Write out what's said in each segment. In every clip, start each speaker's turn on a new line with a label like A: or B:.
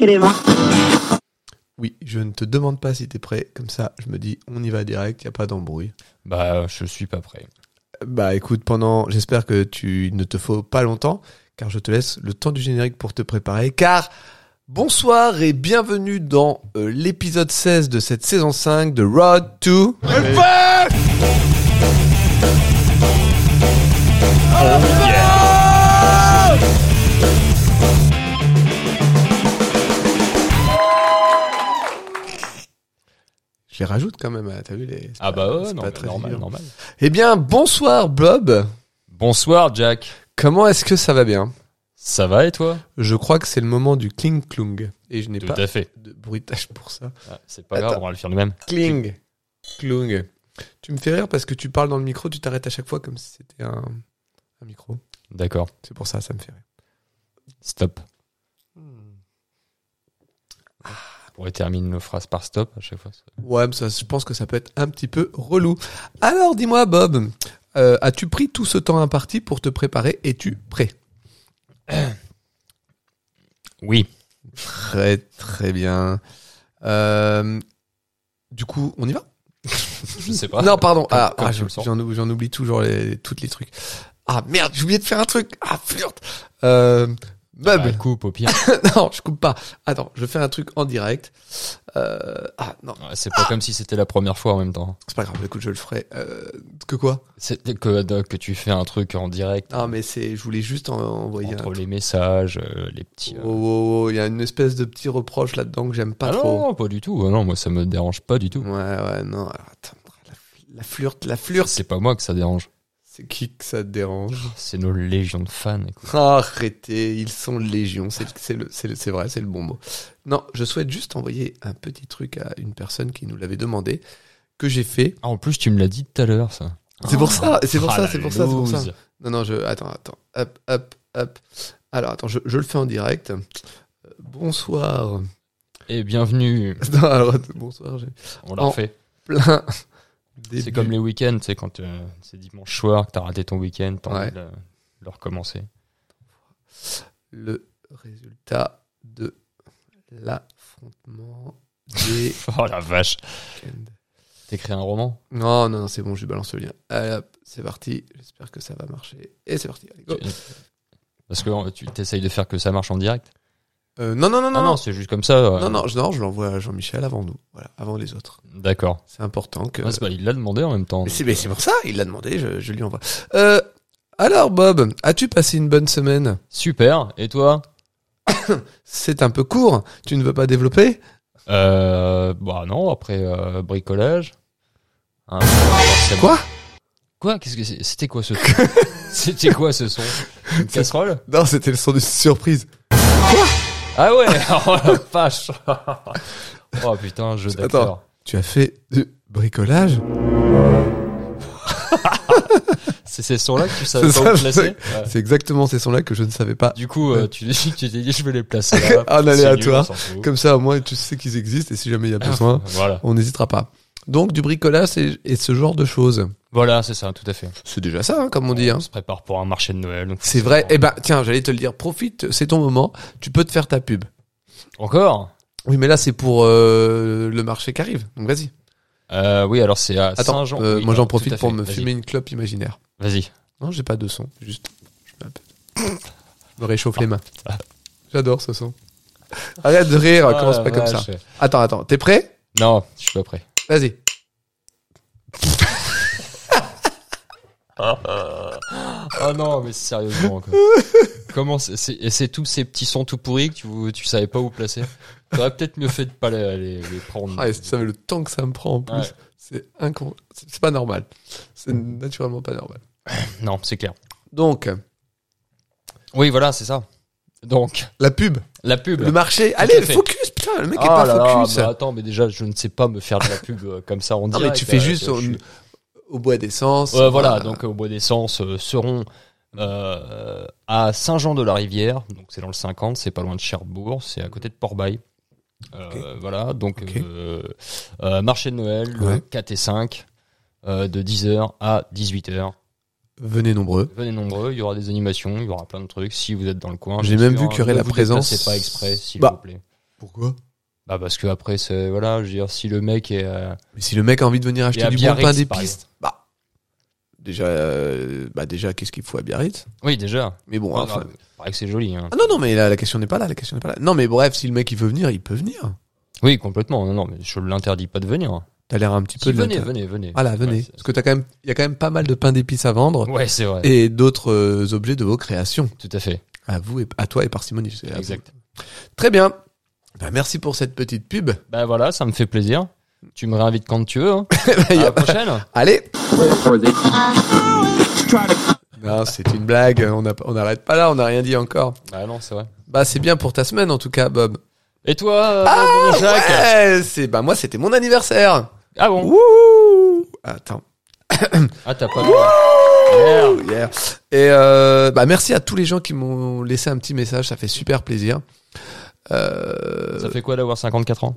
A: et les mains.
B: Oui, je ne te demande pas si t'es prêt, comme ça je me dis on y va direct, y a pas d'embrouille.
C: Bah, je suis pas prêt.
B: Bah écoute, pendant, j'espère que tu il ne te faut pas longtemps, car je te laisse le temps du générique pour te préparer, car bonsoir et bienvenue dans euh, l'épisode 16 de cette saison 5 de Road to... Je les rajoute quand même, t'as vu les...
C: Ah bah ouais,
B: c'est
C: non,
B: pas
C: mais
B: très
C: normal,
B: évident.
C: normal.
B: Eh bien, bonsoir Blob,
C: Bonsoir Jack.
B: comment est-ce que ça va bien
C: Ça va et toi
B: Je crois que c'est le moment du cling-clong, et je n'ai
C: Tout
B: pas
C: à fait.
B: de bruitage pour ça.
C: Ah, c'est pas
B: Attends.
C: grave, on va le faire nous-mêmes.
B: Cling. Clung. Tu me fais rire parce que tu parles dans le micro, tu t'arrêtes à chaque fois comme si c'était un, un micro.
C: D'accord.
B: C'est pour ça, ça me fait rire.
C: Stop.
B: Hmm.
C: On termine nos phrases par stop à chaque fois.
B: Ouais, mais ça, je pense que ça peut être un petit peu relou. Alors, dis-moi, Bob, euh, as-tu pris tout ce temps imparti pour te préparer Es-tu prêt
C: Oui.
B: Très, très bien. Euh, du coup, on y va
C: Je sais pas.
B: Non, pardon.
C: Comme-
B: ah,
C: comme
B: ah,
C: tu
B: je-
C: le sens.
B: j'en, oublie- j'en oublie toujours les, toutes les trucs. Ah merde, j'ai oublié de faire un truc. Ah flûte. Euh, Bob,
C: Bah, coupe au pire.
B: Non, je coupe pas. Attends, je fais un truc en direct. Euh, ah non,
C: Ouais, C'est pas comme si c'était la première fois en même temps.
B: c'est pas grave. Écoute, je le ferai. Euh, que quoi
C: C'est que, que tu fais un truc en direct
B: Non, Ah, mais c'est. Je voulais juste en- envoyer.
C: entre
B: un...
C: les messages, euh, les petits.
B: Oh,
C: euh,
B: oh, oh, il y a une espèce de petit reproche là-dedans que j'aime pas
C: ah
B: trop.
C: non, pas du tout. Ah non, moi ça me dérange pas du tout.
B: Ouais, ouais, non. alors, attends, la, la flûte, la flûte.
C: C'est pas moi que ça dérange.
B: C'est qui que ça te dérange
C: C'est nos légions de fans. écoute.
B: Arrêtez, ils sont légion. C'est c'est le, c'est le- c'est vrai, c'est le bon mot. Non, je souhaite juste envoyer un petit truc à une personne qui nous l'avait demandé que j'ai fait.
C: Ah, en plus, tu me l'as dit tout à l'heure, ça.
B: C'est pour ça, c'est pour
C: Ah,
B: ça,
C: la
B: c'est pour ça, c'est pour ça.
C: loose.
B: Non, non, je. Attends, attends. Hop, hop, hop. Alors, attends, je, je le fais en direct. Euh, Bonsoir.
C: Et Eh, bienvenue.
B: Non, alors, attends, bonsoir, j'ai
C: On l'a
B: En
C: refait.
B: plein.
C: C'est comme les week-ends, tu sais, quand euh, c'est dimanche soir, que t'as raté ton week-end, t'as
B: Ouais.
C: envie de, le- le recommencer.
B: Le résultat de l'affrontement des
C: Oh la vache.
B: week-ends.
C: T'écris un roman
B: Non, non, non, c'est bon, je balance le lien. Allez, hop, c'est parti. J'espère que ça va marcher. Et c'est parti. Allez, go.
C: Tu- Parce que euh, tu t'essayes de faire que ça marche en direct.
B: Euh, non, non, non, non,
C: ah non,
B: non.
C: c'est juste comme ça. euh,
B: Non, non, je, non, je l'envoie à Jean-Michel avant nous. Voilà, avant les autres.
C: D'accord.
B: C'est important que.
C: Ouais, c'est pas- il l'a demandé en même temps.
B: Euh, Mais c'est mais c'est pour ça, il l'a demandé, je, je lui envoie. Euh, alors Bob, as-tu passé une bonne semaine
C: Super. Et toi
B: C'est un peu court, tu ne veux pas développer
C: euh, Bah non, après euh, bricolage. Hein, forcément.
B: Quoi
C: Quoi Qu'est-ce que c'est- C'était quoi ce son C'était quoi ce son Une casserole
B: Non, c'était le son d'une surprise.
C: Ah ouais Oh la vache Oh putain, jeu d'acteur.
B: Tu as fait du bricolage
C: C'est ces sons-là que tu savais
B: C'est
C: pas
B: ça,
C: où
B: je
C: placer
B: sais.
C: Ouais.
B: C'est exactement ces sons-là que je ne savais pas.
C: Du coup, euh, tu tu t'es dit, je vais les placer là.
B: En
C: C'est nul,
B: aléatoire,
C: on s'en fout.
B: Comme ça, au moins, tu sais qu'ils existent et si jamais il
C: Ah.
B: y a besoin,
C: Voilà,
B: on n'hésitera pas. Donc, du bricolage et, et ce genre de choses.
C: voilà c'est ça, tout à fait.
B: C'est déjà ça, hein, comme on dit. hein.
C: se prépare pour un marché de Noël. donc
B: C'est
C: faut
B: vrai.
C: savoir.
B: Eh ben, tiens, j'allais te le dire, profite, c'est ton moment. Tu peux te faire ta pub.
C: Encore
B: Oui, mais là, c'est pour euh, le marché qui arrive. Donc, vas-y.
C: Euh, Oui, alors c'est à
B: Attends,
C: Saint-Jean.
B: euh,
C: Oui,
B: moi j'en
C: tout à
B: profite
C: fait.
B: pour me
C: Vas-y.
B: fumer une clope imaginaire.
C: Vas-y.
B: Non, j'ai pas de son, juste je me, je me réchauffe les mains. J'adore ce son. Arrête de rire,
C: Ah,
B: commence pas
C: la
B: comme ça.
C: vache.
B: Attends, attends, t'es prêt
C: Non, je suis pas prêt.
B: Vas-y.
C: Oh non, mais sérieusement, quoi. Comment c'est- c'est et c'est tous ces petits sons tout pourris que tu, tu savais pas où placer T'aurais peut-être mieux fait de pas les, les- les prendre.
B: Ah, et tu savais le temps que ça me prend en plus.
C: Ouais. Mm.
B: C'est incon... c'est c'est pas normal. C'est naturellement pas normal.
C: Non, c'est clair.
B: Donc,
C: Oui, voilà, c'est ça. Donc,
B: la pub,
C: la pub.
B: le marché.
C: Tout à
B: Allez,
C: fait.
B: focus Putain, le mec est
C: Ah
B: pas
C: là là,
B: focus.
C: mais attends, mais déjà, je ne sais pas me faire de la pub euh, comme ça en
B: non, mais
C: direct.
B: tu fais
C: euh,
B: juste
C: je
B: au,
C: suis-
B: au bois bah, d'essence.
C: Euh, voilà, donc au bois d'essence euh, seront euh, à Saint-Jean-de-la-Rivière, donc c'est dans le 50, c'est pas loin de Cherbourg, c'est à côté de Port-Bail. Euh, Voilà, donc
B: Ok.
C: euh, euh, marché de Noël, le
B: Ouais.
C: 4 et 5, euh, de 10h à 18h.
B: Venez nombreux.
C: Venez nombreux, il y aura des animations, il y aura plein de trucs si vous êtes dans le coin.
B: J'ai
C: bien
B: même
C: sûr,
B: vu qu'il y aurait
C: ne
B: la
C: vous
B: présence-
C: déplacez pas exprès, s'il
B: Bah,
C: vous plaît.
B: Pourquoi
C: Bah parce que après, c'est voilà, je veux dire, si le mec est, euh,
B: Mais si le mec a envie de venir
C: Et
B: acheter
C: à
B: du bon pain
C: Biarritz,
B: des
C: par
B: pistes, bah déjà, euh, bah déjà, qu'est-ce qu'il faut à Biarritz
C: oui déjà,
B: Mais bon,
C: Ouais,
B: enfin.
C: Ah, non, paraît que c'est joli. hein.
B: Ah non non, mais là, la question n'est pas là, la question n'est pas là. Non mais bref, si le mec il veut venir, il peut venir.
C: Oui complètement. Non non, mais je l'interdis pas de venir.
B: T'as l'air un petit
C: Si,
B: peu. de
C: venez,
B: l'intérêt.
C: venez, venez.
B: Voilà, venez.
C: Ouais,
B: Parce que t'as quand même, il y a quand même pas mal de pain d'épices à vendre
C: c'est- Ouais, c'est vrai.
B: et d'autres euh, objets de vos créations.
C: Tout à fait.
B: À vous et à toi et parcimonie. c'est à
C: Exact.
B: vous. Très bien. Bah, merci pour cette petite pub.
C: Bah voilà, ça me fait plaisir. Tu me réinvites quand tu veux. Hein.
B: Il y
C: à
B: a-
C: la prochaine.
B: Allez.
A: for the
B: Non, c'est une blague. On a- on n'arrête pas là. On n'a rien dit encore.
C: Bah non, c'est vrai.
B: Bah c'est bien pour ta semaine en tout cas, Bob.
C: Et toi, euh, bon Jacques
B: Ah, Ouais, c'est bah moi c'était mon anniversaire.
C: Ah bon
B: Wouh Attends.
C: Ah t'as pas. Merde.
B: Yeah. Et euh, bah merci à tous les gens qui m'ont laissé un petit message, ça fait super plaisir. Euh,
C: Ça fait quoi d'avoir 54 ans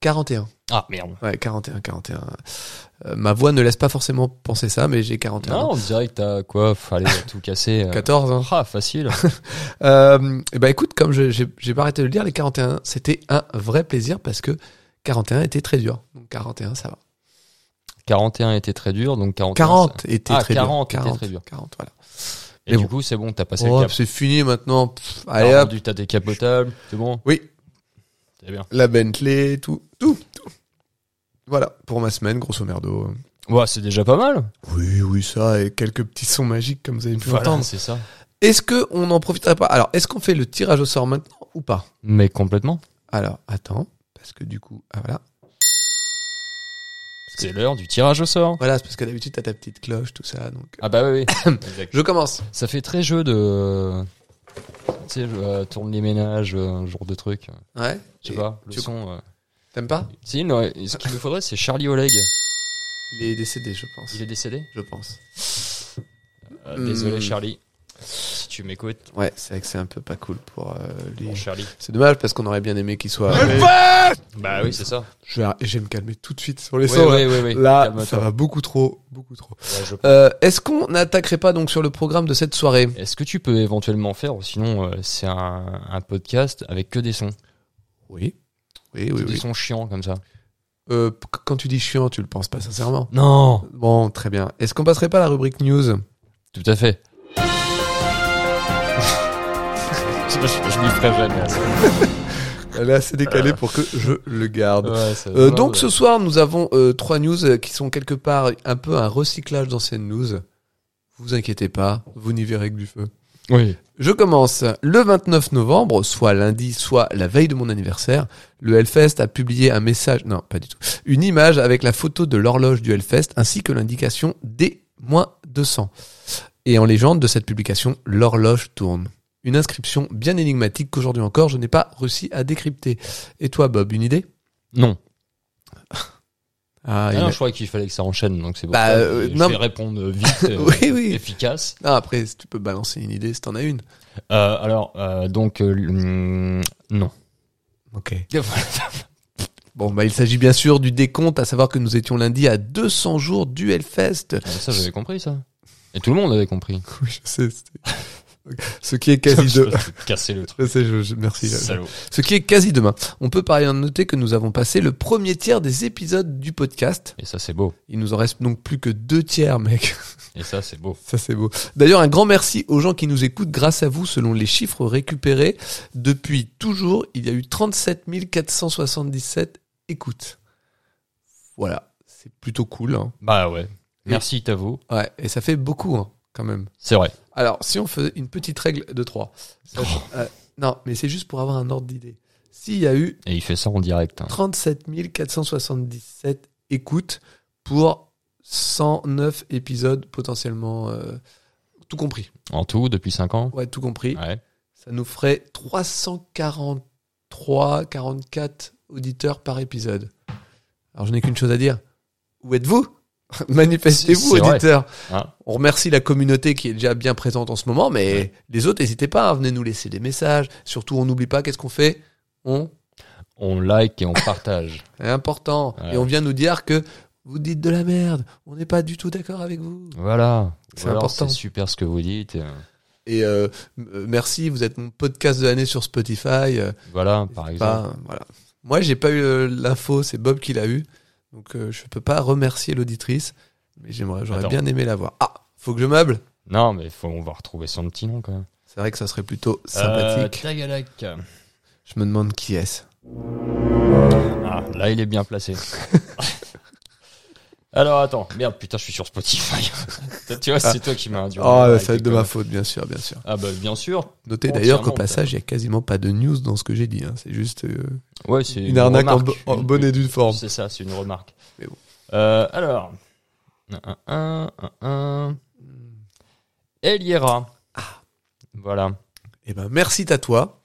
B: 41.
C: Ah merde.
B: Ouais, 41, 41. Euh, ma voix ne laisse pas forcément penser ça, mais j'ai 41.
C: Non, on dirait que t'as quoi Fallait tout casser. euh.
B: 14. Hein.
C: Ah facile.
B: Euh, et bah écoute, comme je- j'ai j'ai pas arrêté de le dire, les 41, c'était un vrai plaisir parce que 41 était très dur. Donc 41, ça va.
C: 41 était très dur, donc 41.
B: 40 était
C: Ah,
B: très
C: 40
B: dur.
C: était très dur.
B: 40, voilà.
C: Et
B: Mais
C: du
B: bon.
C: coup, c'est bon, t'as passé
B: Oh,
C: le cap.
B: c'est fini maintenant. Pff, allez
C: T'as
B: hop.
C: rendu ta décapotable, c'est bon.
B: Oui,
C: C'est bien.
B: la Bentley, tout, tout, tout. Voilà, pour ma semaine, grosso merdo.
C: Ouais, c'est déjà pas mal.
B: Oui, oui, ça, et quelques petits sons magiques comme vous avez pu
C: Voilà,
B: entendre.
C: c'est ça.
B: Est-ce que on n'en profiterait pas Alors, est-ce qu'on fait le tirage au sort maintenant ou pas
C: Mais complètement.
B: Alors, attends, parce que du coup, ah voilà.
C: C'est l'heure du tirage au sort.
B: Voilà, c'est parce que d'habitude, t'as ta petite cloche, tout ça, donc... euh,
C: Ah bah oui, oui. Exact.
B: Je commence.
C: Ça fait très jeu de. Tu sais, je, euh, tourne les ménages, euh, un genre de truc.
B: Ouais
C: Je sais
B: Et
C: pas, le
B: tu-
C: son. euh.
B: T'aimes pas
C: Si, non, ce qu'il me faudrait, c'est Charlie Oleg.
B: Il est décédé, je pense.
C: Il est décédé
B: Je pense.
C: Euh,
B: Hmm.
C: Désolé, Charlie. Si tu m'écoutes,
B: Ouais, c'est vrai que c'est un peu pas cool pour euh, lui.
C: bon, Charlie.
B: C'est dommage, parce qu'on aurait bien aimé qu'il soit...
C: Bah oui, c'est ça.
B: Je vais, je vais me calmer tout de suite sur les
C: Oui,
B: sons, là.
C: oui, oui, oui.
B: Là,
C: Calme-toi.
B: ça va beaucoup trop, beaucoup trop.
C: Ouais, je-
B: Euh, Est-ce qu'on n'attaquerait pas donc sur le programme de cette soirée
C: Est-ce que tu peux éventuellement faire, ou sinon euh, c'est un, un podcast avec que des sons,
B: Oui. Oui, oui,
C: Que des
B: oui.
C: sons chiants comme ça
B: Euh, p- quand tu dis chiant, tu le penses pas sincèrement.
C: Non,
B: Bon, très bien. Est-ce qu'on passerait pas à la rubrique news
C: tout à fait. je je m'y ferai jamais. à ça.
B: Elle est assez décalée pour que je le garde.
C: Ouais, ça-
B: Euh,
C: non,
B: donc
C: mais-
B: ce soir, nous avons euh, trois news euh, qui sont quelque part un peu un recyclage d'anciennes news. Vous inquiétez pas, vous n'y verrez que du feu.
C: oui.
B: Je commence le 29 novembre, soit lundi, soit la veille de mon anniversaire. Le Hellfest a publié un message, non, pas du tout, une image avec la photo de l'horloge du Hellfest ainsi que l'indication D-200. Et en légende de cette publication, l'horloge tourne. Une inscription bien énigmatique qu'aujourd'hui encore je n'ai pas réussi à décrypter. Et toi, Bob, une idée
C: Non.
B: Ah,
C: Ah
B: il
C: non,
B: a-
C: je croyais qu'il fallait que ça enchaîne, donc c'est bon.
B: Bah, euh,
C: je
B: non,
C: vais
B: mais-
C: répondre vite, euh,
B: Oui, oui.
C: efficace.
B: Ah, après, si tu peux balancer une idée si t'en as une.
C: Euh, alors, euh, donc, euh, Ah, hum, non.
B: Ok. Bon, bah, il s'agit bien sûr du décompte, à savoir que nous étions lundi à 200 jours du Hellfest.
C: Ah, ça, j'avais compris ça. Et tout le monde avait compris.
B: Oui, je sais. c'était- Ce qui est quasi
C: Je
B: de...
C: vais te Casser le truc.
B: Je sais, je- je- merci. je-
C: Salaud.
B: Ce qui est quasi demain. On peut par ailleurs noter que nous avons passé le premier tiers des épisodes du podcast.
C: Et ça, c'est beau.
B: Il nous en reste donc plus que deux tiers, mec.
C: Et ça, c'est beau.
B: Ça, c'est beau. D'ailleurs, un grand merci aux gens qui nous écoutent grâce à vous, selon les chiffres récupérés. Depuis toujours, il y a eu 37 477 écoutes. Voilà. C'est plutôt cool. hein.
C: Bah ouais. Merci, Tavo.
B: Ouais. Et ça fait beaucoup, hein, quand même.
C: C'est vrai.
B: Alors, si on faisait une petite règle de 3. non, mais c'est juste pour avoir un ordre d'idée. S'il y a eu
C: Et il fait ça en direct. hein.
B: 37 477 écoutes pour 109 épisodes potentiellement, euh, tout compris.
C: En tout, depuis 5 ans.
B: Ouais, tout compris.
C: Ouais.
B: Ça nous ferait 343, 44 auditeurs par épisode. Alors, je n'ai qu'une chose à dire. Où êtes-vous Manifestez-vous,
C: C'est vrai.
B: auditeurs.
C: Hein.
B: On remercie la communauté qui est déjà bien présente en ce moment, mais les autres, n'hésitez pas, hein, venez nous laisser des messages. Surtout, on n'oublie pas, qu'est-ce qu'on fait On
C: On like et on partage.
B: est important.
C: Ouais.
B: Et on vient nous dire que vous dites de la merde, on n'est pas du tout d'accord avec vous.
C: voilà. Ou
B: C'est
C: alors,
B: important.
C: C'est super ce que vous dites. euh,
B: Et euh, m- euh, merci, vous êtes mon podcast de l'année sur Spotify. euh,
C: Voilà, par
B: c'est
C: exemple.
B: pas- voilà. Moi, j'ai pas eu euh, l'info, c'est Bob qui l'a eu. Donc, euh, je peux pas remercier l'auditrice, mais j'aimerais, j'aurais
C: Attends.
B: bien aimé la voir. Ah, faut que je meuble.
C: Non, mais faut, on va retrouver son petit nom quand même.
B: C'est vrai que ça serait plutôt sympathique.
C: Euh, Tagalak.
B: Je me demande qui est-ce.
C: Ah, là, il est bien placé. Alors attends, merde, putain, je suis sur Spotify. tu vois, c'est toi qui m'as induit. en
B: Oh,
C: erreur
B: ça va
C: avec
B: être de
C: les
B: ma
C: conneries.
B: faute, bien sûr, bien sûr.
C: Ah bah bien sûr.
B: Notez d'ailleurs qu'au
C: Entièrement,
B: passage, il y a quasiment pas de news dans ce que j'ai dit. hein. C'est juste euh,
C: Ouais, c'est
B: une arnaque en,
C: remarque.
B: bo- en
C: Une-
B: bonne et due forme.
C: C'est ça, c'est une remarque.
B: Mais bon.
C: Euh, alors. Un, un, un, un. Eliera.
B: Ah.
C: Voilà.
B: Eh ben, merci à toi.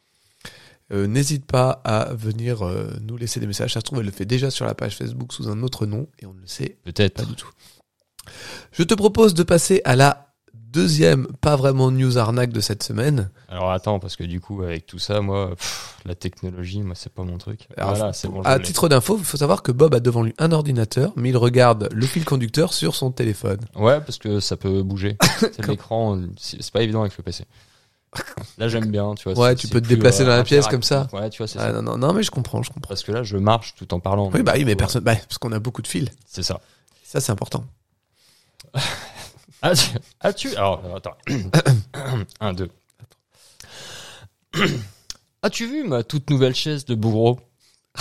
B: Euh, N'hésite pas à venir euh, nous laisser des messages. Ça se trouve, elle le fait déjà sur la page Facebook sous un autre nom et on ne le sait
C: Peut-être.
B: pas du tout. Je te propose de passer à la deuxième, pas vraiment news arnaque de cette semaine.
C: Alors attends, parce que du coup, avec tout ça, moi, pff, la technologie, moi, c'est pas mon truc.
B: Alors,
C: voilà, c'est bon. je
B: À
C: l'ai.
B: titre d'info, il faut savoir que Bob a devant lui un ordinateur, mais il regarde le fil conducteur sur son téléphone.
C: Ouais, parce que ça peut bouger. C'est
B: Comme-
C: L'écran, c'est c'est pas évident avec le PC. Là, j'aime bien, tu vois.
B: Ouais,
C: c'est-
B: tu
C: c'est
B: peux te
C: plus, euh,
B: déplacer dans la pièce
C: interactif.
B: comme ça.
C: Ouais, tu vois, c'est
B: Ah,
C: ça.
B: non, non, non, mais je comprends, je comprends.
C: Parce que là, je marche tout en parlant.
B: Oui, bah oui, mais
C: Ouais,
B: personne. bah, parce qu'on a beaucoup de fils.
C: C'est ça.
B: Ça, c'est important.
C: Ah, tu- ah, tu Alors, euh, attends. Un, deux. As-tu vu ma toute nouvelle chaise de bourreau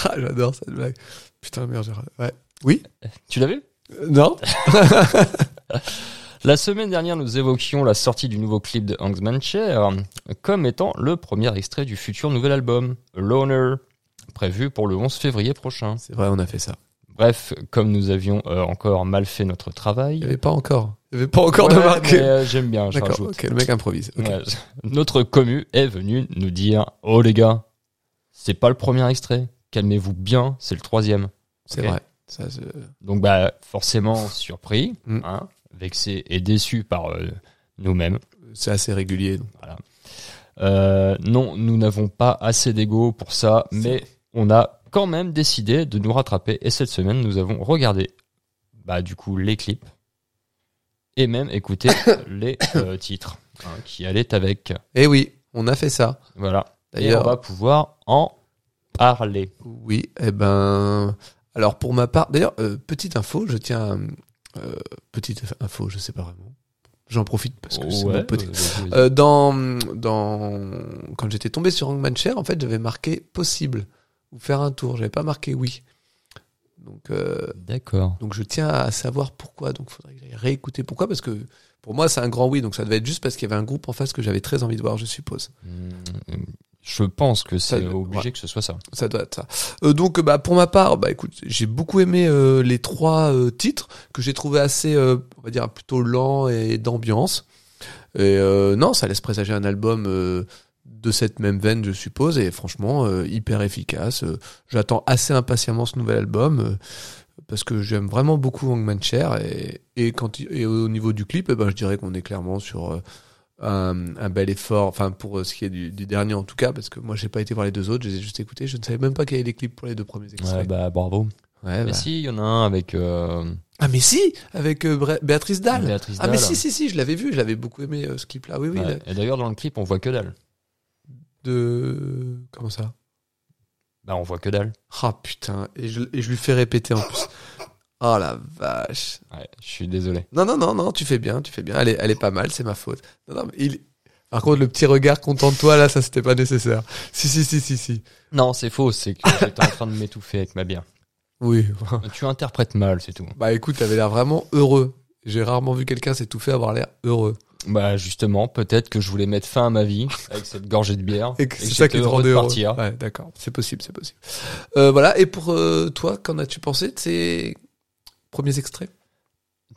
B: Ah, j'adore cette blague. Putain, merde, j'ai- ouais.
C: Tu l'as vu
B: Euh, non
C: La semaine dernière, nous évoquions la sortie du nouveau clip de Hangsman Chair comme étant le premier extrait du futur nouvel album, Loner, prévu pour le 11 février prochain.
B: C'est vrai, on a fait ça.
C: Bref, comme nous avions euh, encore mal fait notre
B: Il
C: travail.
B: n'y avait pas encore. Il n'y avait pas encore de
C: Ouais,
B: marque.
C: mais, euh, J'aime bien, je
B: D'accord,
C: rajoute.
B: ok, le mec improvise. ok.
C: Ouais, notre commu est venu nous dire Oh les gars, c'est pas le premier extrait, calmez-vous bien, c'est le troisième.
B: C'est
C: ok.
B: vrai. Ça, c'est-
C: Donc, bah, forcément surpris,
B: Mm.
C: hein, vexé et déçu par euh, nous-mêmes.
B: c'est assez régulier. donc.
C: Euh, non, nous n'avons pas assez d'ego pour ça, mais on a quand même décidé de nous rattraper. Et cette semaine, nous avons regardé, bah, du coup, les clips et même écouté les euh, titres hein, qui allaient avec.
B: Eh oui, on a fait ça.
C: Voilà. Et on
B: D'ailleurs,
C: va pouvoir en parler.
B: oui, eh ben. Alors, pour ma part, d'ailleurs, euh, petite info, je tiens. à- euh, petite info, je sais pas vraiment. J'en profite parce que c'est
C: Ouais,
B: mon petit-
C: euh, vas-y, vas-y.
B: Euh, dans, dans quand j'étais tombé sur Hangman Chair, en fait, j'avais marqué possible ou faire un tour. J'avais pas marqué oui. Donc, euh,
C: D'accord.
B: donc je tiens à savoir pourquoi. Donc, faudrait que j'aille réécouter pourquoi parce que pour moi, c'est un grand oui. Donc, ça devait être juste parce qu'il y avait un groupe en face que j'avais très envie de voir, je suppose.
C: Hum, Je pense que c'est
B: Ça-
C: obligé que ce soit ça.
B: Ça doit être ça. Euh, donc, euh, bah, pour ma part, bah, écoute, j'ai beaucoup aimé euh, les trois euh, titres que j'ai trouvé assez, euh, on va dire, plutôt lent et d'ambiance. Et euh, non, ça laisse présager un album euh, de cette même veine, je suppose, et franchement, euh, hyper efficace. Euh, J'attends assez impatiemment ce nouvel album. euh, parce que j'aime vraiment beaucoup Hangman Chair et, et, quand, il- et au niveau du clip, eh ben, je dirais qu'on est clairement sur euh, un, un bel effort, enfin pour euh, ce qui est du, du dernier en tout cas, parce que moi j'ai pas été voir les deux autres, je les ai juste écoutés, je ne savais même pas qu'il y avait des clips pour les deux premiers
C: Ouais,
B: extraits.
C: bah, bravo.
B: Ouais, bah.
C: Mais si, il y en a un avec euh,
B: Ah mais si, avec euh, Bré- Béatrice Dalle
C: Béatrice
B: Ah mais
C: Dalle.
B: si, si, si, je l'avais vu, je l'avais beaucoup aimé euh, ce clip-là, oui, oui,
C: Ouais.
B: le-
C: Et d'ailleurs, dans le clip, on voit que dalle.
B: de... Comment ça
C: Bah, on voit que dalle.
B: Ah putain, et je, et je lui fais répéter en plus. Oh la vache
C: Ouais, je suis désolé.
B: Non, non, non, non, tu fais bien, tu fais bien. Elle est, elle est pas mal, c'est ma faute. Non, non, mais il... Par contre, le petit regard content de toi, là, ça, c'était pas nécessaire. Si, si, si, si, si.
C: Non, c'est faux, c'est que j'étais en train de m'étouffer avec ma bière.
B: Oui.
C: Tu interprètes mal, c'est tout.
B: Bah écoute, t'avais l'air vraiment heureux. J'ai rarement vu quelqu'un s'étouffer avoir l'air heureux.
C: Bah justement, peut-être que je voulais mettre fin à ma vie avec cette gorgée de bière.
B: Et que c'est ça qui te
C: j'étais heureux
B: rendait
C: de
B: heureux.
C: partir.
B: Ouais, d'accord. C'est possible, c'est possible. Euh, voilà. Et pour euh, toi, qu'en as-tu pensé de ces premiers extraits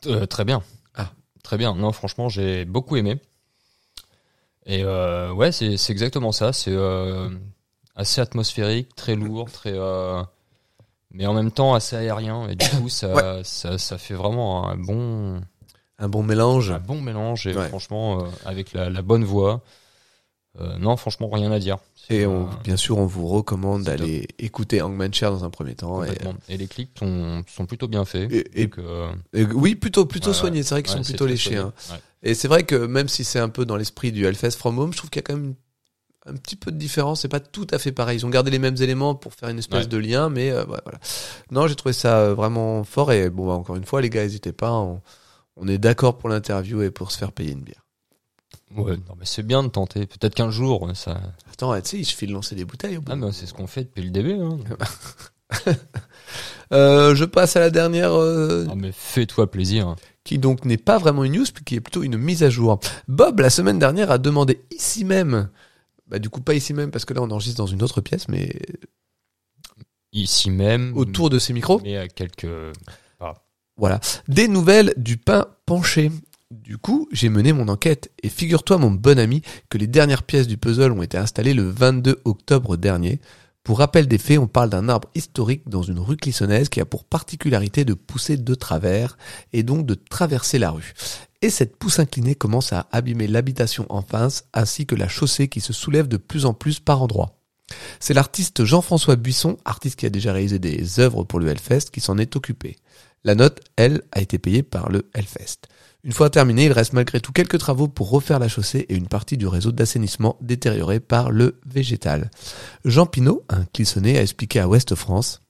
C: Euh, très bien.
B: Ah.
C: Très bien. Non, franchement, j'ai beaucoup aimé. Et euh, ouais, c'est c'est exactement ça. C'est euh, assez atmosphérique, très lourd, très. euh, mais en même temps assez aérien. Et du coup, ça, ça, ça fait vraiment un bon.
B: Un bon mélange.
C: Ah, un bon mélange et
B: Ouais.
C: franchement euh, avec la, la bonne voix Euh, non, franchement, rien à dire. C'est euh,
B: Et
C: pas-
B: on, bien sûr, on vous recommande
C: c'est
B: d'aller écouter Hangman Chair dans un premier temps. Et,
C: complètement. Et les clips sont, sont plutôt bien faits.
B: et- et-
C: Donc, euh,
B: et- oui, plutôt, plutôt
C: ouais,
B: soignés. C'est vrai
C: ouais,
B: qu'ils sont
C: c'est
B: plutôt
C: très
B: léchés.
C: soigné.
B: hein.
C: Ouais.
B: Et c'est vrai que même si c'est un peu dans l'esprit du Hellfest From Home, je trouve qu'il y a quand même un petit peu de différence. C'est pas tout à fait pareil. Ils ont gardé les mêmes éléments pour faire une espèce
C: Ouais.
B: de lien, mais euh, ouais, voilà. Non, j'ai trouvé ça euh, vraiment fort. Et bon, bah, encore une fois, les gars, n'hésitez pas. On, on est d'accord pour l'interview et pour se faire payer une bière.
C: ouais, non, mais c'est bien de tenter. Peut-être qu'un jour, ça.
B: Attends, tu sais, je file lancer des bouteilles. Au bout.
C: Ah, mais c'est ce qu'on fait depuis le début. hein.
B: Euh, je passe à la dernière. euh,
C: Ah, mais fais-toi plaisir.
B: qui donc n'est pas vraiment une news, mais qui est plutôt une mise à jour. Bob, la semaine dernière, a demandé ici même, bah du coup pas ici même, parce que là on enregistre dans une autre pièce, mais
C: Ici même.
B: autour de ses micros,
C: Mais à quelques.
B: voilà, des nouvelles du pain penché. Du coup, j'ai mené mon enquête, et figure-toi mon bon ami que les dernières pièces du puzzle ont été installées le 22 octobre dernier. Pour rappel des faits, on parle d'un arbre historique dans une rue clissonnaise qui a pour particularité de pousser de travers et donc de traverser la rue. Et cette pousse inclinée commence à abîmer l'habitation en face ainsi que la chaussée qui se soulève de plus en plus par endroits. C'est l'artiste Jean-François Buisson, artiste qui a déjà réalisé des œuvres pour le Hellfest, qui s'en est occupé. La note, elle, a été payée par le Hellfest. Une fois terminé, il reste malgré tout quelques travaux pour refaire la chaussée et une partie du réseau d'assainissement détérioré par le végétal. Jean Pinault, un clissonné, a expliqué à Ouest France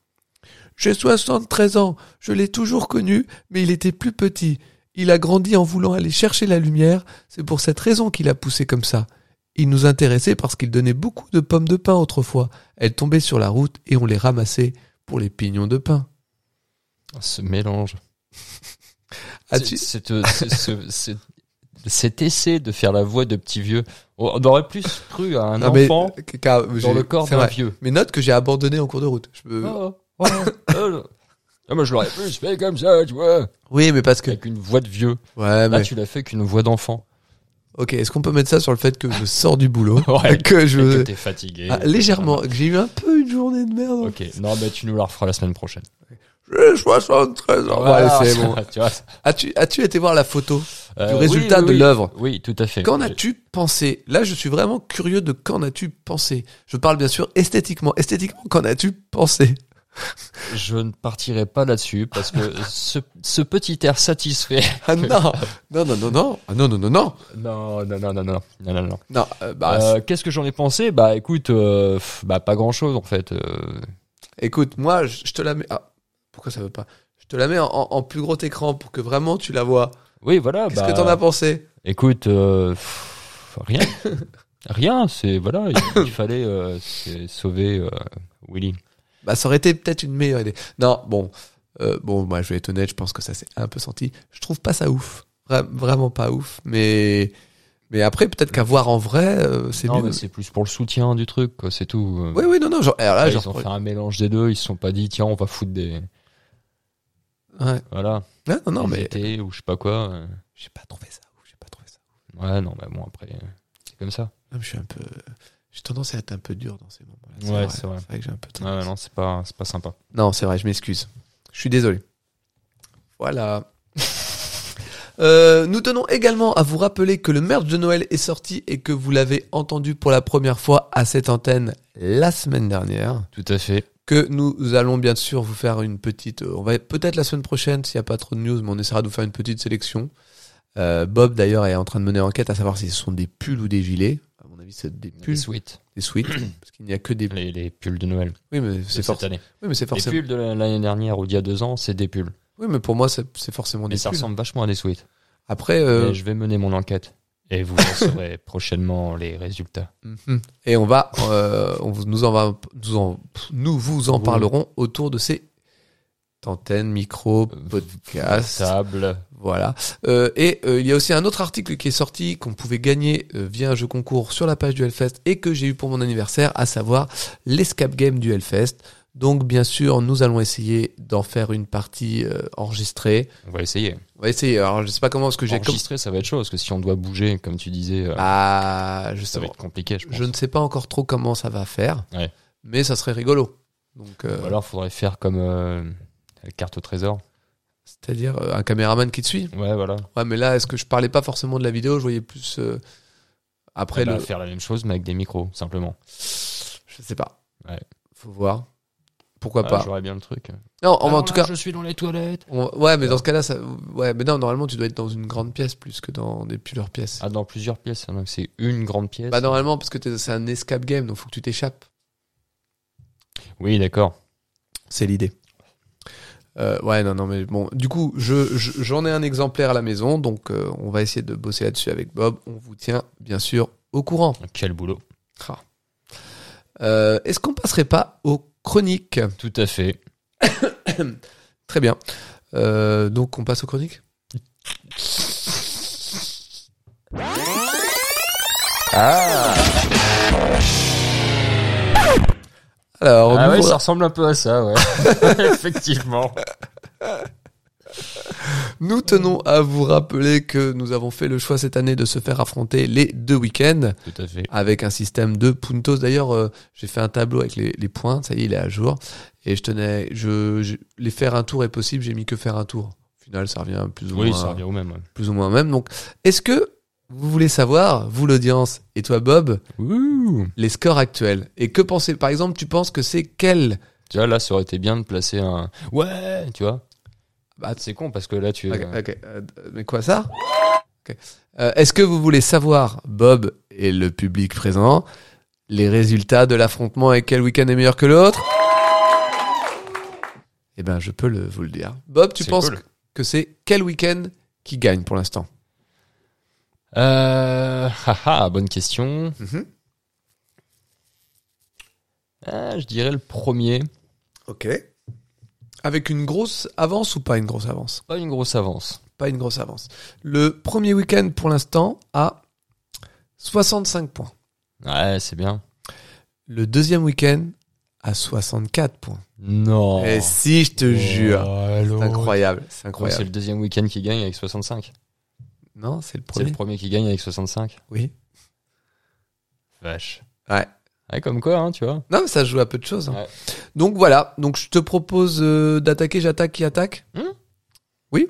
B: J'ai 73 ans, je l'ai toujours connu, mais il était plus petit. Il a grandi en voulant aller chercher la lumière, c'est pour cette raison qu'il a poussé comme ça. Il nous intéressait parce qu'il donnait beaucoup de pommes de pin autrefois. Elles tombaient sur la route et on les ramassait pour les pignons de pain.
C: Ce mélange.
B: As-tu-
C: C'est- c'est- euh, c'est- c'est- c'est- Cet essai de faire la voix de petit vieux, on aurait plus cru à un
B: Ah, mais-
C: enfant
B: car- j'ai-
C: dans le corps
B: c'est
C: d'un
B: vrai.
C: vieux.
B: Mes notes que j'ai abandonnées en cours de route. Je peux-
C: Oh, oh, oh. Ah, moi, je l'aurais plus fait comme ça, tu vois.
B: Oui, mais parce que.
C: Avec une voix de vieux.
B: Ouais,
C: Là,
B: mais.
C: Bah, tu l'as fait qu'une voix d'enfant.
B: Ok, est-ce qu'on peut mettre ça sur le fait que je sors du boulot Que
C: Ouais. Et que
B: je.
C: t'es fatigué.
B: Ah, légèrement, que j'ai eu un peu une journée de merde.
C: Ok, non, mais tu nous la referas la semaine prochaine.
B: J'ai 73 ans.
C: Voilà.
B: Ouais, bah, c'est bon.
C: tu vois.
B: As-tu as été voir la photo
C: Euh,
B: du
C: oui,
B: résultat
C: oui,
B: de
C: oui.
B: l'œuvre
C: Oui, tout à fait.
B: Qu'en as-tu pensé Là, je suis vraiment curieux de qu'en as-tu pensé. Je parle bien sûr esthétiquement. Esthétiquement, qu'en as-tu pensé
C: Je- Je ne partirai pas là-dessus parce que ce, ce petit air satisfait.
B: Ah non Non, non, non, non Ah non, non, non, non
C: Non, non, non, non, non, non, non, non.
B: Non, euh, bah,
C: Euh, Qu'est-ce que j'en ai pensé Bah, écoute, euh, pff, bah pas grand-chose en fait. Euh,
B: Écoute, moi, je je te la mets. Ah, pourquoi ça veut pas Je te la mets en, en- en plus gros écran pour que vraiment tu la vois.
C: Oui, voilà.
B: Qu'est-ce
C: bah,
B: que t'en as pensé
C: Écoute, euh, pff, rien, rien. C'est voilà, il, il fallait euh, c'est sauver euh, Willy.
B: Bah, ça aurait été peut-être une meilleure idée. Non, bon, euh, bon, moi, je vais être honnête, je pense que ça s'est un peu senti. Je trouve pas ça ouf, Vra- vraiment pas ouf. Mais, mais après, peut-être qu'à voir en vrai, euh, c'est
C: Non,
B: mieux.
C: mais c'est plus pour le soutien du truc, quoi. C'est tout. Euh,
B: Oui, oui, non, non. Genre, alors là,
C: ouais,
B: genre,
C: ils ont fait un mélange des deux. Ils se sont pas dit tiens, on va foutre des
B: ouais.
C: voilà.
B: Non, non, non,
C: des
B: mais
C: VT ou je sais pas quoi. euh.
B: j'ai pas trouvé ça ouf. J'ai pas trouvé ça. ouf.
C: Ouais, non, bah bon après, euh, c'est comme ça.
B: Non, mais je suis un peu. J'ai tendance à être un peu dur dans ces moments-là.
C: Ouais, c'est vrai.
B: C'est vrai que j'ai un peu.
C: Ouais,
B: tendance.
C: non, c'est pas, c'est pas sympa.
B: Non, c'est vrai, je m'excuse. Je suis désolé. Voilà. Euh, nous tenons également à vous rappeler que le merch de Noël est sorti et que vous l'avez entendu pour la première fois à cette antenne la semaine dernière.
C: Tout à fait.
B: Que nous allons bien sûr vous faire une petite. euh, On va peut-être la semaine prochaine s'il n'y a pas trop de news, mais on essaiera de vous faire une petite sélection. Euh, Bob d'ailleurs est en train de mener enquête à savoir si ce sont des pulls ou des gilets. À mon avis, c'est des
C: Les
B: pulls,
C: sweats,
B: des suites, parce qu'il n'y a que des.
C: les, les pulls de Noël.
B: Oui, mais
C: C'est
B: c'est
C: cette
B: forcément.
C: année.
B: Oui, mais c'est
C: Les
B: forcément.
C: pulls de l'année dernière ou d'il y a deux ans, c'est des pulls.
B: Oui, mais pour moi, c'est c'est forcément
C: Mais
B: des
C: ça
B: pulls.
C: ressemble vachement à des sweats.
B: Après, euh,
C: Mais Je vais mener mon enquête et vous en saurez prochainement les résultats.
B: mhm. et on va, euh, on vous- nous en va, nous en- pff, nous vous en
C: Oui.
B: parlerons autour de ces antennes, micros,
C: Euh,
B: podcasts,
C: Table.
B: voilà. Euh, et euh, il y a aussi un autre article qui est sorti qu'on pouvait gagner euh, via un jeu concours sur la page du Hellfest et que j'ai eu pour mon anniversaire, à savoir l'escape game du Hellfest. Donc bien sûr, nous allons essayer d'en faire une partie euh, enregistrée.
C: On va essayer.
B: On va essayer. Alors je sais pas comment parce que j'ai comme
C: Enregistrer, ça va être chaud parce que si on doit bouger, comme tu disais, euh,
B: ah
C: ça va
B: justement.
C: être compliqué, je pense.
B: Je ne sais pas encore trop comment ça va faire,
C: Ouais.
B: mais ça serait rigolo. Donc, euh,
C: Ou alors, faudrait faire comme euh, la carte au trésor.
B: c'est-à-dire euh, un caméraman qui te suit.
C: Ouais, voilà.
B: Ouais, mais là, est-ce que je parlais pas forcément de la vidéo Je voyais plus. euh, Après,
C: Eh ben,
B: le...
C: faire la même chose mais avec des micros simplement.
B: je sais pas.
C: Ouais.
B: Faut voir. Pourquoi
C: Ah,
B: pas.
C: J'aurais bien le truc.
B: Non, en, en tout cas.
C: Ah, je suis dans les toilettes.
B: on- Ouais, mais dans ce cas-là, ça... ouais, mais non, normalement, tu dois être dans une grande pièce plus que dans des plusieurs pièces.
C: Ah, dans plusieurs pièces. hein, Donc c'est une grande pièce.
B: Bah normalement parce que t'es- c'est un escape game donc faut que tu t'échappes.
C: Oui, d'accord.
B: C'est l'idée. Euh, ouais non non mais bon du coup je je- j'en ai un exemplaire à la maison donc euh, on va essayer de bosser là-dessus avec Bob. On vous tient bien sûr au courant.
C: Quel boulot.
B: Ah. Euh, Est-ce qu'on passerait pas aux chroniques
C: Tout à fait.
B: Très bien. Euh, donc on passe aux chroniques. Ah. Alors
C: ah
B: nous
C: ouais,
B: voilà-
C: ça ressemble un peu à ça, ouais. Effectivement.
B: Nous tenons à vous rappeler que nous avons fait le choix cette année de se faire affronter les deux week-ends
C: Tout à fait.
B: avec un système de puntos. D'ailleurs, euh, j'ai fait un tableau avec les, les points, ça y est, il est à jour. Et je tenais, je, je- les faire un tour est possible, j'ai mis que faire un tour. Au final, ça revient plus ou
C: Oui,
B: moins,
C: ça revient au même. ouais.
B: plus ou moins même. Donc, est-ce que vous voulez savoir, vous l'audience et toi Bob,
C: Ouh.
B: les scores actuels Et que pensez, par exemple, tu penses que c'est quel
C: Tu vois, là, ça aurait été bien de placer un. Ouais, tu vois.
B: Bah,
C: c'est con parce que là, tu.
B: Ok, ok. Euh, mais quoi ça Ok. Euh, Est-ce que vous voulez savoir, Bob et le public présent, les résultats de l'affrontement et quel week-end est meilleur que l'autre Eh ben, je peux le, vous le dire. Bob, tu
C: C'est
B: penses
C: cool.
B: que- que c'est quel week-end qui gagne pour l'instant
C: Euh. Haha, bonne question. Ah, je dirais le premier.
B: Ok. Avec une grosse avance ou pas une grosse avance
C: Pas une grosse avance.
B: Pas une grosse avance. Le premier week-end pour l'instant a 65 points.
C: Ouais, c'est bien.
B: Le deuxième week-end à 64 points.
C: Non.
B: Eh si, je te jure. C'est
C: incroyable.
B: incroyable. C'est
C: Oh. C'est
B: incroyable.
C: le deuxième week-end qui gagne avec 65.
B: Non, c'est le
C: C'est
B: premier.
C: le premier qui gagne avec 65.
B: Oui.
C: Vache.
B: Ouais.
C: Ouais, comme quoi, hein, tu vois.
B: Non, mais ça se joue à peu de choses. hein.
C: Ouais.
B: Donc voilà. Donc je te propose euh, d'attaquer. J'attaque qui attaque
C: Hmm
B: Oui.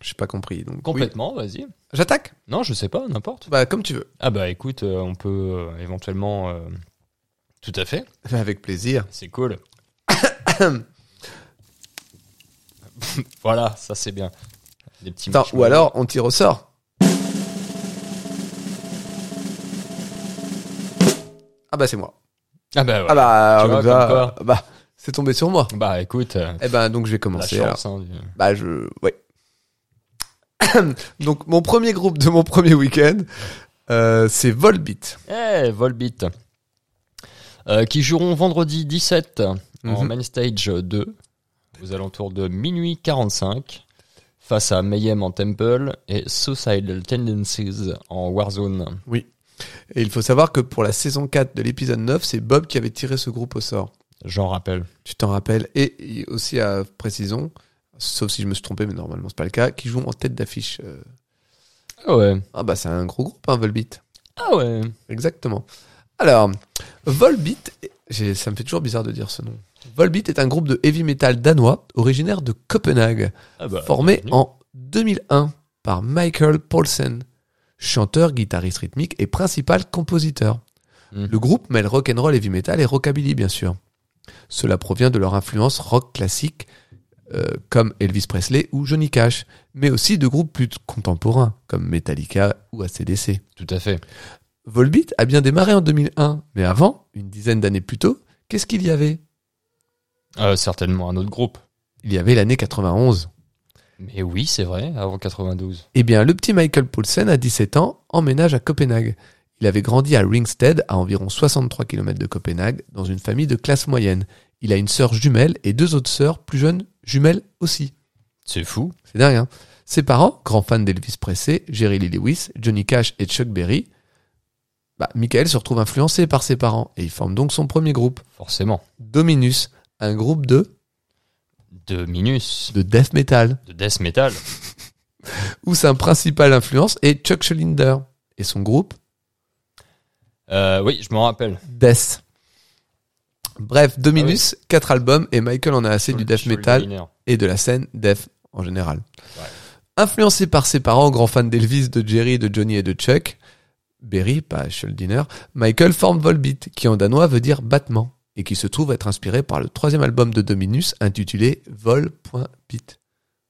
B: J'ai pas compris. Donc oui.
C: Complètement, vas-y.
B: J'attaque.
C: Non, je sais pas, n'importe.
B: Bah comme tu veux.
C: Ah bah écoute, euh, on peut euh, éventuellement... euh, Tout à fait.
B: Avec plaisir.
C: C'est cool. voilà, ça c'est bien. Des petits
B: Attends,
C: marshmallows.
B: ou alors on tire au sort. Ah bah c'est moi.
C: Ah bah ouais.
B: Ah bah
C: Tu vois,
B: comme ça,
C: comme quoi.
B: euh, bah c'est tombé sur moi.
C: Bah écoute, euh,
B: Eh ben donc je vais
C: la
B: commencer. alors.
C: chance. hein, du-
B: Bah je, ouais. Donc mon premier groupe de mon premier week-end, euh, c'est Volbeat.
C: Eh, Volbeat. Euh, qui joueront vendredi 17 en
B: Mhm.
C: main stage 2, aux alentours de minuit 45, face à Mayhem en Temple et Suicidal Tendencies en Warzone.
B: Et il faut savoir que pour la saison 4 de l'épisode 9, c'est Bob qui avait tiré ce groupe au sort.
C: J'en rappelle.
B: Tu t'en rappelles Et et aussi à précision, sauf si je me suis trompé, mais normalement c'est pas le cas, qui joue en tête d'affiche. euh.
C: Ah ouais.
B: Ah bah c'est un gros groupe, hein, Volbeat.
C: Ah ouais.
B: Exactement. Alors, Volbeat, j'ai- ça me fait toujours bizarre de dire ce nom. Volbeat est un groupe de heavy metal danois originaire de Copenhague.
C: Ah bah,
B: formé
C: bienvenue.
B: en 2001 par Michael Paulsen, chanteur, guitariste rythmique et principal compositeur.
C: Mhm.
B: Le groupe mêle rock'n'roll, heavy metal et rockabilly bien sûr. Cela provient de leur influence rock classique euh, comme Elvis Presley ou Johnny Cash, mais aussi de groupes plus contemporains comme Metallica ou ACDC.
C: Tout à fait.
B: Volbeat a bien démarré en 2001, mais avant, une dizaine d'années plus tôt, qu'est-ce qu'il y avait
C: Euh, certainement un autre groupe.
B: Il y avait l'année 91.
C: Mais oui, c'est vrai, avant 92.
B: Eh bien, le petit Michael Poulsen, à 17 ans, emménage à Copenhague. Il avait grandi à Ringsted, à environ 63 km de Copenhague, dans une famille de classe moyenne. Il a une sœur jumelle et deux autres sœurs plus jeunes, jumelles aussi.
C: C'est fou.
B: C'est dingue, hein Ses parents, grands fans d'Elvis Presley, Jerry Lee Lewis, Johnny Cash et Chuck Berry, bah, Michael se retrouve influencé par ses parents et il forme donc son premier groupe,
C: Forcément.
B: Dominus, un groupe de,
C: De Minus.
B: de death metal,
C: De Death Metal.
B: où sa principale influence est Chuck Schlinder et son groupe
C: Euh, oui, je m'en rappelle.
B: Death. Bref,
C: Ah
B: Dominus, quatre albums et Michael en a assez du death
C: Sur le
B: metal
C: mineur.
B: et de la scène death en général.
C: Ouais.
B: Influencé par ses parents, grand fan d'Elvis, de Jerry, de Johnny et de Chuck, Berry, pas Schuldiner, Michael Formvolbeat, qui en danois veut dire battement, et qui se trouve être inspiré par le troisième album de Dominus intitulé Vol.beat.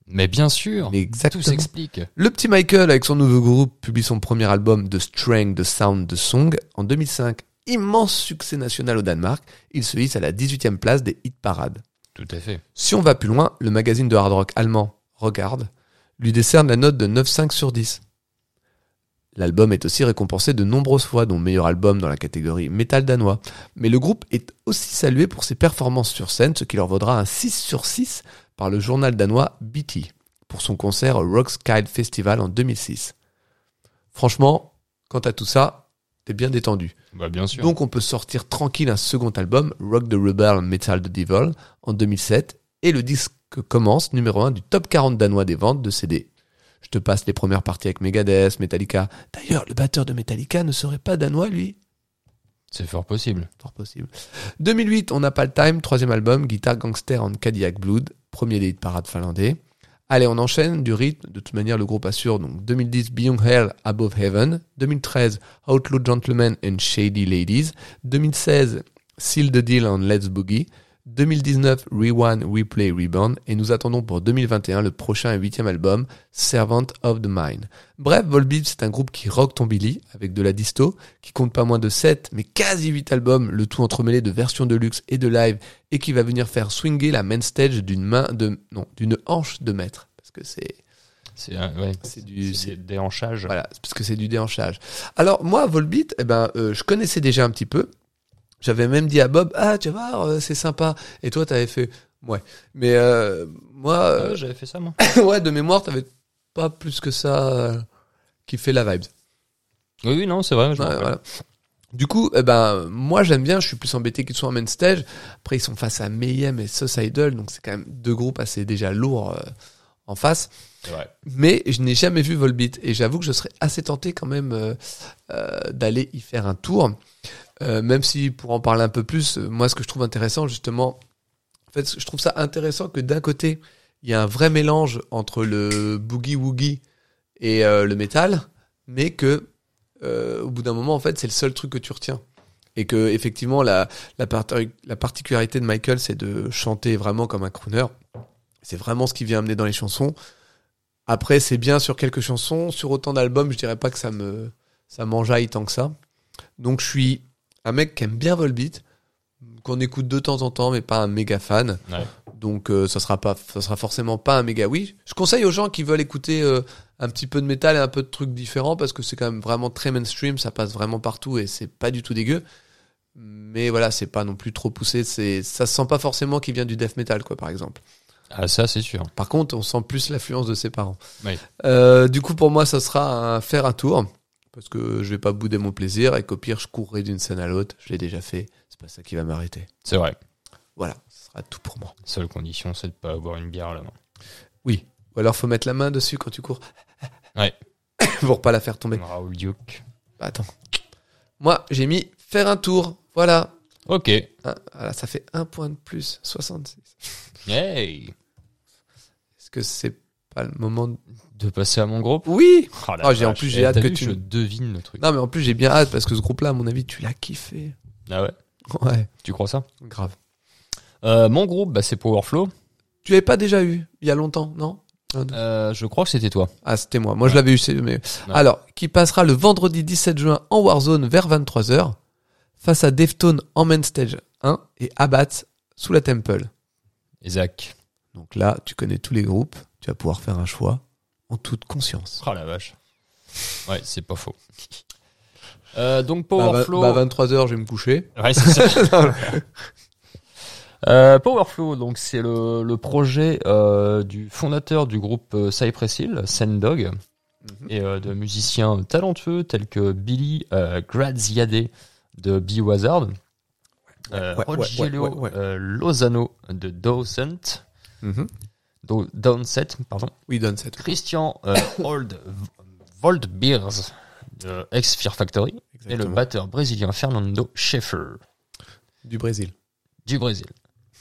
C: Mais bien sûr,
B: Mais
C: tout
B: exactement.
C: s'explique.
B: Le petit Michael, avec son nouveau groupe, publie son premier album de Strength, de Sound, de Song en 2005. Immense succès national au Danemark, il se hisse à la 18e place des hit parades.
C: Tout à fait.
B: Si on va plus loin, le magazine de hard rock allemand Regarde lui décerne la note de 9,5 sur 10. L'album est aussi récompensé de nombreuses fois, dont meilleur album dans la catégorie métal danois. Mais le groupe est aussi salué pour ses performances sur scène, ce qui leur vaudra un 6 sur 6 par le journal danois BT pour son concert au Rockskide Festival en 2006. Franchement, quant à tout ça, t'es bien détendu.
C: Bah, bien sûr.
B: Donc on peut sortir tranquille un second album, Rock the Rebel Metal the Devil, en 2007, et le disque commence numéro 1 du top 40 danois des ventes de CD. Je te passe les premières parties avec Megadeth, Metallica. D'ailleurs, le batteur de Metallica ne serait pas danois, lui
C: C'est fort possible.
B: Fort possible. 2008, on n'a pas le time, troisième album, Guitar Gangster and Cadillac Blood, premier des hit parades finlandais. Allez, on enchaîne du rythme, de toute manière le groupe assure, donc 2010 Beyond Hell, Above Heaven, 2013 Outlaw Gentlemen and Shady Ladies, 2016 Seal the Deal and Let's Boogie, 2019 Rewind, Replay, Reborn, et nous attendons pour 2021 le prochain et huitième album, Servant of the Mind. Bref, Volbeat, c'est un groupe qui rock ton Billy avec de la disto, qui compte pas moins de 7, mais quasi 8 albums, le tout entremêlé de versions de luxe et de live, et qui va venir faire swinger la main stage d'une main de, non, d'une hanche de maître. Parce que c'est,
C: C'est un- ouais.
B: c'est Euh, du,
C: C'est des hanchages.
B: voilà, c'est parce que c'est du déhanchage. Alors moi, Volbeat, eh ben, euh, je connaissais déjà un petit peu. J'avais même dit à Bob, ah tu vas voir, euh, c'est sympa. Et toi, t'avais fait, ouais. Mais euh, moi,
C: Ah
B: euh,
C: ouais, J'avais fait ça, moi.
B: ouais, de mémoire, t'avais pas plus que ça euh, qui fait la vibe.
C: Oui, oui, non, c'est vrai. je me
B: Ouais,
C: rappelle.
B: voilà. Du coup, eh ben, moi j'aime bien, je suis plus embêté qu'ils soient en main stage. Après, ils sont face à Mayhem et Suicidal, donc c'est quand même deux groupes assez déjà lourds euh, en face.
C: C'est vrai.
B: Mais je n'ai jamais vu Volbeat et j'avoue que je serais assez tenté quand même euh, euh, d'aller y faire un tour. Euh, même si pour en parler un peu plus, euh, moi ce que je trouve intéressant justement, en fait je trouve ça intéressant que d'un côté il y a un vrai mélange entre le boogie woogie et euh, le métal, mais que euh, au bout d'un moment en fait c'est le seul truc que tu retiens. Et que effectivement la, la, parti- la particularité de Michael c'est de chanter vraiment comme un crooner. C'est vraiment ce qu'il vient amener dans les chansons. Après, c'est bien sur quelques chansons. Sur autant d'albums, je dirais pas que ça me ça m'enjaille tant que ça. Donc, je suis un mec qui aime bien Volbeat, qu'on écoute de temps en temps, mais pas un méga fan.
C: Ouais.
B: Donc, euh, ça sera pas, ça sera forcément pas un méga oui. Je conseille aux gens qui veulent écouter euh, un petit peu de métal et un peu de trucs différents parce que c'est quand même vraiment très mainstream, ça passe vraiment partout et c'est pas du tout dégueu. Mais voilà, c'est pas non plus trop poussé. C'est, ça sent pas forcément qu'il vient du death metal, quoi, par exemple.
C: Ah, ça, c'est sûr.
B: Par contre, on sent plus l'affluence de ses parents.
C: Oui.
B: Euh, du coup, pour moi, ça sera un faire un tour. Parce que je vais pas bouder mon plaisir et qu'au pire, je courrai d'une scène à l'autre. Je l'ai déjà fait. C'est pas ça qui va m'arrêter.
C: C'est vrai.
B: Voilà, ce sera tout pour moi.
C: Seule condition, c'est de pas avoir une bière à la main.
B: Ou alors, faut mettre la main dessus quand tu cours.
C: Ouais.
B: pour pas la faire tomber.
C: Comme Raoul Duke.
B: Bah, attends. Moi, j'ai mis faire un tour. Voilà.
C: Ok.
B: Ah, voilà, ça fait un point de plus. 66.
C: Hey
B: Est-ce que c'est pas le moment de...
C: De passer à mon groupe.
B: Oui
C: Oh, la
B: Ah, j'ai- en
C: vache.
B: plus, j'ai
C: Eh,
B: hâte
C: t'as
B: que
C: vu,
B: tu-
C: Je devine le truc.
B: Non, mais en plus, j'ai bien hâte parce que ce groupe-là, à mon avis, tu l'as kiffé.
C: Ah ouais
B: Ouais,
C: Tu crois ça
B: grave.
C: Euh, Mon groupe, bah, c'est Powerflow.
B: Tu l'avais pas déjà eu il y a longtemps, non
C: Euh, je crois que c'était toi.
B: Ah, c'était moi. Moi, je l'avais eu. c'est- Mais...
C: Ouais.
B: Alors, qui passera le vendredi 17 juin en Warzone vers 23h face à Deftone en Main Stage 1 et Abat sous la Temple.
C: Et Zach.
B: Donc là, tu connais tous les groupes. Tu vas pouvoir faire un choix en toute conscience.
C: Oh la vache. Ouais, c'est pas faux. Euh, donc
B: Bah, bah,
C: Powerflow.
B: bah, 23h, je vais me coucher.
C: Ouais, c'est ça. Euh, Powerflow, donc c'est le, le projet euh, du fondateur du groupe euh, Cypress Hill, Sendog,
B: Mhm.
C: et euh, de musiciens talentueux tels que Billy euh, Graziade de Biohazard, euh,
B: ouais, ouais,
C: Rogelio
B: ouais, ouais, ouais.
C: euh, Lozano de Docent,
B: Mhm.
C: Do, Downset, pardon,
B: Oui, donne cette.
C: Christian euh, Old Voldbeers de ex Fear Factory et le
B: Exactement.
C: batteur brésilien Fernando Schaeffer
B: Du Brésil.
C: du Brésil.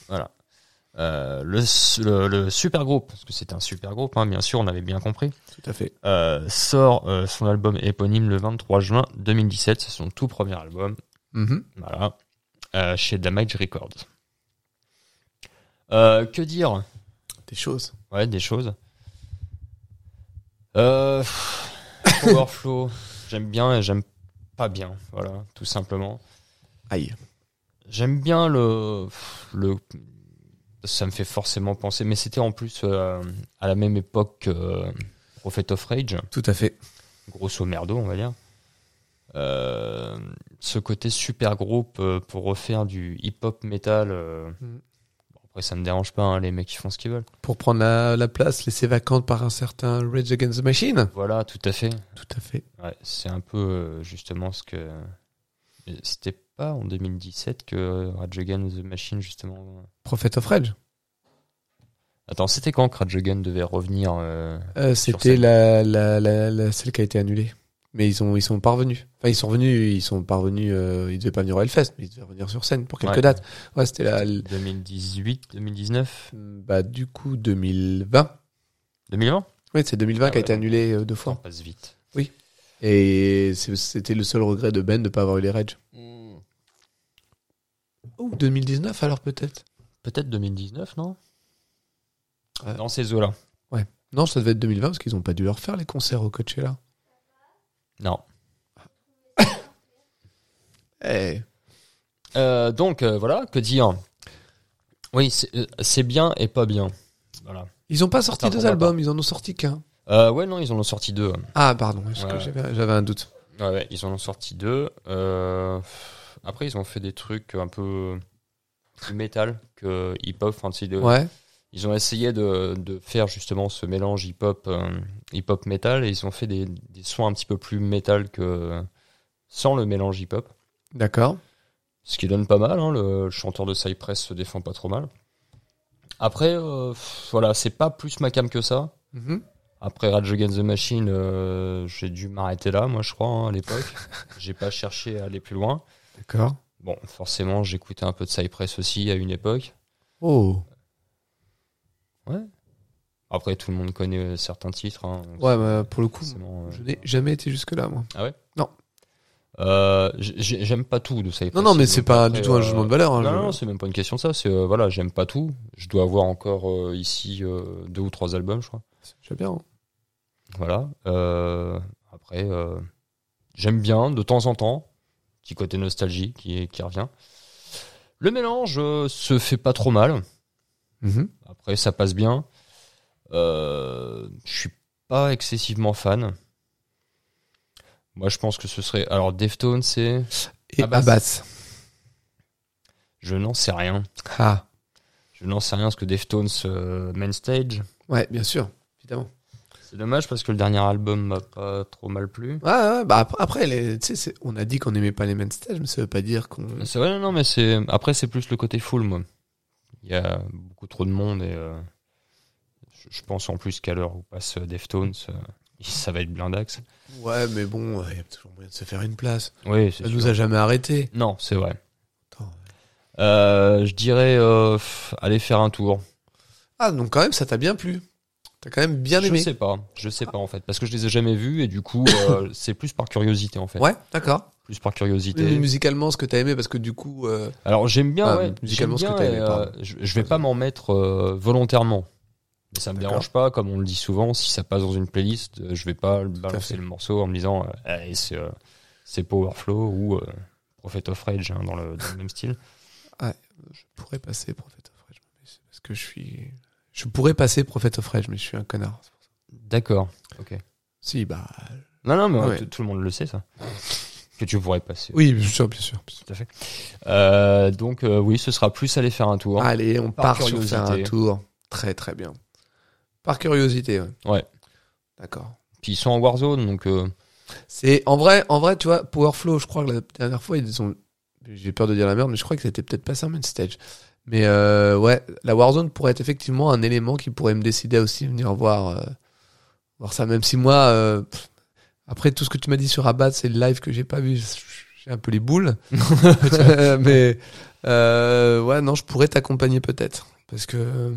C: Voilà. euh, le, su- le, le super groupe, parce que c'est un super groupe, hein, bien sûr, on avait bien compris,
B: Tout à fait.
C: euh, sort euh, son album éponyme le 23 juin 2017. C'est son tout premier album,
B: Mhm.
C: voilà, euh, chez Damage Records. Euh, que dire
B: Des choses.
C: Ouais, des choses. Euh, pff, Powerflow, j'aime bien et j'aime pas bien, voilà, tout simplement.
B: Aïe.
C: J'aime bien le, pff, le, ça me fait forcément penser, mais c'était en plus euh, à la même époque que euh, Prophet of Rage,
B: Tout à fait.
C: grosso merdo, on va dire. Euh, ce côté super groupe euh, pour refaire du hip-hop metal. euh,
B: Mm.
C: bon, après, ça me dérange pas, hein, les mecs qui font ce qu'ils veulent.
B: Pour prendre la, la place laissée vacante par un certain Rage Against the Machine.
C: Voilà, tout à fait.
B: Tout à fait.
C: Ouais, c'est un peu euh, justement ce que. Mais C'était pas en 2017 que Rage Against the Machine, justement. euh,
B: Prophet of Rage.
C: Attends, c'était quand que Rage Against devait revenir euh,
B: Euh,
C: Sur
B: C'était
C: scène.
B: la, la, la, la- celle qui a été annulée. Mais ils, ont, ils sont parvenus. Enfin, ils sont revenus, ils sont parvenus, euh, ils devaient pas venir au Hellfest, mais ils devaient revenir sur scène pour quelques
C: Ouais.
B: dates. Ouais, c'était la,
C: 2018, 2019,
B: bah, du coup, 2020.
C: 2020
B: Oui, c'est 2020
C: Ah
B: qui a
C: ouais.
B: été annulé euh, deux
C: Ça
B: fois.
C: passe vite.
B: Et c'est- c'était le seul regret de Ben de pas avoir eu les Rage. Ou 2019 alors peut-être.
C: Peut-être 2019, non
B: Ouais.
C: Dans ces eaux-là.
B: Non, ça devait être 2020 parce qu'ils ont pas dû leur faire les concerts au Coachella.
C: Non.
B: Eh,
C: Euh, donc, euh, voilà, que dire Oui, c'est euh, c'est bien et pas bien. Voilà.
B: Ils ont pas sorti
C: Attends, on
B: deux
C: va
B: albums, ils en ont sorti qu'un.
C: Euh, ouais, non, ils en ont sorti deux. hein.
B: Ah pardon, parce que
C: Ouais.
B: j'avais j'avais un doute.
C: Ouais, ouais, ils en ont sorti deux. Euh, Après, ils ont fait des trucs un peu plus métal que hip-hop. Enfin, c'est de-
B: Ouais.
C: Ils ont essayé de, de faire justement ce mélange hip-hop euh, hip-hop métal et ils ont fait des, des sons un petit peu plus métal que sans le mélange hip-hop.
B: D'accord.
C: Ce qui donne pas mal, hein, le chanteur de Cypress se défend pas trop mal. Après, euh, pff, voilà, c'est pas plus ma cam que ça.
B: Mhm.
C: Après Rage Against the Machine, euh, j'ai dû m'arrêter là, moi je crois, hein, à l'époque. j'ai pas cherché à aller plus loin.
B: D'accord.
C: Bon, forcément, j'écoutais un peu de Cypress aussi à une époque.
B: Oh.
C: Après, tout le monde connaît euh, certains titres. hein, donc
B: Ouais, bah, pour le coup,
C: forcément, euh,
B: je n'ai jamais été jusque là moi.
C: euh, j'ai- j'aime pas tout de Cypress.
B: Non non, mais c'est
C: Donc,
B: pas
C: après,
B: du tout un
C: euh,
B: jugement de valeur. hein,
C: Non,
B: je-
C: non, c'est même pas une question de ça. C'est euh, voilà, j'aime pas tout. Je dois avoir encore euh, ici euh, deux ou trois albums, je crois.
B: J'aime bien. hein.
C: Voilà. euh, après, euh, j'aime bien de temps en temps, petit côté nostalgie qui, qui revient. Le mélange euh, se fait pas trop mal.
B: Mhm.
C: Après, ça passe bien. Euh, je suis pas excessivement fan. Moi, je pense que ce serait. Alors, Deftone, c'est.
B: Et
C: Abbas.
B: Abbas.
C: Je n'en sais rien.
B: Ah.
C: Je n'en sais rien ce que Deftones euh, main stage.
B: Ouais, bien sûr. Évidemment.
C: C'est dommage parce que le dernier album m'a pas trop mal plu.
B: Ouais, ouais, bah ap- après, les- tu sais, c'est- on a dit qu'on n'aimait pas les main stages, mais ça veut pas dire qu'on.
C: C'est vrai, non, non, mais c'est après c'est plus le côté full, moi. Il y a beaucoup trop de monde et euh, je- je pense en plus qu'à l'heure où passe euh, Deftones, euh, ça va être blindax.
B: Ouais, mais bon, il y a toujours moyen de se faire une place.
C: Oui, c'est
B: Ça nous
C: sûr.
B: a jamais arrêté.
C: Euh, Non, c'est vrai.
B: Attends.
C: Euh, je dirais euh, pff, aller faire un tour.
B: Ah, donc quand même, ça t'a bien plu. T'as quand même bien
C: je
B: aimé.
C: sais pas, je sais pas en fait, parce que je les ai jamais vus et du coup euh, c'est plus par curiosité en fait,
B: Ouais, d'accord.
C: plus par
B: Oui, mais
C: curiosité.
B: musicalement, ce que t'as aimé, parce que du coup, euh,
C: Alors j'aime bien,
B: Ah,
C: ouais,
B: musicalement,
C: j'aime
B: ce que
C: bien
B: t'as aimé,
C: et, euh,
B: pardon.
C: je, je vais pas m'en mettre euh, volontairement. Mais ça me
B: D'accord.
C: dérange pas, comme on le dit souvent, si ça passe dans une playlist, euh, je vais pas
B: fait.
C: balancer le morceau en me disant euh, Allez, c'est euh, c'est Powerflow ou euh, Prophet of Rage hein, dans, le, dans le même style.
B: je pourrais passer Prophet of Rage, mais c'est parce que je suis. Je pourrais passer Prophet of Rage, mais je suis un connard.
C: D'accord.
B: Si, bah.
C: Non, non, mais
B: Ah
C: euh,
B: ouais.
C: tout- tout le monde le sait ça. que tu pourrais passer.
B: Oui, bien sûr, bien sûr.
C: Euh, donc euh, oui, ce sera plus aller faire un tour.
B: Allez, on
C: Par
B: part sur faire un
C: curiosité.
B: tour. Très, très bien. Par curiosité, ouais.
C: Ouais.
B: D'accord.
C: Puis ils sont en Warzone, donc euh,
B: C'est en vrai, en vrai, tu vois, Powerflow, je crois que la dernière fois ils ont, j'ai peur de dire la merde, mais je crois que c'était peut-être pas ça main stage. Mais euh, ouais, la Warzone pourrait être effectivement un élément qui pourrait me décider à aussi venir voir euh, voir ça. Même si moi, euh, pff, après tout ce que tu m'as dit sur Abad, c'est le live que j'ai pas vu, j'ai un peu les boules. mais euh, ouais, non, je pourrais t'accompagner peut-être
A: Parce que. euh,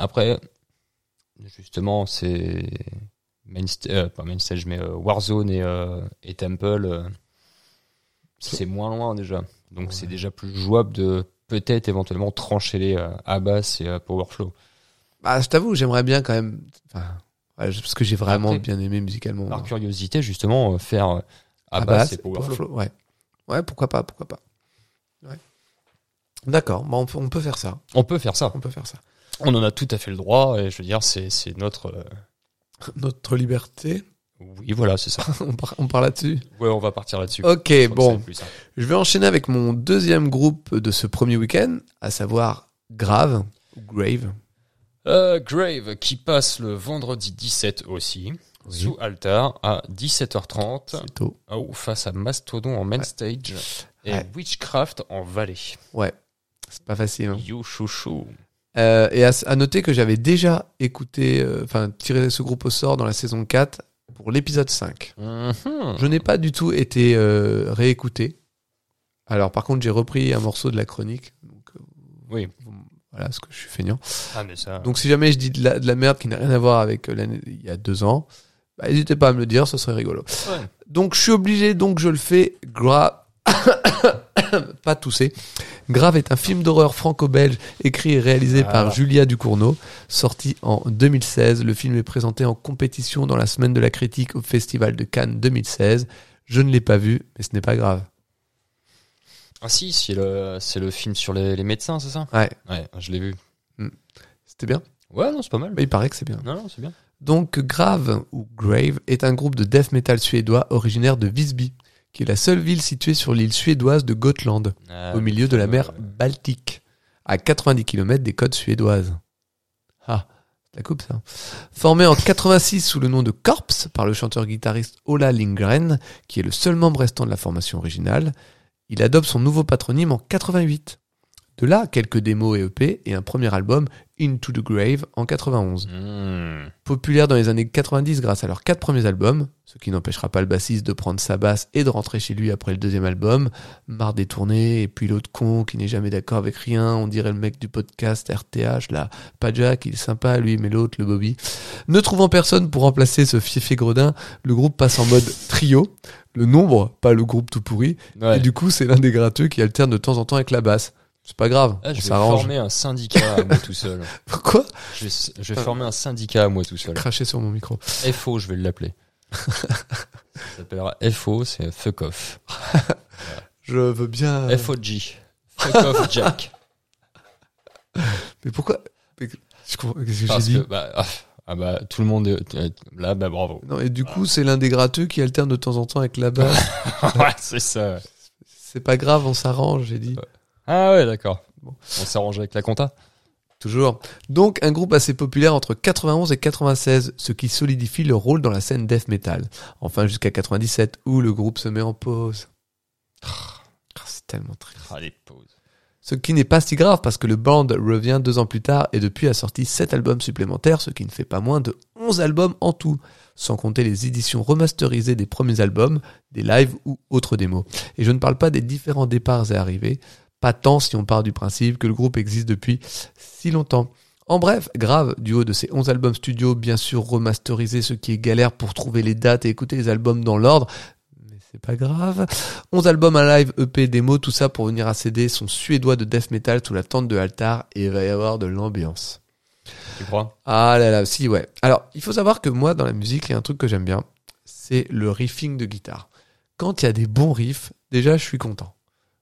C: Après, justement, c'est main sta- euh, pas main stage, mais euh, Warzone et, euh, et Temple, euh, c'est moins loin déjà. Donc
A: Ouais.
C: c'est déjà plus jouable de peut-être éventuellement trancher les euh, Abbas et euh, Powerflow.
B: Bah, je t'avoue, j'aimerais bien quand même. Enfin, ouais, je- parce que j'ai vraiment
C: Après-
B: bien aimé musicalement.
C: Par curiosité, justement, euh, faire euh,
B: Ah
C: Abbas,
B: bah,
C: et
B: c'est
C: Powerflow.
B: Powerflow, Ouais. ouais, pourquoi pas, pourquoi pas. Ouais. D'accord, bah, on, peut, on peut faire ça.
C: On peut faire ça.
B: On peut faire ça.
C: On en a tout à fait le droit. Et je veux dire, c'est c'est notre. euh,
B: Notre liberté,
C: Oui, voilà, c'est ça.
B: on, par- on parle là-dessus.
C: Ouais, on va partir là-dessus.
B: Ok,
C: Je crois que
B: bon.
C: c'est plus simple.
B: Je vais enchaîner avec mon deuxième groupe de ce premier week-end, à savoir Grave, ou Grave.
C: Euh, Grave qui passe le vendredi 17 aussi, sous Altar à 17h30,
B: C'est tôt.
C: oh, face à Mastodon en main stage et
B: Ouais.
C: Witchcraft en vallée.
B: Ouais, c'est pas facile. hein.
C: You chouchou.
B: Euh, et à, à noter que j'avais déjà écouté, euh, enfin tiré ce groupe au sort dans la saison 4 pour l'épisode 5. Je n'ai pas du tout été euh, réécouté. Alors par contre j'ai repris un morceau de la chronique. Donc, euh,
C: Oui.
B: Voilà, ce que je suis feignant.
C: Ah, mais ça.
B: Donc si jamais je dis de la, de la merde qui n'a rien à voir avec euh, l'année il y a deux ans, bah, n'hésitez pas à me le dire, ce serait rigolo.
C: Ouais.
B: Donc je suis obligé, donc je le fais grave. pas tousser. Grave est un film d'horreur franco-belge écrit et réalisé
C: Ah.
B: par Julia Ducournau, sorti en 2016. Le film est présenté en compétition dans la semaine de la critique au Festival de Cannes 2016. Je ne l'ai pas vu, mais ce n'est pas grave.
C: Ah, si, c'est le, c'est le film sur les, les médecins, c'est ça
B: Ouais.
C: Ouais, je l'ai vu.
B: C'était bien
C: Ouais, non, c'est pas mal.
B: Bah, Il paraît que c'est bien.
C: Non, non, c'est bien.
B: Donc Grave ou Grave est un groupe de death metal suédois originaire de Visby, qui est la seule ville située sur l'île suédoise de Gotland,
C: Ah,
B: au milieu de la
C: euh,
B: mer Baltique, à 90 km des côtes suédoises. Ah, la coupe ça. Formé en 86 sous le nom de Corpse par le chanteur-guitariste Ola Lindgren, qui est le seul membre restant de la formation originale, il adopte son nouveau patronyme en 88. De là, quelques démos et EP et un premier album, Into the Grave, en 91
C: Hmm.
B: populaire dans les années 90 grâce à leurs quatre premiers albums, ce qui n'empêchera pas le bassiste de prendre sa basse et de rentrer chez lui après le deuxième album, marre des tournées, et puis l'autre con qui n'est jamais d'accord avec rien, on dirait le mec du podcast RTH, là, pas Jack, il est sympa lui, mais l'autre, le Bobby. Ne trouvant personne pour remplacer ce fiefé gredin, le groupe passe en mode trio, le nombre, pas le groupe tout pourri,
C: Ouais.
B: et du coup c'est l'un des gratteux qui alterne de temps en temps avec la basse. C'est pas grave,
C: Ah, je
B: on
C: vais
B: s'arrange.
C: former un syndicat à moi tout seul.
B: Pourquoi
C: Je vais, je vais former un syndicat à moi tout seul.
B: Cracher sur mon micro.
C: FO, je vais l'appeler. Ça s'appellera FO, c'est Fuck Off.
B: Je veux bien...
C: FOG. Fuck Off Jack.
B: Mais pourquoi Mais Je comprends qu'est-ce que j'ai
C: Parce que,
B: dit.
C: bah, ah, ah bah, tout le monde est euh, là, bah bravo.
B: Non, et du coup, c'est l'un des gratteux qui alterne de temps en temps avec la basse.
C: ouais, c'est ça.
B: c'est pas grave, on s'arrange, j'ai dit.
C: Ah ouais, d'accord.
B: Bon.
C: On s'arrange avec la compta.
B: Toujours. Donc, un groupe assez populaire entre 91 et 96, ce qui solidifie leur rôle dans la scène death metal. Enfin, jusqu'à 97, où le groupe se met en pause. Ah, C'est tellement triste.
C: Ah, les pauses.
B: Ce qui n'est pas si grave parce que le band revient deux ans plus tard et depuis a sorti sept albums supplémentaires, ce qui ne fait pas moins de 11 albums en tout, sans compter les éditions remasterisées des premiers albums, des lives ou autres démos. Et je ne parle pas des différents départs et arrivées, pas tant si on part du principe que le groupe existe depuis si longtemps. En bref, grave, du haut de ces 11 albums studio, bien sûr remasterisés, ce qui est galère pour trouver les dates et écouter les albums dans l'ordre, mais c'est pas grave. 11 albums, un live, E EP, démo, tout ça pour venir à CD son suédois de death metal sous la tente de Altar et il va y avoir de l'ambiance.
C: Tu crois
B: Ah là là, si ouais. Alors, il faut savoir que moi, dans la musique, il y a un truc que j'aime bien, c'est le riffing de guitare. Quand il y a des bons riffs, déjà, je suis content.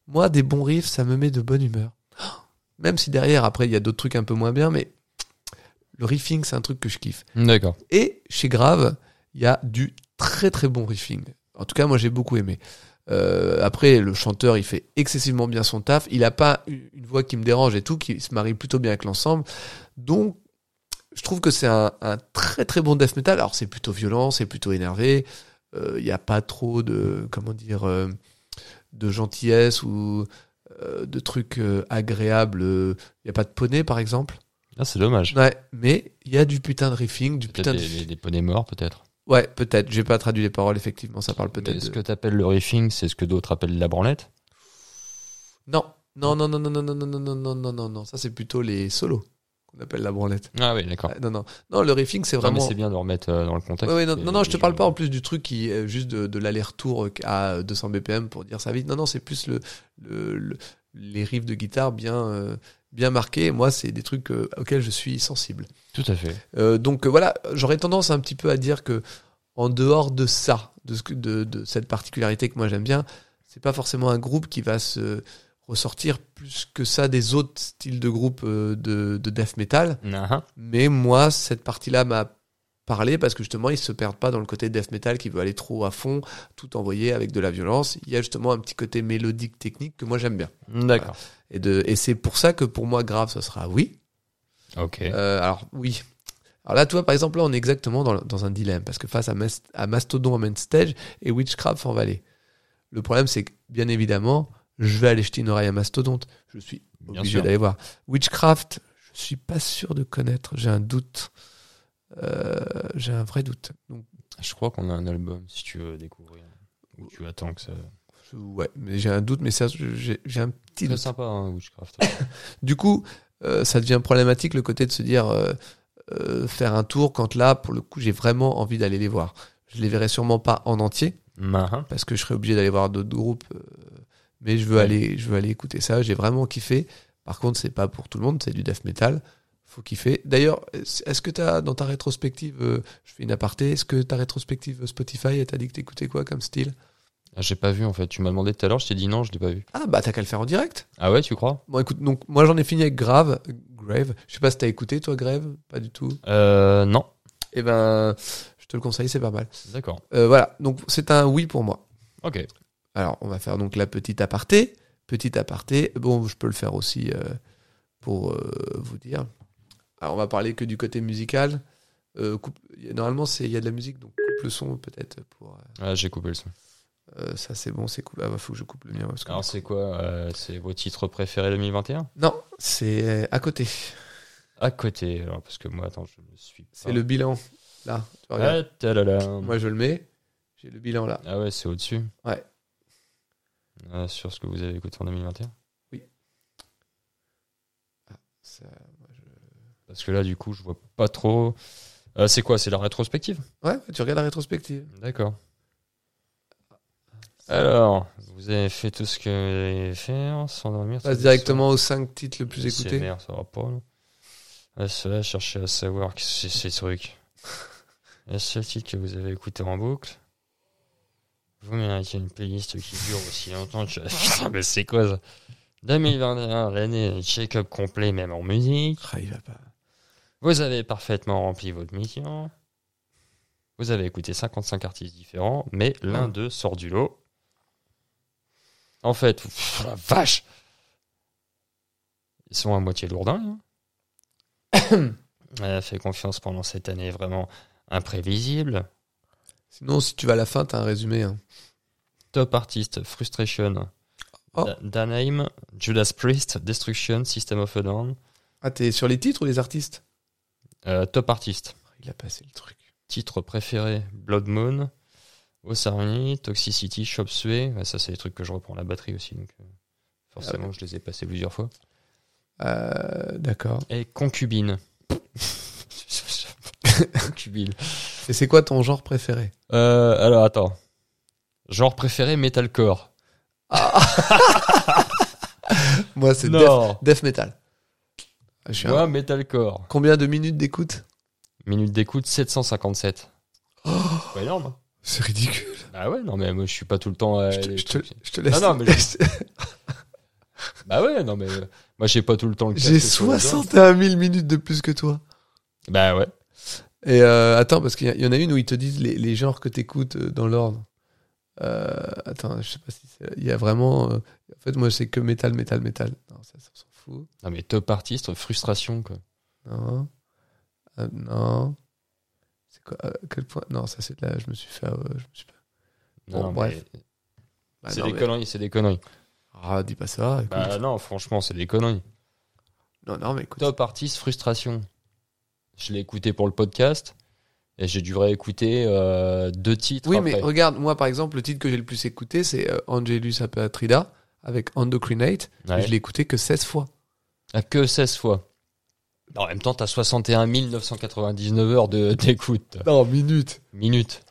B: Moi, des bons riffs, ça me met de bonne humeur. Même si derrière, après, il y a d'autres trucs un peu moins bien, mais le riffing, c'est un truc que je kiffe.
C: D'accord.
B: Et chez Grave, il y a du très très bon riffing. En tout cas, moi j'ai beaucoup aimé. Euh, après, le chanteur, il fait excessivement bien son taf. Il n'a pas u- une voix qui me dérange et tout, qui se marie plutôt bien avec l'ensemble. Donc, je trouve que c'est un, un très très bon death metal. Alors, c'est plutôt violent, c'est plutôt énervé. Euh, Il n'y a pas trop de, comment dire, euh, de gentillesse ou euh, de trucs euh, agréables. Il n'y a pas de poney, par exemple.
C: Ah, c'est dommage.
B: Ouais, mais il y a du putain de riffing, du
C: Peut-être
B: putain de
C: des, des, des poneys morts, peut-être.
B: Ouais, peut-être. J'ai pas traduit les paroles, effectivement, ça parle
C: Mais
B: peut-être.
C: Ce
B: de-
C: que t'appelles le riffing, c'est ce que d'autres appellent la branlette.
B: Non, Non, non, non, non, non, non, non, non, non, non, non, non. Ça, c'est plutôt les solos qu'on appelle la branlette.
C: Ah oui, d'accord.
B: Ah, Non, non. Non, le riffing, c'est
C: Non,
B: vraiment.
C: mais c'est bien de remettre euh, dans le contexte.
B: Ouais, ouais, non,
C: Et
B: non, non, je te
C: les
B: parle
C: gens-
B: pas en plus du truc qui est juste de, de l'aller-retour à 200 BPM pour dire ça vite. Non, non, c'est plus le, le- le- les riffs de guitare bien, euh, bien marqués. Moi, c'est des trucs euh, auxquels je suis sensible.
C: Tout à fait.
B: Euh, donc euh, voilà, j'aurais tendance un petit peu à dire que en dehors de ça, de, ce que- de, de cette particularité que moi j'aime bien, c'est pas forcément un groupe qui va se ressortir plus que ça des autres styles de groupes euh, de, de death metal.
C: Ah,
B: Mais moi, cette partie-là m'a parlé parce que justement, ils se perdent pas dans le côté death metal qui veut aller trop à fond, tout envoyer avec de la violence. Il y a justement un petit côté mélodique technique que moi j'aime bien.
C: D'accord.
B: Et, de, et c'est pour ça que pour moi, grave, ce sera oui.
C: Ok.
B: Euh, alors, oui. Alors là, tu vois, par exemple, là, on est exactement dans, le- dans un dilemme parce que face à, Mas- à Mastodon à Main Stage et Witchcraft en Valley. Le problème, c'est que, bien évidemment, je vais aller jeter une oreille à Mastodonte. Je suis
C: bien
B: obligé
C: sûr.
B: d'aller voir. Witchcraft, je suis pas sûr de connaître. J'ai un doute. Euh, j'ai un vrai doute. Donc,
C: Ah, Je crois qu'on a un album si tu veux découvrir. Ou tu attends que ça.
B: je- ouais, mais j'ai un doute, mais ça, je- j'ai j'ai un petit
C: C'est
B: doute.
C: sympa, hein, Witchcraft.
B: Du coup, euh, ça devient problématique le côté de se dire euh, euh, faire un tour quand là, pour le coup, j'ai vraiment envie d'aller les voir. Je les verrai sûrement pas en entier
C: Marin.
B: parce que je serai obligé d'aller voir d'autres groupes. euh, mais je veux
C: Ouais.
B: aller, je veux aller écouter ça. J'ai vraiment kiffé. Par contre, c'est pas pour tout le monde. C'est du death metal. Faut kiffer. D'ailleurs, est-ce que t'as dans ta rétrospective, euh, je fais une aparté, est-ce que ta rétrospective euh, Spotify, elle t'a dit que t'écoutais quoi comme style
C: Ah, J'ai pas vu en fait. Tu m'as demandé tout à l'heure, je t'ai dit non, je l'ai pas vu.
B: Ah bah t'as qu'à le faire en direct.
C: Ah ouais, tu crois
B: Bon, écoute, donc moi j'en ai fini avec Grave. Grave. Je sais pas si t'as écouté, toi, Grave. Pas du tout.
C: Euh, non.
B: Eh ben, je te le conseille, c'est pas mal.
C: D'accord.
B: Euh, voilà, donc c'est un oui pour moi.
C: Ok.
B: Alors, on va faire donc la petite aparté. Petite aparté. Bon, je peux le faire aussi euh, pour euh, vous dire. Alors, on va parler que du côté musical. Euh, coupe- Normalement, c'est- il y a de la musique, donc coupe le son peut-être. pour
C: Ah, J'ai coupé le son.
B: euh, Ça, c'est bon, c'est cool. Ah, bah, faut que je coupe le mien. parce que-
C: Alors c'est quoi euh, C'est vos titres préférés 2021
B: Non, c'est euh, à côté.
C: À côté. Alors parce que moi, attends, je me suis. pas-
B: C'est le bilan. Là, tu vois, regarde.
C: Ah, talala.
B: Moi, je le mets. J'ai le bilan là.
C: Ah ouais, c'est au-dessus.
B: Ouais.
C: Ah, sur ce que vous avez écouté en 2021
B: Ça-
C: Parce que là, du coup, je vois pas trop. Euh, c'est quoi C'est la rétrospective
B: Ouais, tu regardes la rétrospective.
C: D'accord.
B: Ah,
C: Alors, vous avez fait tout ce que vous avez fait sans dormir.
B: Passe directement aux 5 titres le plus
C: C'est
B: écoutés.
C: merde, ça va pas. là. Ah, Cela, cherchez à savoir que c'est ces trucs. Le seul titre que vous avez écouté en boucle. Vous méritez une playlist qui dure aussi longtemps que. Putain, mais c'est quoi ça 2021, l'année check-up complet, même en musique.
B: Ah, il va pas.
C: Vous avez parfaitement rempli votre mission. Vous avez écouté 55 artistes différents, mais l'un d'eux sort du lot. En fait, pff, la vache Ils sont à moitié lourdins. hein. Elle a fait confiance pendant cette année vraiment imprévisible.
B: Sinon, si tu vas à la fin, t'as un résumé. hein.
C: Top Artist, Frustration,
B: Oh.
C: Da- Danaim, Judas Priest, Destruction, System of a Down,
B: Ah, t'es sur les titres ou les artistes
C: Euh, Top Artist.
B: Ah, Il a passé le truc.
C: titres préférés Blood Moon, Osarni, Toxicity, Chop Suey. Ouais, ça, c'est des trucs que je reprends à la batterie aussi. Donc, euh, forcément,
B: Ah
C: je les ai passés plusieurs fois.
B: Euh, D'accord.
C: Et Concubine. Concubine.
B: Et c'est quoi ton genre préféré
C: Euh, alors, attends. Genre préféré Metalcore.
B: Moi, c'est death,
C: Non.
B: death metal. Ah, je suis un-
C: Moi, Metalcore.
B: Combien de minutes d'écoute
C: Minute d'écoute 757. C'est pas énorme. hein.
B: C'est ridicule.
C: Bah ouais, non, mais moi, je suis pas tout le temps. euh,
B: Je te,
C: les
B: je te-
C: trucs-
B: je te laisse.
C: Ah Non, non, mais Bah ouais, non, mais euh, moi, j'ai pas tout le temps le
B: J'ai
C: casque sur les oreilles.
B: 61 000 minutes de plus que toi.
C: Bah ouais.
B: Et euh, attends, parce qu'il y, a- il y en a une où ils te disent les, les genres que t'écoutes euh, dans l'ordre. Euh, attends, je sais pas si c'est- il y a vraiment. euh, en fait, moi, c'est que métal, métal, métal. Non, ça, ça, on s'en fout.
C: Non, mais Top Artist, Frustration, quoi.
B: Non. Euh, non. C'est quoi euh, Quel point Non, ça, c'est de la. Je me suis fait. euh, je me suis pas.
C: Non,
B: Bon,
C: non,
B: bref.
C: mais
B: Bah,
C: c'est
B: non,
C: des
B: mais-
C: conneries, c'est des conneries.
B: Ah, dis pas ça. écoute.
C: Bah non, franchement, c'est des conneries.
B: non, non, mais écoute.
C: Top artiste frustration. Je l'ai écouté pour le podcast et j'ai dû réécouter euh, deux titres.
B: Oui,
C: après.
B: mais regarde, moi, par exemple, le titre que j'ai le plus écouté, c'est euh, Angelus Apatrida. avec Endocrinate.
C: Ouais.
B: Et je l'ai écouté que 16 fois.
C: Ah, que 16 fois. En même temps, t'as 61 999 heures de- d'écoute.
B: Non, minutes.
C: Minutes.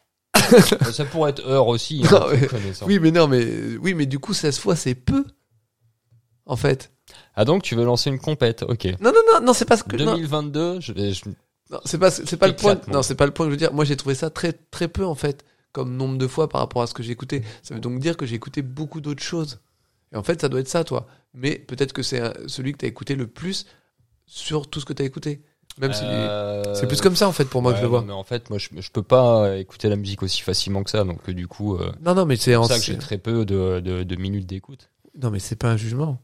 C: ça pourrait être heures aussi. hein,
B: Non, mais-
C: connaissant.
B: Oui, mais non, mais oui, mais du coup, 16 fois, c'est peu. En fait.
C: Ah donc, tu veux lancer une compète, ok.
B: Non, non, non, non, c'est pas ce que. non.
C: 2022, je vais... je-
B: Non, c'est pas, c'est pas le point.
C: Éclate, moi.
B: Non, c'est pas le point que je veux dire. Moi, j'ai trouvé ça très, très peu en fait, comme nombre de fois par rapport à ce que j'ai écouté. Ça veut donc dire que j'ai écouté beaucoup d'autres choses. Et en fait, ça doit être ça, toi. Mais peut-être que c'est euh, celui que t'as écouté le plus sur tout ce que t'as écouté. Même si
C: Euh,
B: c'est plus comme ça en fait pour moi que
C: ouais,
B: je le vois.
C: non, Mais en fait, moi, je, je peux pas euh, écouter la musique aussi facilement que ça, donc euh, du coup, euh,
B: Non, non, mais c'est
C: c'est
B: en.
C: pour ça que j'ai très peu de, de, de minutes d'écoute.
B: Non, mais c'est pas un jugement.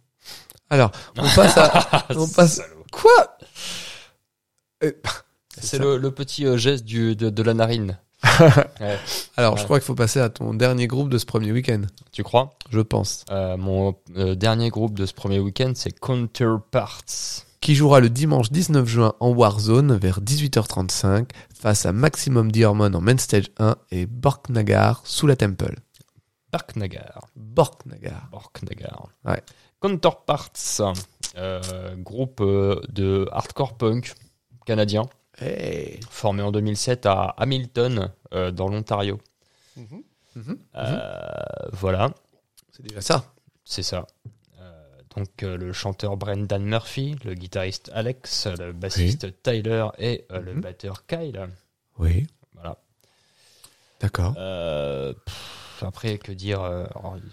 B: Alors, on passe à On passe-
C: Salaud.
B: quoi Euh,
C: C'est le, le petit euh, geste du, de, de la narine. Ouais.
B: Alors, je
C: Ouais.
B: crois qu'il faut passer à ton dernier groupe de ce premier week-end,
C: Tu crois
B: je pense.
C: Euh, mon euh, dernier groupe de ce premier week-end, c'est Counterparts.
B: Qui jouera le dimanche 19 juin en Warzone vers 18h35 face à Maximum Diormon en Main Stage 1 et Borknagar sous la Temple.
C: Barknagar.
B: Borknagar.
C: Barknagar.
B: Ouais.
C: Counterparts, euh, groupe euh, de hardcore punk canadien,
B: Hey.
C: formé en 2007 à Hamilton, euh, dans l'Ontario.
B: Mhm.
C: Euh, voilà,
B: C'est déjà ça.
C: c'est ça. Euh, Donc euh, le chanteur Brendan Murphy, le guitariste Alex, le bassiste Tyler et euh, le
B: Mhm.
C: batteur Kyle.
B: Oui,
C: Voilà.
B: d'accord.
C: Euh, pff, après, que dire euh, alors, il-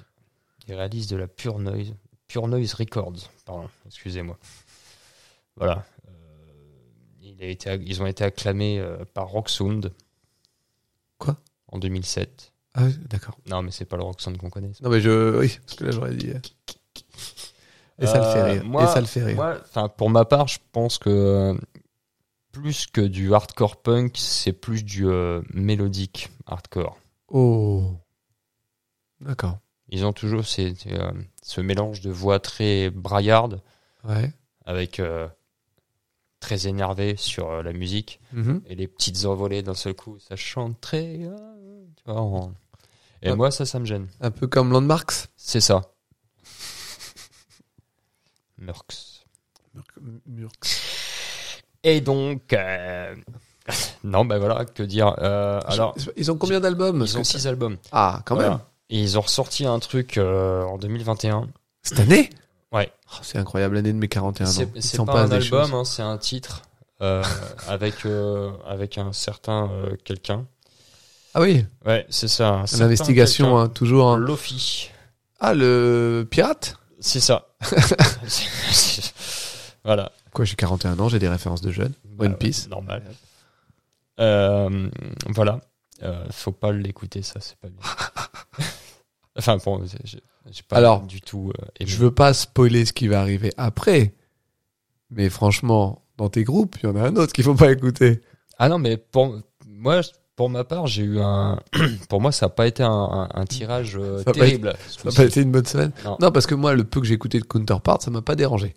C: Il réalise de la pure noise, pure noise records. Pardon, excusez-moi. Voilà. Euh, il a été, acc- ils ont été acclamés euh, par Rock Sound.
B: Quoi
C: En 2007.
B: Ah, oui, d'accord.
C: Non, mais c'est pas le Rock Sound qu'on connaît. ça.
B: Non, mais je. Oui, parce que là, j'aurais dit. euh. Et ça le fait
C: Euh,
B: rire.
C: moi-
B: Et ça le fait rire.
C: Moi, enfin, pour ma part, je pense que euh, plus que du hardcore punk, c'est plus du euh, mélodique hardcore.
B: Oh. D'accord.
C: Ils ont toujours ces- ces, euh, ce mélange de voix très braillarde
B: Ouais.
C: avec euh, très énervé sur euh, la musique
B: Mhm.
C: et les petites envolées d'un seul coup, ça chante très. euh, tu vois, en- Et
B: Ah.
C: moi, ça, ça me gêne.
B: Un peu comme Landmarks.
C: C'est ça. Murks. Et donc, euh, non, ben voilà, que dire. Euh, alors,
B: ils ont combien d'albums
C: ils ont six albums.
B: Ah, quand
C: Voilà.
B: même.
C: Et ils ont ressorti un truc euh, en 2021.
B: Cette année
C: Ouais.
B: Oh, c'est incroyable, l'année de mes 41 ans.
C: C'est
B: Il
C: c'est
B: s'en
C: pas
B: passe
C: un
B: des
C: album,
B: choses.
C: hein, c'est un titre euh, avec euh, avec un certain euh, quelqu'un.
B: Ah oui,
C: Ouais, c'est ça. un certain
B: l'investigation,
C: quelqu'un.
B: hein, toujours. hein.
C: Lofi,
B: Ah, le pirate
C: c'est ça. voilà.
B: Quoi, j'ai 41 ans, j'ai des références de jeunes. One
C: Bah,
B: Piece.
C: ouais, normal. Euh, voilà. Euh, faut pas l'écouter, ça, c'est pas bien. enfin, bon, j'ai- j'ai j'ai pas
B: Alors,
C: du tout. euh, aimé.
B: Je veux pas spoiler ce qui va arriver après, mais franchement, dans tes groupes, il y en a un autre qu'il faut pas écouter.
C: Ah non, mais pour moi, je- pour ma part, j'ai eu un. pour moi, ça n'a pas été un, un- un tirage euh,
B: Ça a pas
C: terrible. ce
B: Ça n'a
C: coup-ci.
B: pas été une bonne semaine
C: Non.
B: parce que moi, le peu que j'ai écouté de Counterpart, ça m'a pas dérangé.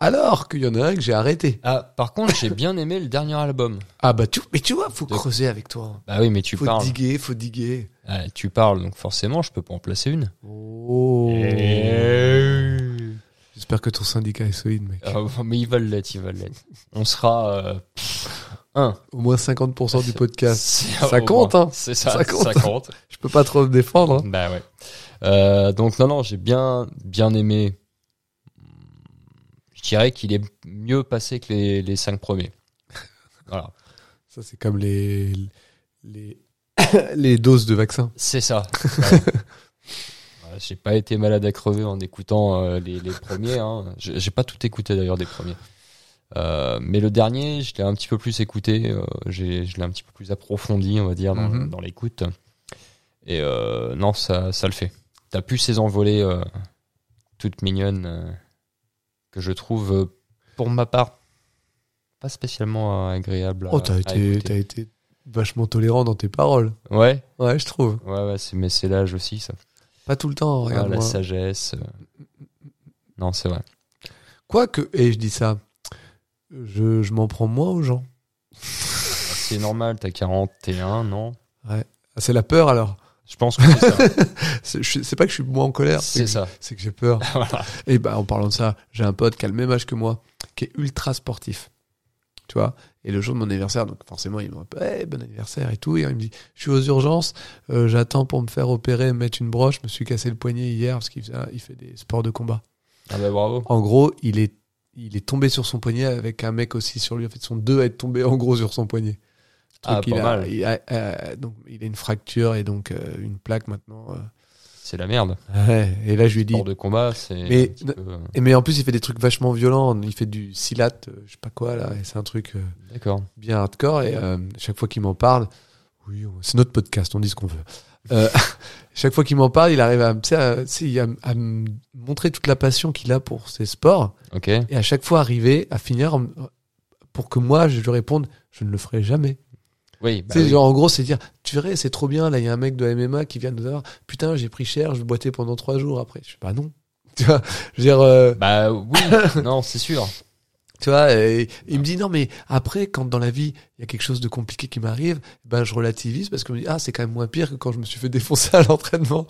B: Alors qu'il y en a un que j'ai arrêté.
C: Ah, par contre, j'ai bien aimé le dernier album.
B: Ah bah, tu, mais tu vois, faut
C: De-
B: creuser avec toi.
C: Bah oui, mais tu
B: faut
C: parles.
B: diguer, faut diguer.
C: Ah, tu parles, donc forcément, je peux pas en placer une.
B: Oh.
C: Et-
B: J'espère que ton syndicat est solide, mec.
C: Ah, mais ils veulent l'être, ils veulent l'être. On sera euh, pff, un.
B: Au moins 50% du podcast.
C: C'est-
B: Ça
C: au
B: compte,
C: moins.
B: hein.
C: C'est ça,
B: Ça compte.
C: ça compte.
B: Je peux pas trop me défendre. hein.
C: Bah ouais. Euh, donc non, non, j'ai bien, bien aimé. Je dirais qu'il est mieux passé que les, les cinq premiers. Voilà.
B: Ça, c'est comme les, les, les doses de vaccin.
C: C'est ça. Voilà. Voilà, J'ai pas été malade à crever en écoutant euh, les, les premiers. hein. J'ai j'ai pas tout écouté d'ailleurs des premiers. Euh, mais le dernier, je l'ai un petit peu plus écouté. euh, j'ai- je l'ai un petit peu plus approfondi, on va dire, dans,
B: Mhm.
C: dans l'écoute. Et euh, non, ça, ça le fait. T'as plus ces envolées euh, toutes mignonnes euh, que je trouve, euh, pour ma part, pas spécialement euh, agréable. à-
B: Oh, t'as
C: à
B: été,
C: écouter.
B: t'as été vachement tolérant dans tes paroles.
C: Ouais,
B: Ouais, je trouve.
C: ouais, ouais, c'est- mais c'est l'âge aussi, ça.
B: Pas tout le temps,
C: Ah,
B: regarde.
C: la sagesse. euh. Non, c'est vrai.
B: Quoique, et je dis ça, je, je m'en prends moins aux gens.
C: C'est normal, t'as 41, non
B: Ah, C'est la peur alors.
C: Je pense que c'est ça.
B: C'est je suis- c'est pas que je suis moins en colère,
C: C'est
B: c'est que-
C: ça.
B: c'est que j'ai peur.
C: Voilà.
B: Et bah, en parlant de ça, j'ai un pote qui a le même âge que moi, qui est ultra sportif. Tu vois Et le jour de mon anniversaire, donc forcément, il me rappelle Hey, bon anniversaire et tout. Et il me dit Je suis aux urgences, euh, j'attends pour me faire opérer, me mettre une broche. Je me suis cassé le poignet hier parce qu'il faisait- il fait des sports de combat.
C: Ah bah bravo.
B: En gros, il est, il est tombé sur son poignet avec un mec aussi sur lui. En fait, ils sont deux à être tombés en gros sur son poignet.
C: Ah,
B: Truc, il
C: pas
B: a,
C: mal.
B: il a- euh, donc, il a une fracture et donc euh, une plaque maintenant. euh.
C: C'est la merde.
B: Et là, je lui dis.
C: Sport de combat, c'est.
B: Mais-
C: un petit peu, euh,
B: Et mais en plus, il fait des trucs vachement violents. Il fait du silat, euh, je sais pas quoi là. Et c'est un truc euh,
C: D'accord.
B: bien hardcore. Et euh, chaque fois qu'il m'en parle, oui, on- c'est notre podcast, on dit ce qu'on veut. Euh, chaque fois qu'il m'en parle, il arrive à, me- tu sais, à- tu sais, il a- à me montrer toute la passion qu'il a pour ses sports
C: Ok.
B: et à chaque fois arriver à finir en- pour que moi je lui réponde je ne le ferai jamais.
C: Oui. bah
B: tu sais,
C: oui.
B: genre en gros c'est dire tu verrais c'est trop bien là il y a un mec de MMA qui vient de nous avoir putain j'ai pris cher je vais boiter pendant trois jours après je fais bah non tu vois je veux dire euh,
C: Bah oui. non, c'est sûr.
B: tu vois et il me dit non mais après quand dans la vie il y a quelque chose de compliqué qui m'arrive ben je relativise parce que je me dis ah c'est quand même moins pire que quand je me suis fait défoncer à l'entraînement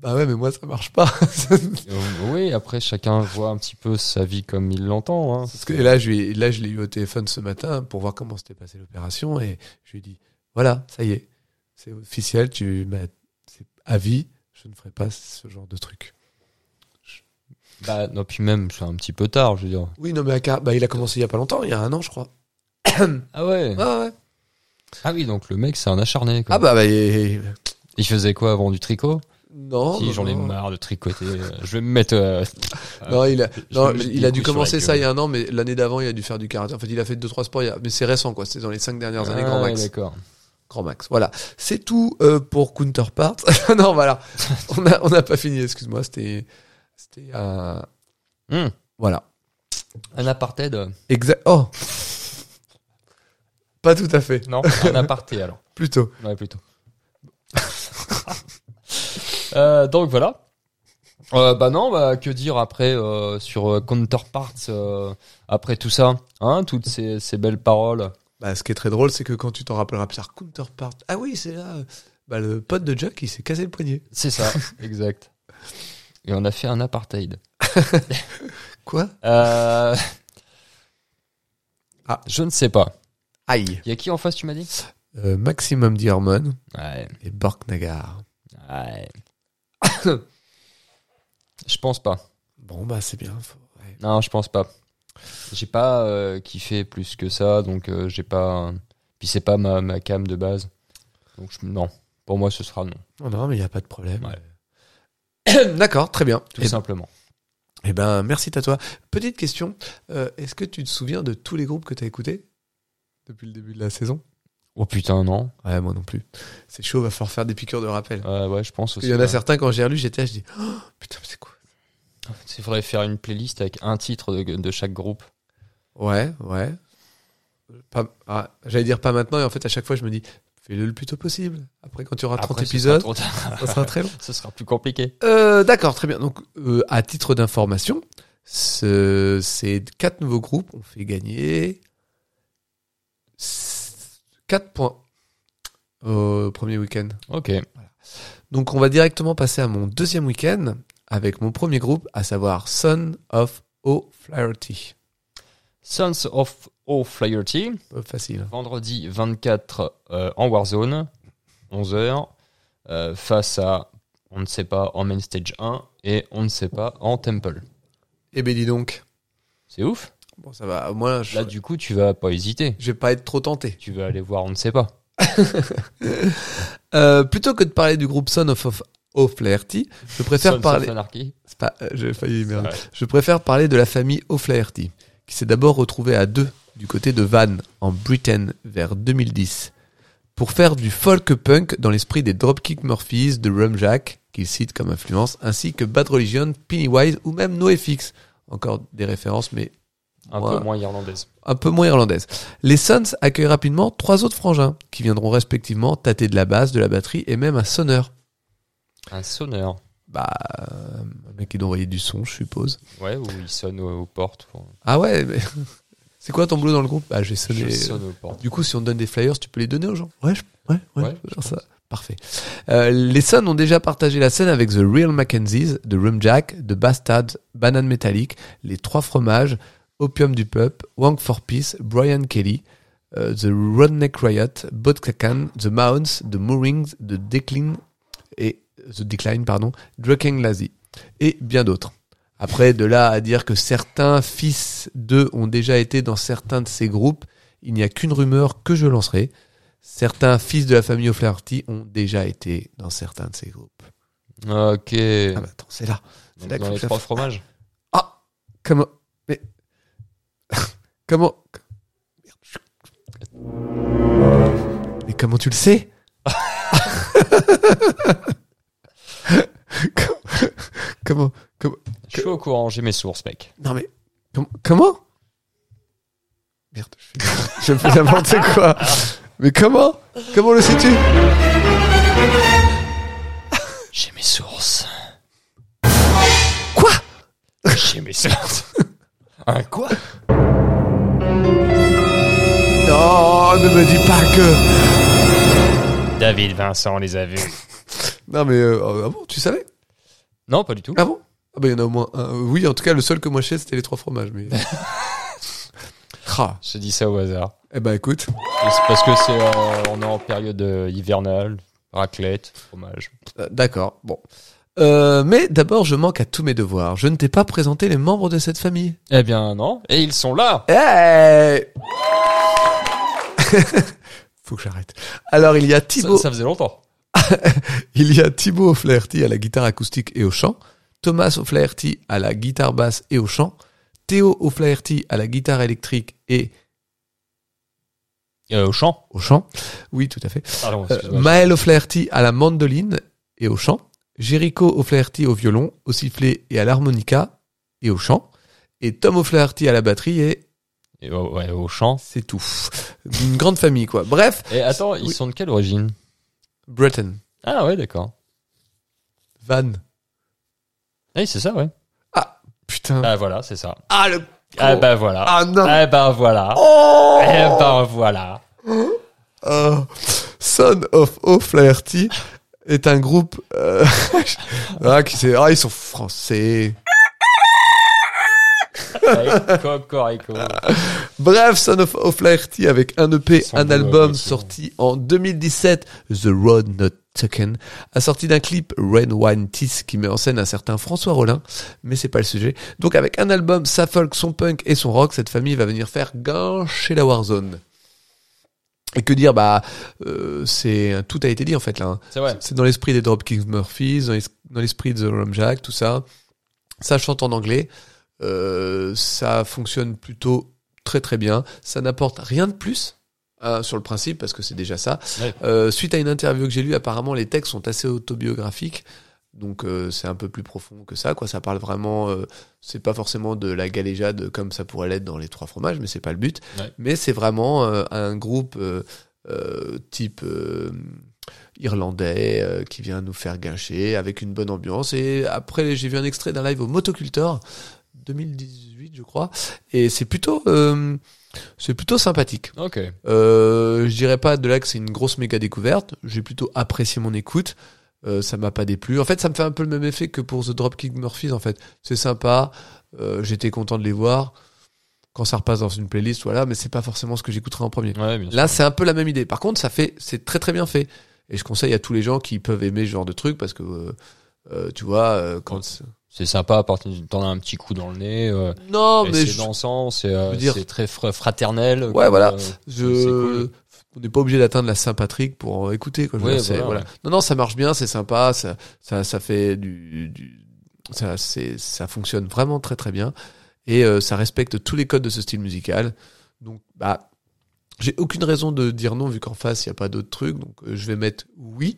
B: bah ouais mais moi ça marche pas
C: Euh, oui. Après, chacun voit un petit peu sa vie comme il l'entend. Hein.
B: Parce que- et là, je lui, ai- là, je l'ai eu au téléphone ce matin pour voir comment s'était passée l'opération et je lui ai dit voilà, ça y est, c'est officiel, tu m'as- c'est à vie, je ne ferai pas ce genre de truc.
C: Bah non, puis même, c'est un petit peu tard, je veux dire.
B: Oui, non, mais Aka, bah, il a commencé il y a pas longtemps, il y a un an, je crois.
C: Ah ouais.
B: Ouais, ouais.
C: Ah oui, donc le mec, c'est un acharné. quoi.
B: Ah bah, bah, et- et-
C: Il faisait quoi avant du tricot
B: non.
C: Si
B: non,
C: j'en ai
B: Oh non.
C: marre de tricoter, euh, je vais me mettre. euh,
B: Non, il a,
C: je vais
B: non,
C: me mettre
B: il a
C: des
B: dû
C: coups sur la
B: commencer ça
C: gueule.
B: il y a un an, mais l'année d'avant, il a dû faire du karaté. En fait, il a fait deux trois sports, il y a- mais c'est récent, quoi. C'est dans les cinq dernières années, grand
C: Ah,
B: max.
C: D'accord.
B: Grand max. Voilà. C'est tout euh, pour Counterpart. non, voilà. On n'a on a pas fini, excuse-moi. C'était. C'était un.
C: Hmm.
B: Voilà.
C: Un apartheid. euh,
B: Exact. Oh Pas tout à fait.
C: Non, un aparté alors.
B: Plutôt.
C: Ouais, plutôt. Euh, donc voilà. Euh, bah non, bah, que dire après euh, sur euh, Counterparts, euh, après tout ça, hein, toutes ces, ces belles paroles.
B: Bah, ce qui est très drôle, c'est que quand tu t'en rappelleras plus tard, Counterpart. Ah oui, c'est là. euh, Bah, le pote de Jack, il s'est cassé le poignet.
C: C'est ça, exact. Et on a fait un apartheid.
B: Quoi
C: Euh...
B: Ah.
C: Je ne sais pas.
B: Aïe.
C: Il y a qui en face, tu m'as dit
B: Euh, Maximum Dierman
C: Ouais.
B: et Bork Nagar.
C: Ouais. je pense pas.
B: Bon, bah, c'est bien. Faut- ouais.
C: Non, je pense pas. J'ai pas euh, kiffé plus que ça, donc euh, j'ai pas. Puis c'est pas ma, ma cam de base. Donc je- non. Pour moi, ce sera non.
B: Non, non, mais il n'y a pas de problème. Euh, D'accord, très bien.
C: Tout
B: Eh
C: simplement.
B: Eh ben, merci à toi. Petite question, euh, est-ce que tu te souviens de tous les groupes que tu as écoutés depuis le début de la saison
C: Oh putain, non.
B: Ouais, moi non plus. C'est chaud, va falloir faire des piqûres de rappel.
C: Euh, ouais, je pense aussi.
B: Il y en a
C: ouais.
B: certains, quand j'ai relu, j'étais là, je dis oh, Putain, mais c'est quoi
C: Il faudrait faire une playlist avec un titre de, de chaque groupe.
B: Ouais, ouais. Pas- ah, J'allais dire pas maintenant, et en fait, à chaque fois, je me dis Fais-le le plus tôt possible. Après, quand tu auras 30
C: Après, ce sera
B: épisodes,
C: trop tard.
B: ça sera très long.
C: ce sera plus compliqué.
B: Euh, D'accord, très bien. Donc, euh, à titre d'information, ce- ces quatre nouveaux groupes ont fait gagner 4 points au premier week-end.
C: Ok.
B: Donc, on va directement passer à mon deuxième week-end avec mon premier groupe, à savoir Son of O'Flaherty.
C: Sons of oh, O'Flaherty.
B: Pas Facile. hein.
C: Vendredi 24 euh, en Warzone, 11h, face à, on ne sait pas, en Main Stage 1 et on ne sait pas en Temple.
B: Eh ben, dis donc.
C: C'est ouf.
B: Bon, ça va. Moi, je,
C: Là, du coup, tu vas pas hésiter.
B: je vais pas être trop tenté.
C: Tu vas aller voir, on ne sait pas.
B: Euh, plutôt que de parler du groupe Son of, of O'Flaherty, je préfère
C: Sons of
B: parler.
C: Anarchy.
B: C'est pas, euh, j'ai failli y merde.
C: Ouais.
B: Je préfère parler de la famille O'Flaherty, qui s'est d'abord retrouvée à deux du côté de Vannes, en Britain, vers 2010, pour faire du folk punk dans l'esprit des Dropkick Murphys, de Rumjack, qu'ils citent comme influence, ainsi que Bad Religion, Pennywise ou même NoFX. Encore des références, mais
C: Un
B: Ouais.
C: peu moins irlandaise.
B: un peu moins irlandaise. Les Sons accueillent rapidement trois autres frangins, qui viendront respectivement tâter de la basse, de la batterie et même un sonneur.
C: Un sonneur.
B: Bah, euh, un mec qui doit envoyer du son, je suppose.
C: Ouais, où il sonne aux, aux portes. ou-
B: Ah ouais, mais c'est quoi ton boulot dans le groupe Bah, j'ai
C: Je
B: sonné.
C: sonne aux portes.
B: Du coup, si on donne des flyers, tu peux les donner aux gens Ouais, je- ouais, ouais.
C: Ouais,
B: je peux faire ça. Parfait. Euh, les Sons ont déjà partagé la scène avec The Real Mackenzies, The Rum Jack, The Bastards, Banane Metallic, Les Trois Fromages, Opium du Peuple, Wang for Peace, Brian Kelly, euh, The Rodney Riot, Bot Kakan, The Mounds, The Moorings, The Decline et The Decline, pardon, Drucken Lazy et bien d'autres. Après, de là à dire que certains fils d'eux ont déjà été dans certains de ces groupes, il n'y a qu'une rumeur que je lancerai. Certains fils de la famille O'Flaherty ont déjà été dans certains de ces groupes.
C: Ok.
B: Ah bah attends, c'est là. C'est
C: Donc,
B: là que
C: dans
B: faut
C: les
B: que ça
C: trois
B: fasse-
C: fromages.
B: Comment Mais comment Merde. Mais comment tu le sais Comment- Comment
C: Je suis au courant, j'ai mes sources, mec.
B: Non mais com- comment Merde, je fais, je fais n'importe quoi. Mais comment Comment le sais-tu
C: J'ai mes sources.
B: Quoi
C: J'ai mes sources. Un quoi
B: Non, ne me dis pas que.
C: David Vincent les a vus.
B: Non mais euh, ah bon, tu savais
C: Non, pas du tout.
B: Ah bon Ah bah il y en a au moins un. Oui, en tout cas, le seul que moi je sais, c'était les trois fromages. Mais... Rah.
C: Je dis ça au hasard.
B: Eh ben écoute,
C: Et c'est parce que c'est euh, on est en période euh, hivernale, raclette, fromage.
B: euh, d'accord, bon. Euh, mais d'abord, je manque à tous mes devoirs. Je ne t'ai pas présenté les membres de cette famille.
C: Eh bien non. Et ils sont là.
B: Hey Faut que j'arrête. Alors, il y a
C: Ça,
B: Thibaut,
C: ça faisait longtemps.
B: il y a Thibaut O'Flaherty à la guitare acoustique et au chant, Thomas O'Flaherty à la guitare basse et au chant, Théo O'Flaherty à la guitare électrique et
C: Euh, au champ.
B: au chant. Oui, tout à fait.
C: Pardon,
B: Euh,
C: excuse-moi.
B: Maël O'Flaherty à la mandoline et au chant, Jericho O'Flaherty au violon, au sifflet et à l'harmonica et au chant, et Tom O'Flaherty à la batterie et
C: Et au- ouais, au champ.
B: c'est tout. Une grande famille quoi. Bref,
C: Et attends, ils
B: Oui.
C: sont de quelle origine
B: Breton,
C: Ah ouais, d'accord.
B: Van.
C: Ah Oui, c'est ça, ouais.
B: Putain.
C: Ah voilà, c'est ça.
B: Ah le.
C: Ah bah voilà.
B: Ah non.
C: Ah bah voilà.
B: Oh.
C: Eh ben voilà.
B: Euh, Son of O'Flaherty est un groupe euh, ah, qui s'est- ah ils sont français.
C: Ouais, Cocorico.
B: Bref, Son of O'Flaherty avec un EP,
C: Ils sont
B: un
C: beaux,
B: album
C: oui, c'est
B: sorti en 2017, The Road Not Taken, assorti d'un clip Rain Wine Teeth qui met en scène un certain François Rollin, mais c'est pas le sujet. Donc avec un album, sa folk, son punk et son rock, cette famille va venir faire chez la Warzone. Et que dire, bah, euh, c'est tout a été dit en fait là. hein.
C: C'est vrai.
B: C'est dans l'esprit des Dropkick Murphys, dans l'es- dans l'esprit de The Rum Jack, tout ça. Ça chante en anglais. Euh, ça fonctionne plutôt très très bien. Ça n'apporte rien de plus hein, sur le principe parce que c'est déjà ça.
C: Ouais.
B: Euh, suite à une interview que j'ai lue, apparemment les textes sont assez autobiographiques. Donc euh, c'est un peu plus profond que ça, quoi. Ça parle vraiment, euh, c'est pas forcément de la galéjade comme ça pourrait l'être dans les trois fromages, mais c'est pas le but.
C: Ouais.
B: Mais c'est vraiment euh, un groupe euh, euh, type euh, irlandais euh, qui vient nous faire gâcher avec une bonne ambiance. Et après j'ai vu un extrait d'un live au Motoculteur 2018, je crois, et c'est plutôt, euh, c'est plutôt sympathique.
C: Ok.
B: Euh, je dirais pas de là que c'est une grosse méga découverte. J'ai plutôt apprécié mon écoute. Euh, ça m'a pas déplu. En fait, ça me fait un peu le même effet que pour The Dropkick Murphys. En fait, c'est sympa. Euh, J'étais content de les voir. Quand ça repasse dans une playlist, voilà. Mais c'est pas forcément ce que j'écouterai en premier.
C: Ouais, bien sûr.
B: Là, c'est un peu la même idée. Par contre, ça fait, c'est très très bien fait. Et je conseille à tous les gens qui peuvent aimer ce genre de truc parce que, euh, euh, tu vois, euh, quand.
C: C'est sympa à partir du t'en as un petit coup dans le nez. euh,
B: Non, Oh,
C: et
B: mais
C: c'est
B: je-
C: dansant, c'est
B: je
C: euh,
B: veux dire-
C: c'est très fra- fraternel.
B: Ouais,
C: comme,
B: voilà.
C: euh,
B: Je-
C: C'est cool.
B: On n'est pas obligé d'atteindre la Saint-Patrick pour euh, écouter. Quoi. Je veux
C: Ouais,
B: dire, c'est-
C: voilà,
B: voilà.
C: ouais.
B: Non, non, ça marche bien, c'est sympa, ça, ça, ça fait du, du- ça, c'est, ça fonctionne vraiment très très bien et euh, ça respecte tous les codes de ce style musical. Donc, bah, j'ai aucune raison de dire non vu qu'en face il n'y a pas d'autres trucs. Donc, euh, je vais mettre oui.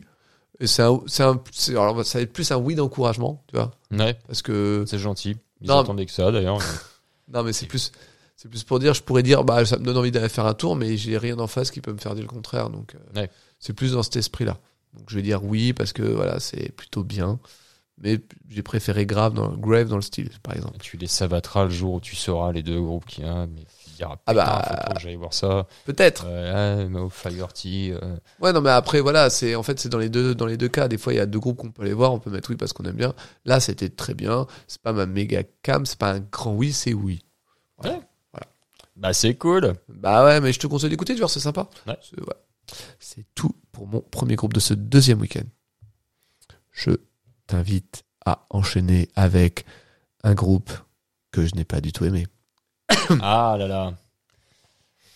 B: Et c'est un, c'est un- c'est- alors ça va être plus un oui d'encouragement, tu vois,
C: Ouais,
B: parce que
C: c'est gentil. Ils
B: Non.
C: attendaient que ça d'ailleurs.
B: non, mais c'est plus. C'est plus pour dire, je pourrais dire, bah, ça me donne envie d'aller faire un tour, mais j'ai rien en face qui peut me faire dire le contraire. Donc, euh,
C: Ouais.
B: c'est plus dans cet esprit-là. Donc, je vais dire oui parce que voilà, c'est plutôt bien. Mais j'ai préféré grave dans, grave dans le style, par exemple.
C: Tu les savateras le jour où tu sauras les deux groupes qu'il y a. Mais dira
B: Ah bah,
C: putain, faut trop que j'aille voir ça.
B: Peut-être.
C: Euh, ah, mais au Firety, euh,
B: Ouais, non, mais après, voilà, c'est en fait, c'est dans les deux, dans les deux cas. Des fois, il y a deux groupes qu'on peut aller voir. On peut mettre oui parce qu'on aime bien. Là, c'était très bien. C'est pas ma méga cam, c'est pas un grand oui, c'est oui.
C: bah c'est cool.
B: Bah ouais, mais je te conseille d'écouter, tu vois, c'est sympa.
C: Ouais.
B: C'est ouais. C'est tout pour mon premier groupe de ce deuxième week-end. Je t'invite à enchaîner avec un groupe que je n'ai pas du tout aimé. Hum.
C: ah là là.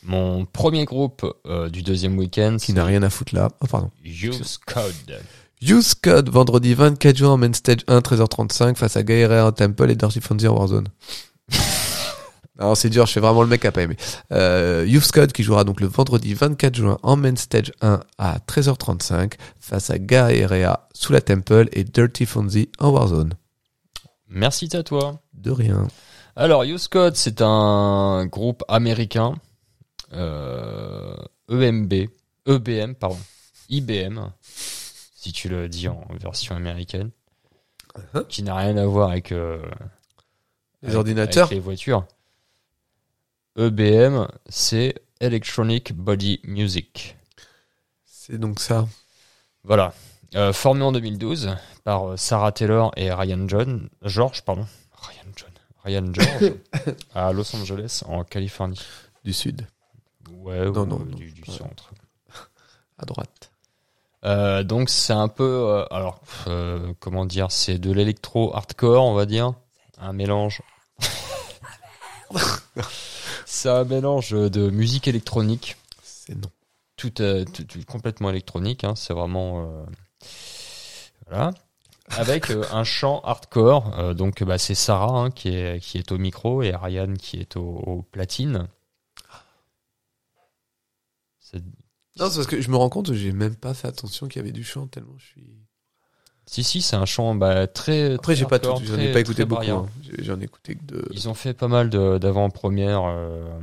C: Mon premier groupe euh, du deuxième week-end,
B: Qui
C: c'est
B: n'a rien à foutre là. Oh, pardon.
C: Use Code.
B: Use Code, vendredi 24 juin en main stage 1, 13h35, face à Gaera en Temple et Darcy Fonzie en Warzone. non, c'est dur, je fais vraiment le mec à pas aimer. Euh, Use Code qui jouera donc le vendredi 24 juin en main stage 1 à 13h35, face à Gaera sous la Temple et Dirty Fonzie en Warzone.
C: Merci à toi.
B: De rien.
C: Alors, Use Code, c'est un groupe américain, euh, EMB, EBM, E pardon, IBM, si tu le dis en version américaine,
B: Uh-huh.
C: qui n'a rien à voir avec, euh,
B: Les
C: avec-
B: ordinateurs.
C: avec les voitures. EBM, c'est Electronic Body Music.
B: C'est donc ça.
C: Voilà. Euh, formé en 2012 par euh, Sarah Taylor et Ryan John, George, pardon, Ryan John, Ryan George, à Los Angeles, en Californie.
B: Du sud,
C: Ouais,
B: Non,
C: ou,
B: non,
C: euh,
B: non.
C: du, du
B: Ouais.
C: centre.
B: à droite.
C: Euh, donc c'est un peu, euh, alors euh, comment dire, c'est de l'électro hardcore, on va dire, un mélange. c'est un mélange de musique électronique,
B: C'est non.
C: tout, euh, tout- tout- complètement électronique. hein, c'est vraiment euh, voilà, avec euh, un chant hardcore. euh, donc bah, c'est Sarah hein, qui est qui est au micro et Ryan qui est au, au platine. C'est-
B: Non, c'est parce que je me rends compte, j'ai même pas fait attention qu'il y avait du chant tellement je suis.
C: Si, si, c'est un chant bah, très.
B: Après,
C: très
B: j'ai pas tout,
C: hardcore,
B: j'en
C: très-
B: ai pas écouté
C: très
B: beaucoup.
C: variant.
B: hein. J'ai- J'en ai écouté que deux.
C: Ils ont fait pas mal de- d'avant-premières. euh,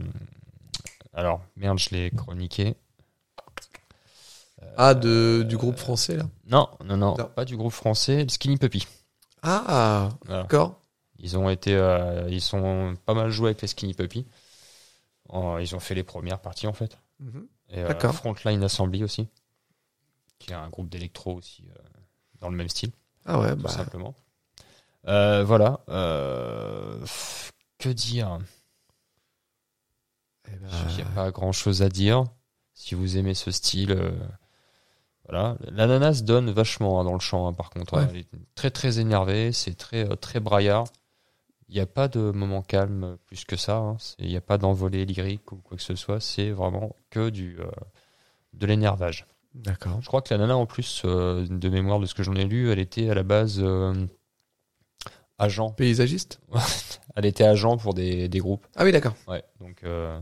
C: Alors, merde, je l'ai chroniqué.
B: Ah, de, du groupe français là
C: Non, non, non,
B: Non.
C: pas du groupe français, le Skinny Puppy.
B: Ah,
C: Voilà.
B: d'accord.
C: Ils ont été. euh, Ils sont pas mal joués avec les Skinny Puppy. En- Ils ont fait les premières parties, en fait.
B: Mhm.
C: Et euh,
B: D'accord.
C: Frontline Assembly aussi, qui est un groupe d'électro aussi, euh, dans le même style.
B: Ah ouais,
C: tout
B: bah,
C: simplement. Euh, voilà. euh, pff, que dire
B: eh ben,
C: Il n'y a pas grand chose à dire. Si vous aimez ce style, euh, voilà. L'ananas donne vachement hein, dans le chant, hein, par contre. hein.
B: Ouais.
C: Elle est très très énervée, c'est très euh, très braillard. Il n'y a pas de moment calme euh, plus que ça. hein. C'est- Il n'y a pas d'envolée lyrique ou quoi que ce soit. C'est vraiment que du euh, de l'énervage.
B: D'accord.
C: Je crois que la nana, en plus, euh, de mémoire de ce que j'en ai lu, elle était à la base euh, agent.
B: Paysagiste
C: Elle était agent pour des, des groupes.
B: Ah oui, d'accord.
C: Ouais. Donc euh,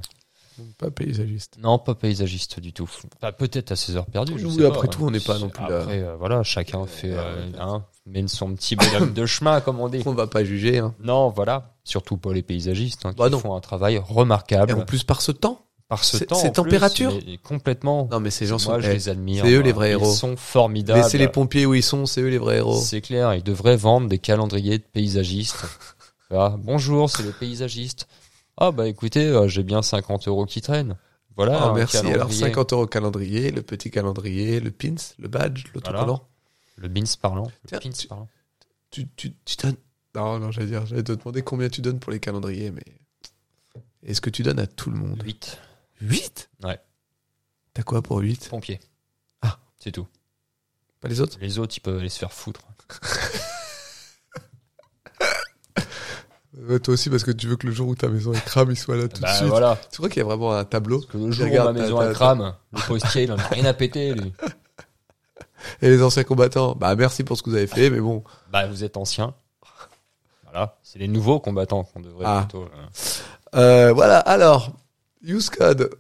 B: Donc, Pas paysagiste.
C: non, pas paysagiste du tout. Bah, peut-être à ses heures perdues. je
B: Oui,
C: sais
B: après
C: pas. hein.
B: tout, on n'est pas non plus là.
C: Après, euh, voilà, chacun fait euh,
B: ouais.
C: hein, mène son petit bonhomme de chemin, comme on dit.
B: On va pas juger. Hein.
C: Non, voilà. Surtout pas les paysagistes hein,
B: Bah,
C: qui
B: non.
C: font un travail
B: Et en
C: remarquable
B: plus, par ce temps
C: par ce
B: c'est-
C: temps.
B: ces
C: en plus,
B: températures
C: mais complètement.
B: Non, mais ces gens
C: Moi,
B: sont.
C: je
B: eh,
C: les admire.
B: c'est eux les
C: voilà.
B: vrais héros.
C: Ils sont formidables.
B: laissez les pompiers où ils sont, c'est eux les vrais héros.
C: C'est clair, ils devraient vendre des calendriers de paysagistes. Voilà, Bonjour, c'est le paysagiste. Ah bah écoutez, euh, j'ai bien 50 euros qui traînent. Voilà,
B: Ah,
C: un
B: merci. Alors,
C: calendrier.
B: 50 euros calendrier, le petit calendrier, le pins, le badge, l'autocollant.
C: Le bins parlant. le
B: Tiens,
C: pins
B: tu-
C: parlant.
B: Tu, tu, tu donnes. Non, non, j'allais dire, j'allais te demander combien tu donnes pour les calendriers, mais. Est-ce que tu donnes à tout le monde
C: Huit.
B: 8
C: Ouais.
B: T'as quoi pour 8
C: pompiers.
B: Ah.
C: c'est tout.
B: Pas les autres
C: Les autres, ils peuvent aller se faire foutre.
B: Ouais, Toi aussi, parce que tu veux que le jour où ta maison est crame, il soit là tout de
C: bah
B: suite.
C: voilà,
B: Tu crois qu'il y a vraiment un tableau
C: parce que le jour où ma
B: Regarde,
C: maison
B: t'as-
C: elle
B: t'as-
C: crame, le postier il en a rien à péter lui.
B: Et les anciens combattants, bah merci pour ce que vous avez fait, mais bon.
C: Bah vous êtes ancien. Voilà, c'est les nouveaux combattants qu'on devrait
B: Ah.
C: plutôt. euh,
B: Euh, voilà, alors, use code.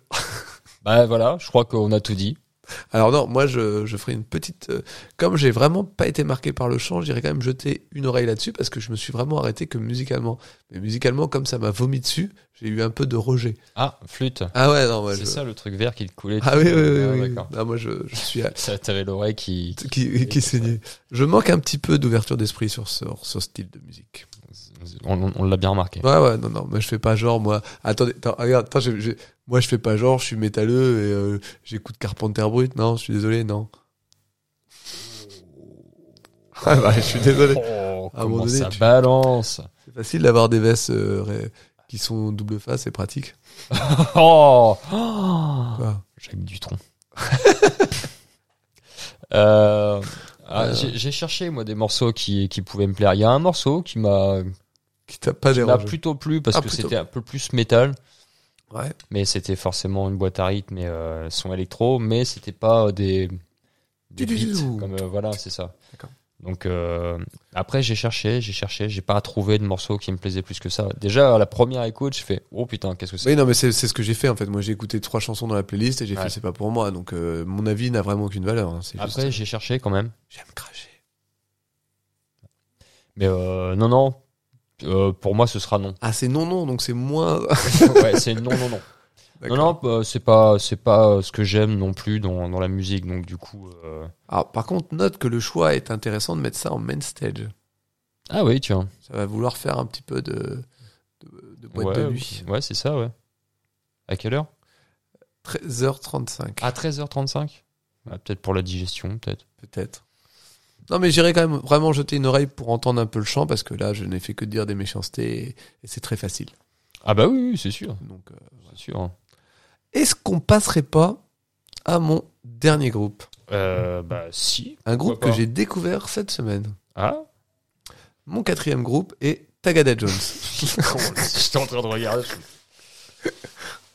C: Bah voilà, je crois qu'on a tout dit.
B: Alors non, moi je, je ferai une petite. euh, comme j'ai vraiment pas été marqué par le chant, j'irai quand même jeter une oreille là-dessus parce que je me suis vraiment arrêté que musicalement. Mais musicalement, comme ça m'a vomi dessus, j'ai eu un peu de rejet.
C: Ah, flûte.
B: Ah ouais, non, moi
C: c'est
B: je.
C: ça le truc vert qui te coulait.
B: Ah
C: tu-
B: oui, oui, oui.
C: Ah,
B: oui.
C: D'accord.
B: Ah, moi je, je suis à-
C: Ça, t'avais l'oreille qui.
B: qui, qui saignait. Je manque un petit peu d'ouverture d'esprit sur ce, sur ce style de musique.
C: On, on- on l'a bien remarqué.
B: Ouais, ouais, non, non, moi je fais pas genre, moi. Attendez, attends, regarde, attends, je- je- moi je fais pas genre, je suis métalleux et euh, j'écoute Carpenter Brut, non, je suis désolé, non. Ah bah, je suis désolé.
C: Oh,
B: À un moment
C: comment
B: donné,
C: ça
B: tu-
C: balance
B: C'est facile d'avoir des vestes euh, ré- qui sont double face, c'est pratique.
C: Oh, oh
B: Quoi.
C: Jacques Dutronc. Euh, ah,
B: Euh.
C: j'ai- J'ai cherché moi des morceaux qui, qui pouvaient me plaire. Il y a un morceau qui m'a
B: Qui t'a pas
C: qui m'a
B: dérangé.
C: plutôt plu parce
B: Ah,
C: que
B: plutôt.
C: c'était un peu plus métal,
B: Ouais.
C: mais c'était forcément une boîte à rythme et euh, son électro, mais c'était pas euh, des, des
B: Tududu.
C: beats comme euh, voilà c'est ça.
B: D'accord.
C: Donc euh, après j'ai cherché, j'ai cherché, j'ai pas trouvé de morceau qui me plaisait plus que ça. Déjà à la première écoute, je fais oh putain qu'est-ce que c'est
B: Oui, non, mais c'est c'est ce que j'ai fait en fait. Moi j'ai écouté trois chansons dans la playlist et j'ai
C: Ouais.
B: fait c'est pas pour moi, donc euh, mon avis n'a vraiment aucune valeur. hein, c'est juste-
C: Après j'ai cherché quand même.
B: j'aime cracher.
C: Mais euh, non, non. Euh, pour moi, ce sera non.
B: Ah, c'est non, non, donc c'est moins.
C: ouais, c'est non, non, non. Non, non, euh, c'est pas, c'est pas euh, ce que j'aime non plus dans, dans la musique. Donc du coup. euh,
B: Alors, par contre, note que le choix est intéressant de mettre ça en main stage.
C: Ah oui, tiens.
B: Ça va vouloir faire un petit peu de, de, de boîte
C: ouais,
B: de nuit.
C: Ouais, c'est ça, ouais. À quelle heure
B: 13h35,
C: À 13h35. Ah, peut-être pour la digestion, peut-être.
B: peut-être. Non, mais j'irai quand même vraiment jeter une oreille pour entendre un peu le chant, parce que là, je n'ai fait que dire des méchancetés, et, et c'est très facile.
C: Ah bah oui, oui, c'est sûr,
B: Donc, euh,
C: c'est sûr.
B: Est-ce qu'on passerait pas à mon dernier groupe
C: Euh, bah si.
B: Un groupe
C: pas
B: que j'ai découvert cette semaine.
C: Ah.
B: Mon quatrième groupe est Tagada Jones.
C: J'étais en train de regarder.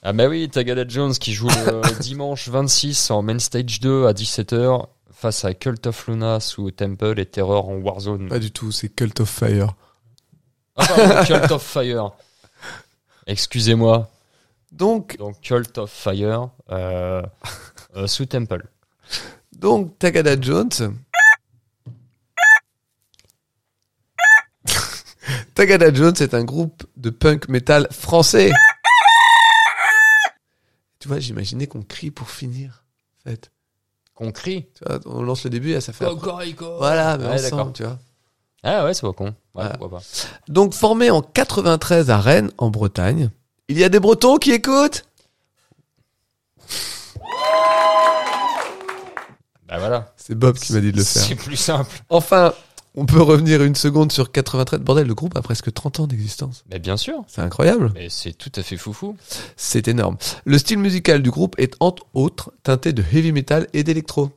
C: Ah bah oui, Tagada Jones qui joue le dimanche 26 en Main Stage 2 à 17h face à Cult of Luna sous Temple et Terror en Warzone.
B: pas du tout, c'est Cult of Fire.
C: Ah pardon, Cult of Fire. Excusez-moi.
B: Donc,
C: Donc Cult of Fire euh, euh, sous Temple.
B: donc Tagada Jones. Tagada Jones est un groupe de punk metal français. Tu vois, j'imaginais qu'on crie pour finir. En fait,
C: Qu'on crie.
B: Tu vois, on lance le début et ça fait. après.
C: Cocorico.
B: Voilà, mais
C: Oh, Ouais,
B: ensemble,
C: d'accord.
B: tu vois.
C: Ah ouais, c'est pas con. Ouais,
B: Voilà.
C: pourquoi pas.
B: Donc formé en 93 à Rennes, en Bretagne, il y a des Bretons qui écoutent
C: Bah voilà.
B: C'est Bob qui m'a dit de le faire.
C: C'est plus simple.
B: Enfin, on peut revenir une seconde sur 93. Bordel, le groupe a presque 30 ans d'existence.
C: Mais bien sûr.
B: C'est incroyable.
C: Mais c'est tout à fait foufou.
B: C'est énorme. Le style musical du groupe est entre autres teinté de heavy metal et d'électro.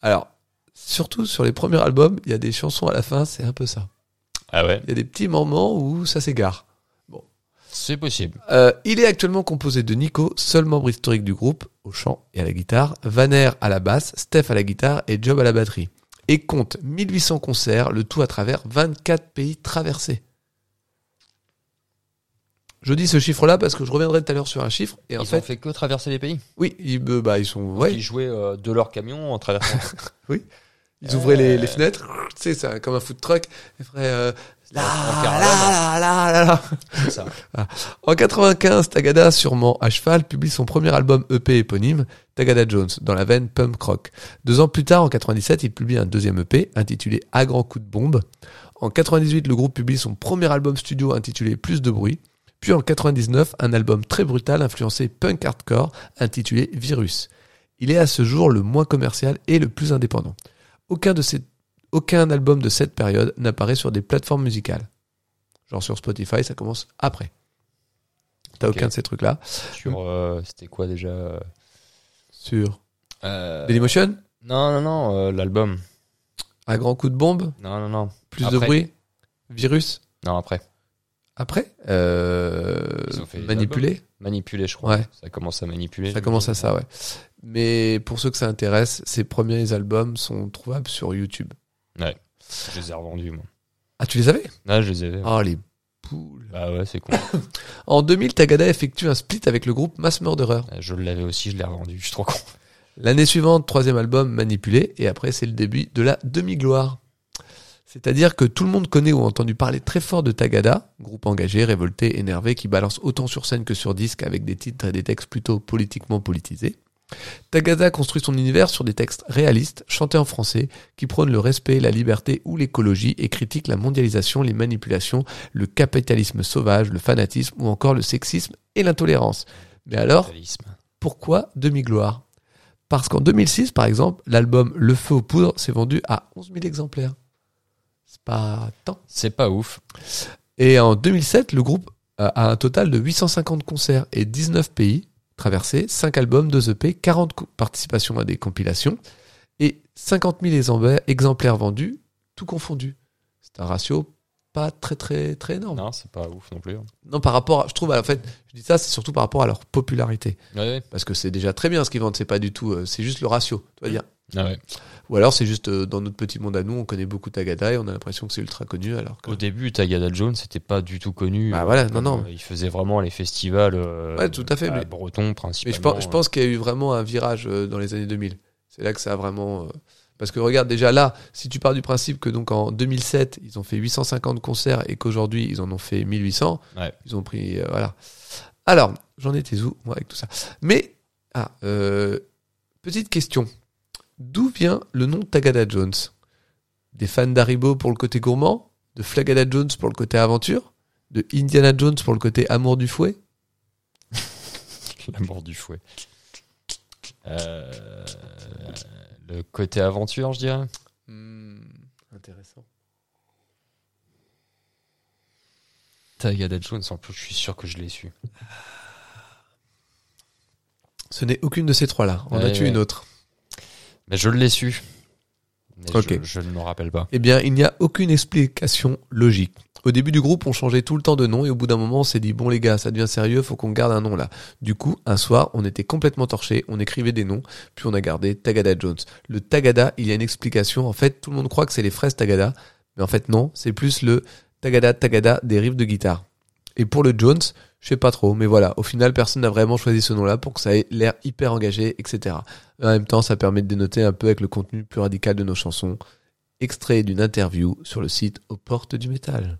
B: Alors, surtout sur les premiers albums, il y a des chansons à la fin, c'est un peu ça.
C: Ah ouais.
B: Il y a des petits moments où ça s'égare.
C: C'est possible.
B: Euh, il est actuellement composé de Nico, seul membre historique du groupe, au chant et à la guitare, Vaner à la basse, Steph à la guitare et Job à la batterie. Et compte 1800 concerts, le tout à travers 24 pays traversés. Je dis ce chiffre-là parce que je reviendrai tout à l'heure sur un chiffre. Et en
C: Ils
B: fait,
C: ont fait que traverser les pays.
B: oui, ils, euh, bah, ils sont. ouais,
C: Ils jouaient euh, de leur camion en traversant.
B: ils ouvraient les,
C: Euh.
B: les fenêtres, tu sais, c'est un- comme un food truck. Ils feraient. euh, là,
C: En
B: là,
C: hein.
B: là,
C: caravane.
B: là, là, là.
C: c'est ça.
B: En 95, Tagada, sûrement à cheval, publie son premier album EP éponyme, Tagada Jones, dans la veine punk rock. Deux ans plus tard, en 97, il publie un deuxième EP intitulé À grand coup de bombe. En 98, le groupe publie son premier album studio intitulé Plus de bruit. Puis en 99, un album très brutal influencé punk hardcore intitulé Virus. Il est à ce jour le moins commercial et le plus indépendant. Aucun, de ces- aucun album de cette période n'apparaît sur des plateformes musicales. Genre sur Spotify, ça commence après. T'as
C: Ok.
B: aucun de ces trucs-là.
C: Sur. euh, C'était quoi déjà euh,
B: Sur
C: euh,
B: Dailymotion,
C: Non, non, non, euh, l'album.
B: un grand coup de bombe,
C: Non, non, non.
B: plus de
C: Après.
B: bruit, virus.
C: Non, après.
B: Après, euh,
C: Ils ont fait des
B: manipulé,
C: Manipuler, je crois.
B: Ouais.
C: Ça commence à manipuler.
B: ça commence à ça, ouais. Mais pour ceux que ça intéresse, ces premiers albums sont trouvables sur YouTube.
C: Je les ai revendus, moi.
B: Ah, tu les avais
C: Là, je les avais.
B: Oh, les poules.
C: Bah ouais, c'est con.
B: En 2000, Tagada effectue un split avec le groupe Mass Murderer.
C: je l'avais aussi, je l'ai revendu. Je suis trop con.
B: L'année suivante, troisième album, Manipulé, et après c'est le début de la demi-gloire. C'est-à-dire que tout le monde connaît ou a entendu parler très fort de Tagada, groupe engagé, révolté, énervé, qui balance autant sur scène que sur disque avec des titres et des textes plutôt politiquement politisés. Tagada construit son univers sur des textes réalistes, chantés en français, qui prônent le respect, la liberté ou l'écologie et critiquent la mondialisation, les manipulations, le capitalisme sauvage, le fanatisme ou encore le sexisme et l'intolérance. Mais alors,
C: Capitalisme.
B: pourquoi demi-gloire Parce qu'en 2006, par exemple, l'album Le Feu aux Poudres s'est vendu à 11 000 exemplaires. C'est pas tant.
C: C'est pas ouf.
B: Et en 2007, le groupe a a un total de 850 concerts et 19 pays traversés, 5 albums, 2 EP, 40 co- participations à des compilations et 50 000 exemplaires- exemplaires vendus, tout confondu. C'est un ratio pas très très très énorme. Non,
C: Non, c'est pas ouf non plus. Ouais,
B: par rapport, à- je trouve, à- en fait, je dis ça, c'est surtout par rapport à leur popularité.
C: ouais.
B: Parce que c'est déjà très bien ce qu'ils vendent, c'est pas du tout, euh, c'est juste le ratio. Tu vas dire.
C: Ah ouais.
B: Ou alors c'est juste euh, dans notre petit monde à nous, on connaît beaucoup Tagada et on a l'impression que c'est ultra connu alors que...
C: Au début, Tagada Jones, c'était pas du tout connu.
B: Bah
C: Euh,
B: voilà, non, non.
C: euh, Il faisait vraiment les festivals. euh,
B: Ouais, tout à fait, mais-
C: Breton,
B: Mais
C: principalement.
B: je pense, je pense qu'il y a eu vraiment un virage euh, dans les années 2000. C'est là que ça a vraiment. euh, Parce que regarde, déjà là, si tu pars du principe que donc en 2007, ils ont fait 850 concerts et qu'aujourd'hui, ils en ont fait 1800,
C: Ouais.
B: ils ont pris. euh, voilà. Alors, j'en étais où, moi, avec tout ça Mais, ah, euh, petite question. D'où vient le nom Tagada Jones Des fans d'Haribo pour le côté gourmand De Flagada Jones pour le côté aventure De Indiana Jones pour le côté amour du fouet
C: La mort du fouet. Euh, le côté aventure, je dirais.
B: Intéressant.
C: Tagada Jones, en plus, je suis sûr que je l'ai su.
B: Ce n'est aucune de ces trois-là. En
C: Ouais,
B: as-tu
C: ouais.
B: une autre
C: Mais je l'ai su. Mais
B: Ok.
C: je, je ne me rappelle pas.
B: Eh bien, il n'y a aucune explication logique. Au début du groupe, on changeait tout le temps de nom et au bout d'un moment, on s'est dit bon les gars, ça devient sérieux, faut qu'on garde un nom là. Du coup, un soir, on était complètement torché, on écrivait des noms, puis on a gardé Tagada Jones. Le Tagada, il y a une explication. En fait, tout le monde croit que c'est les fraises Tagada, mais en fait non, c'est plus le Tagada Tagada des riffs de guitare. Et pour le Jones, je sais pas trop, mais voilà. Au final, personne n'a vraiment choisi ce nom-là pour que ça ait l'air hyper engagé, etc. En même temps, ça permet de dénoter un peu avec le contenu plus radical de nos chansons extrait d'une interview sur le site Aux Portes du Métal.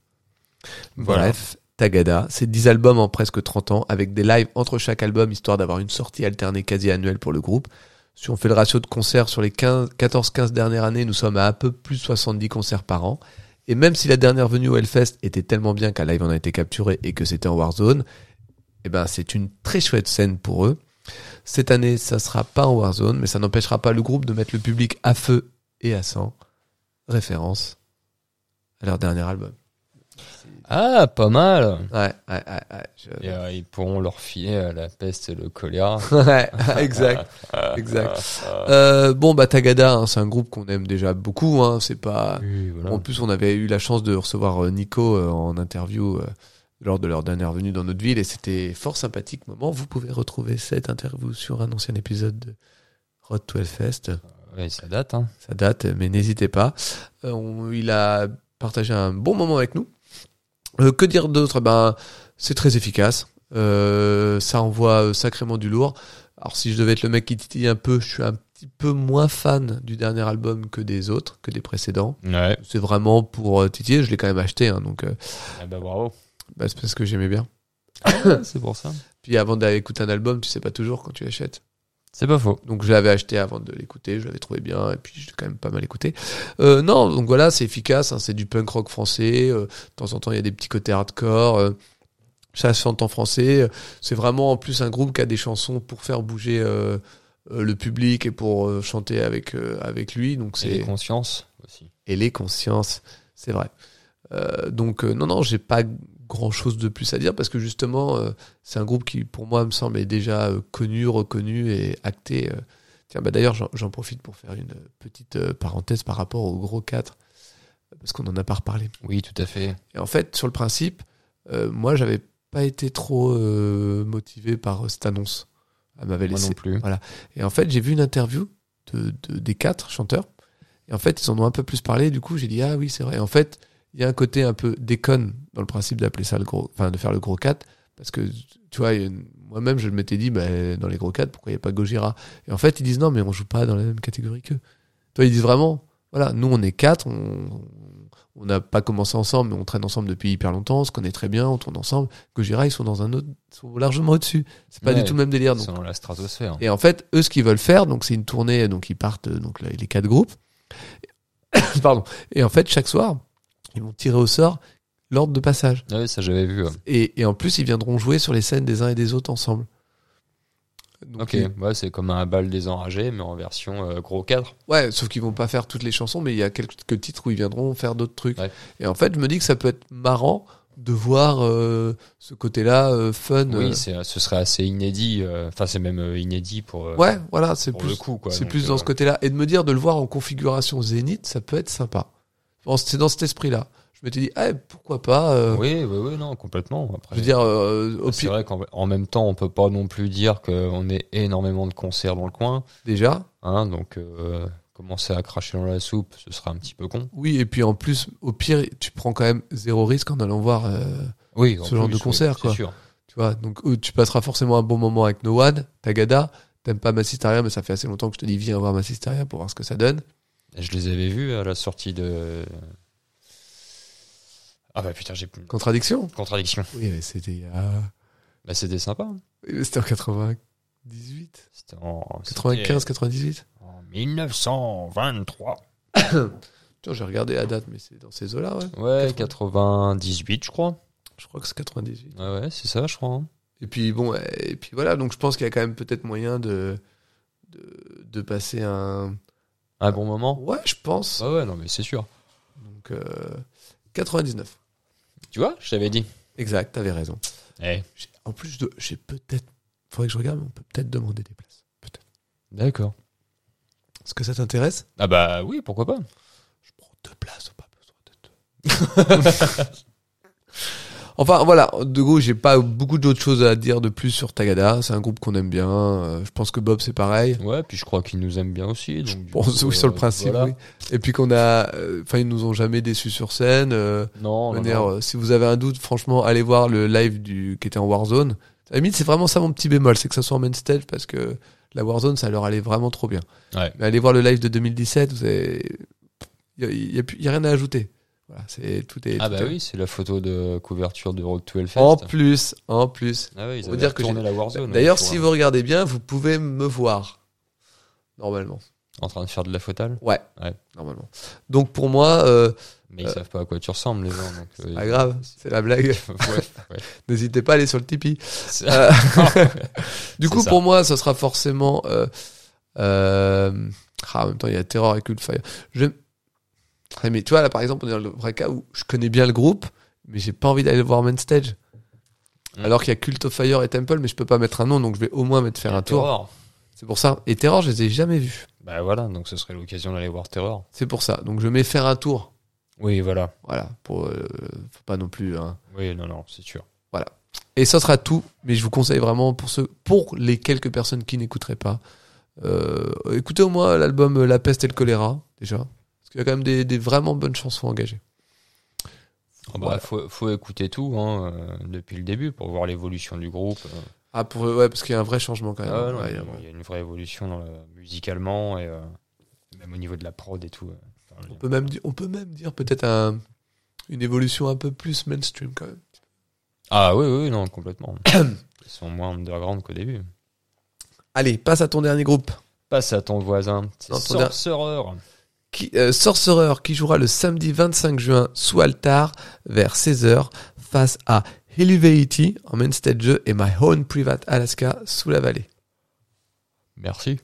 C: Voilà.
B: Bref, Tagada, c'est 10 albums en presque 30 ans, avec des lives entre chaque album, histoire d'avoir une sortie alternée quasi annuelle pour le groupe. Si on fait le ratio de concerts sur les 15 14-15 dernières années, nous sommes à un peu plus de 70 concerts par an. Et même si la dernière venue au Hellfest était tellement bien qu'un live en a été capturé et que c'était en Warzone, eh ben c'est une très chouette scène pour eux. Cette année, ça sera pas en Warzone, mais ça n'empêchera pas le groupe de mettre le public à feu et à sang référence à leur dernier album.
C: Ah, pas mal.
B: Ouais, ouais, ouais, ouais, je-
C: Et, euh, ils pourront leur filer euh, la peste et le choléra.
B: Ouais, exact, exact. Euh, bon, bah Tagada, hein, c'est un groupe qu'on aime déjà beaucoup. Hein, c'est pas.
C: Oui, voilà.
B: En plus, on avait eu la chance de recevoir euh, Nico euh, en interview euh, lors de leur dernière venue dans notre ville et c'était fort sympathique moment. Vous pouvez retrouver cette interview sur un ancien épisode de Road to Hellfest.
C: Ouais, ça date. Hein.
B: ça date, mais n'hésitez pas. Euh, on- il a partagé un bon moment avec nous. Euh, que dire d'autre Ben, c'est très efficace. Euh, ça envoie euh, sacrément du lourd. Alors, si je devais être le mec qui titille un peu, je suis un petit peu moins fan du dernier album que des autres, que des précédents.
C: Ouais.
B: C'est vraiment pour euh, titiller. Je l'ai quand même acheté, hein, donc euh,
C: Ah bah bravo.
B: bah, c'est parce que j'aimais bien.
C: c'est pour ça.
B: Puis avant d'aller écouter un album, tu sais pas toujours quand tu achètes.
C: C'est pas faux.
B: Donc je l'avais acheté avant de l'écouter, je l'avais trouvé bien, et puis j'ai quand même pas mal écouté. Euh, non, donc voilà, c'est efficace, hein, c'est du punk rock français, euh, de temps en temps il y a des petits côtés hardcore, euh, ça se chante en français, euh, c'est vraiment en plus un groupe qui a des chansons pour faire bouger euh, euh, le public et pour euh, chanter avec, euh, avec lui, donc
C: C'est les
B: c'est...
C: consciences aussi.
B: Et les consciences, c'est vrai. Euh, donc euh, non, non, j'ai pas grand chose de plus à dire parce que justement, euh, c'est un groupe qui, pour moi, me semble, est déjà euh, connu, reconnu et acté. euh. Tiens, bah, d'ailleurs, j'en- j'en profite pour faire une petite euh, parenthèse par rapport au gros 4, parce qu'on en a pas reparlé.
C: Oui, tout à fait.
B: Et en fait, sur le principe, euh, moi, j'avais pas été trop euh, motivé par euh, cette annonce. Elle m'avait
C: Moi
B: laissé
C: non plus.
B: et en fait, j'ai vu une interview de, de- des quatre chanteurs. Et en fait, ils en ont un peu plus parlé. Du coup, j'ai dit, ah oui, c'est vrai. Et en fait, il y a un côté un peu déconne dans le principe d'appeler ça le gros, enfin, de faire le gros 4. Parce que, tu vois, il y a une- moi-même, je m'étais dit, bah, dans les gros cadres, pourquoi il n'y a pas Gojira Et en fait, ils disent, non, mais on joue pas dans la même catégorie qu'eux. Toi, ils disent vraiment, voilà, nous, on est quatre, on on n'a pas commencé ensemble, mais on traîne ensemble depuis hyper longtemps, on se connaît très bien, on tourne ensemble. Gojira, ils sont dans un autre, ils sont largement au-dessus. C'est pas du
C: Ouais,
B: tout le même délire.
C: Ils
B: donc.
C: sont dans la stratosphère.
B: Et en fait, eux, ce qu'ils veulent faire, donc c'est une tournée, donc ils partent, euh, donc là, les quatre groupes. Pardon. Et en fait, chaque soir, ils vont tirer au sort l'ordre de passage.
C: Ah oui, ça j'avais vu. ouais.
B: Et, et en plus, ils viendront jouer sur les scènes des uns et des autres ensemble. Donc,
C: Ok,
B: ils-
C: ouais, c'est comme un bal des enragés, mais en version euh, gros cadre.
B: ouais, sauf qu'ils vont pas faire toutes les chansons, mais il y a quelques titres où ils viendront faire d'autres trucs.
C: Ouais.
B: Et en fait, je me dis que ça peut être marrant de voir euh, ce côté-là euh, fun. euh.
C: Oui, c'est- ce serait assez inédit. euh, Enfin, c'est même euh, inédit pour, euh,
B: ouais, voilà, c'est
C: pour
B: plus
C: le coup. quoi.
B: C'est
C: Donc,
B: plus dans
C: euh,
B: ce côté-là. Et de me dire de le voir en configuration zénith, ça peut être sympa. Bon, C'est dans cet esprit-là. Je m'étais dit, ah, pourquoi pas. euh,
C: Oui, oui, oui, non, complètement. Après,
B: Je veux dire, euh, au
C: c'est
B: pire,
C: vrai qu'en en même temps, on peut pas non plus dire qu'on ait énormément de concerts dans le coin.
B: déjà.
C: hein, donc, euh, commencer à cracher dans la soupe, ce serait un petit peu con.
B: Oui, et puis en plus, au pire, tu prends quand même zéro risque en allant voir. euh,
C: Oui, en
B: Ce genre de
C: oui,
B: concert,
C: c'est
B: quoi.
C: sûr.
B: tu vois, donc euh, tu passeras forcément un bon moment avec No One, Tagada. T'aimes pas Massisteria, mais ça fait assez longtemps que je te dis, viens voir Massisteria pour voir ce que ça donne.
C: Je les avais vus à la sortie de. Ah bah putain, j'ai plus.
B: Contradiction
C: Contradiction.
B: Oui, mais c'était il y a-
C: Bah, c'était sympa. hein.
B: C'était en 98
C: C'était euh, en.
B: 95, 98
C: c'était En 1923.
B: Tiens, j'ai regardé la date, mais c'est dans ces eaux-là, ouais.
C: Ouais, 98, je crois.
B: Je crois que c'est 98.
C: Ouais, ouais, c'est ça, je crois. hein.
B: Et puis bon, euh, et puis voilà, donc je pense qu'il y a quand même peut-être moyen de, de, de passer un.
C: Un bon moment.
B: Ouais, je pense.
C: Ouais, ouais, non, mais c'est sûr.
B: Donc euh, 99.
C: Tu vois, je t'avais dit.
B: Exact, t'avais raison.
C: Eh.
B: J'ai- En plus, je dois- j'ai peut-être. Faudrait que je regarde, mais on peut peut-être demander des places. Peut-être.
C: D'accord.
B: Est-ce que ça t'intéresse
C: Ah bah oui, pourquoi pas.
B: Je prends deux places, pas besoin de deux. enfin voilà, de gros, j'ai pas beaucoup d'autres choses à dire de plus sur Tagada. C'est un groupe qu'on aime bien. Euh, Je pense que Bob, c'est pareil.
C: Ouais, puis je crois qu'ils nous aiment bien aussi. Donc, du
B: Bon,
C: coup,
B: oui, sur le
C: euh,
B: principe,
C: voilà.
B: oui. Et puis qu'on a, euh, enfin, ils nous ont jamais déçus sur scène. euh,
C: Non, non,
B: manière,
C: non.
B: euh, si vous avez un doute, franchement, allez voir le live du qui était en Warzone. À la limite, c'est vraiment ça mon petit bémol, c'est que ça soit en main stage parce que la Warzone, ça leur allait vraiment trop bien.
C: Ouais.
B: Mais allez voir le live de 2017, vous avez, il y, a- y a plus- y a rien à ajouter. Voilà, c'est tout est.
C: Ah
B: tout
C: bah
B: est- Oh,
C: oui, c'est la photo de couverture de Road to Hellfest.
B: En plus, en plus.
C: Ah ouais, ils
B: faut
C: avaient
B: dire que
C: retourné la Warzone.
B: D'ailleurs,
C: ouais,
B: si
C: pour-
B: vous regardez bien, vous pouvez me voir. Normalement.
C: En train de faire de la fotale.
B: Ouais.
C: Ouais.
B: Normalement. Donc pour moi, euh,
C: Mais ils
B: Euh. ah
C: savent pas à quoi tu ressembles, les gens. Donc, euh,
B: pas grave, c'est la blague.
C: ouais, ouais.
B: N'hésitez pas à aller sur le Tipeee.
C: C'est-
B: Euh, du
C: C'est
B: coup,
C: ça.
B: pour moi, ça sera forcément. euh, euh, ah, en même temps, il y a Terror et Cult Fire. Je... Ouais, mais tu vois, là, par exemple, on est dans le vrai cas où je connais bien le groupe, mais j'ai pas envie d'aller le voir main stage.
C: Mm.
B: Alors qu'il y a Cult of Fire et Temple, mais je peux pas mettre un nom, donc je vais au moins mettre faire un tour.
C: Terror.
B: C'est pour ça. Et Terror, je les ai jamais vus.
C: Bah voilà, donc ce serait l'occasion d'aller voir Terror.
B: C'est pour ça. Donc je mets faire un tour.
C: Oui, voilà.
B: Voilà. Pour, euh, faut pas non plus. hein.
C: Oui, non, non, c'est sûr.
B: Et ça sera tout, mais je vous conseille vraiment pour ceux, pour les quelques personnes qui n'écouteraient pas, euh, écoutez au moins l'album euh, La peste et le choléra, déjà. Parce qu'il y a quand même des, des vraiment bonnes chansons engagées.
C: Ah bah,
B: Voilà.
C: faut, faut écouter tout hein, euh, depuis le début pour voir l'évolution du groupe. euh.
B: Ah, pour, ouais, parce qu'il y a un vrai changement quand même.
C: Ah ouais, non,
B: Ouais, il y
C: il y
B: a-
C: a- il y a une vraie évolution dans le- musicalement et euh, même au niveau de la prod et tout. euh. Enfin,
B: on, peut même, di- on peut même dire peut-être un- une évolution un peu plus mainstream quand même.
C: Ah oui, oui, non, complètement. Ils sont moins underground qu'au début.
B: Allez, passe à ton dernier groupe.
C: Passe à ton voisin. C'est
B: Non, ton der-
C: Sorcerer.
B: Qui, euh, Sorcerer qui jouera le samedi 25 juin sous Altar vers 16h face à Helluveity en main stage jeu et My Own Private Alaska sous la vallée.
C: Merci.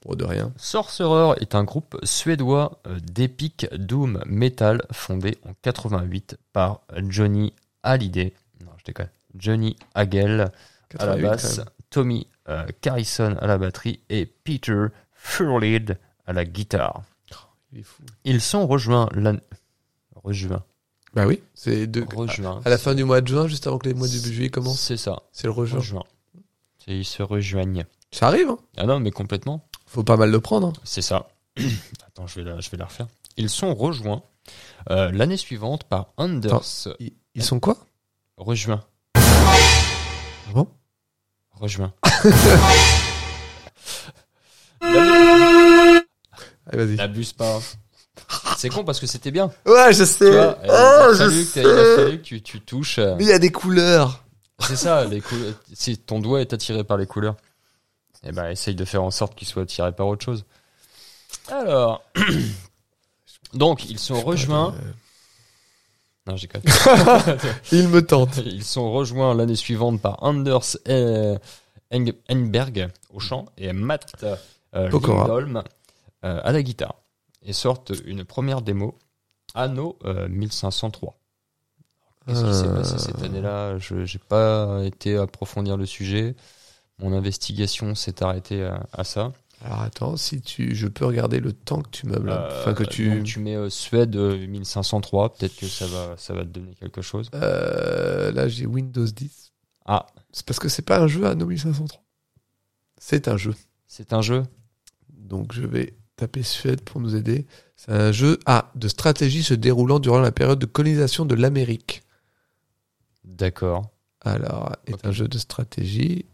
B: Pour de rien.
C: Sorcerer est un groupe suédois euh, d'epic doom metal fondé en 88 par Johnny Hallyday. Non, je déconne. Johnny Hagel à la
B: 88,
C: basse,
B: quand même.
C: Tommy euh, Carrison à la batterie et Peter Furlid à la guitare.
B: Il est fou.
C: Ils sont rejoints l'année. Rejoints.
B: Bah oui, c'est
C: Euh,
B: de...
C: Rejoints.
B: à la fin du mois de juin, juste avant que les mois de juillet commencent.
C: C'est ça.
B: C'est le rejoint.
C: Rejoints. C'est- Ils se rejoignent.
B: Ça arrive, hein
C: Ah non, mais complètement.
B: Faut pas mal le prendre. hein.
C: C'est ça. Attends, je vais, la, je vais la refaire. Ils sont rejoints euh, l'année suivante par Anders.
B: Ils, ils sont quoi
C: Rejoints.
B: Ah bon
C: Rejoins.
B: Allez, vas-y.
C: N'abuse pas. C'est con parce que c'était bien.
B: Ouais, je
C: Tu
B: sais.
C: vois, euh,
B: Ah,
C: il a
B: je
C: fallu que
B: sais.
C: t'aies- il a fallu que tu, tu touches. euh,
B: Mais il y a des couleurs.
C: C'est ça, les couleurs. Si ton doigt est attiré par les couleurs, eh ben, essaye de faire en sorte qu'il soit attiré par autre chose. Alors. Donc, ils sont rejoints. Non, j'ai
B: Euh, Il me tente.
C: Ils sont rejoints l'année suivante par Anders euh, Eng- Engberg au chant et Matt euh,
B: Pokora.
C: Lindholm euh, à la guitare et sortent une première démo Anno euh, 1503. Qu'est-ce qui s'est
B: Euh.
C: passé cette année-là Je n'ai pas été approfondir le sujet. Mon investigation s'est arrêtée à, à ça.
B: Alors attends, si tu, je peux regarder le temps que tu meubles. hein.
C: Euh,
B: enfin que tu.
C: donc tu mets euh, Suède euh, 1503, peut-être que ça va, ça va te donner quelque chose.
B: Euh, là, j'ai Windows 10.
C: Ah,
B: C'est parce que c'est pas un jeu Anno 1503. C'est un jeu.
C: c'est un jeu
B: Donc je vais taper Suède pour nous aider. C'est un jeu ah, de stratégie se déroulant durant la période de colonisation de l'Amérique.
C: D'accord.
B: Alors, est
C: Ok.
B: un jeu de stratégie.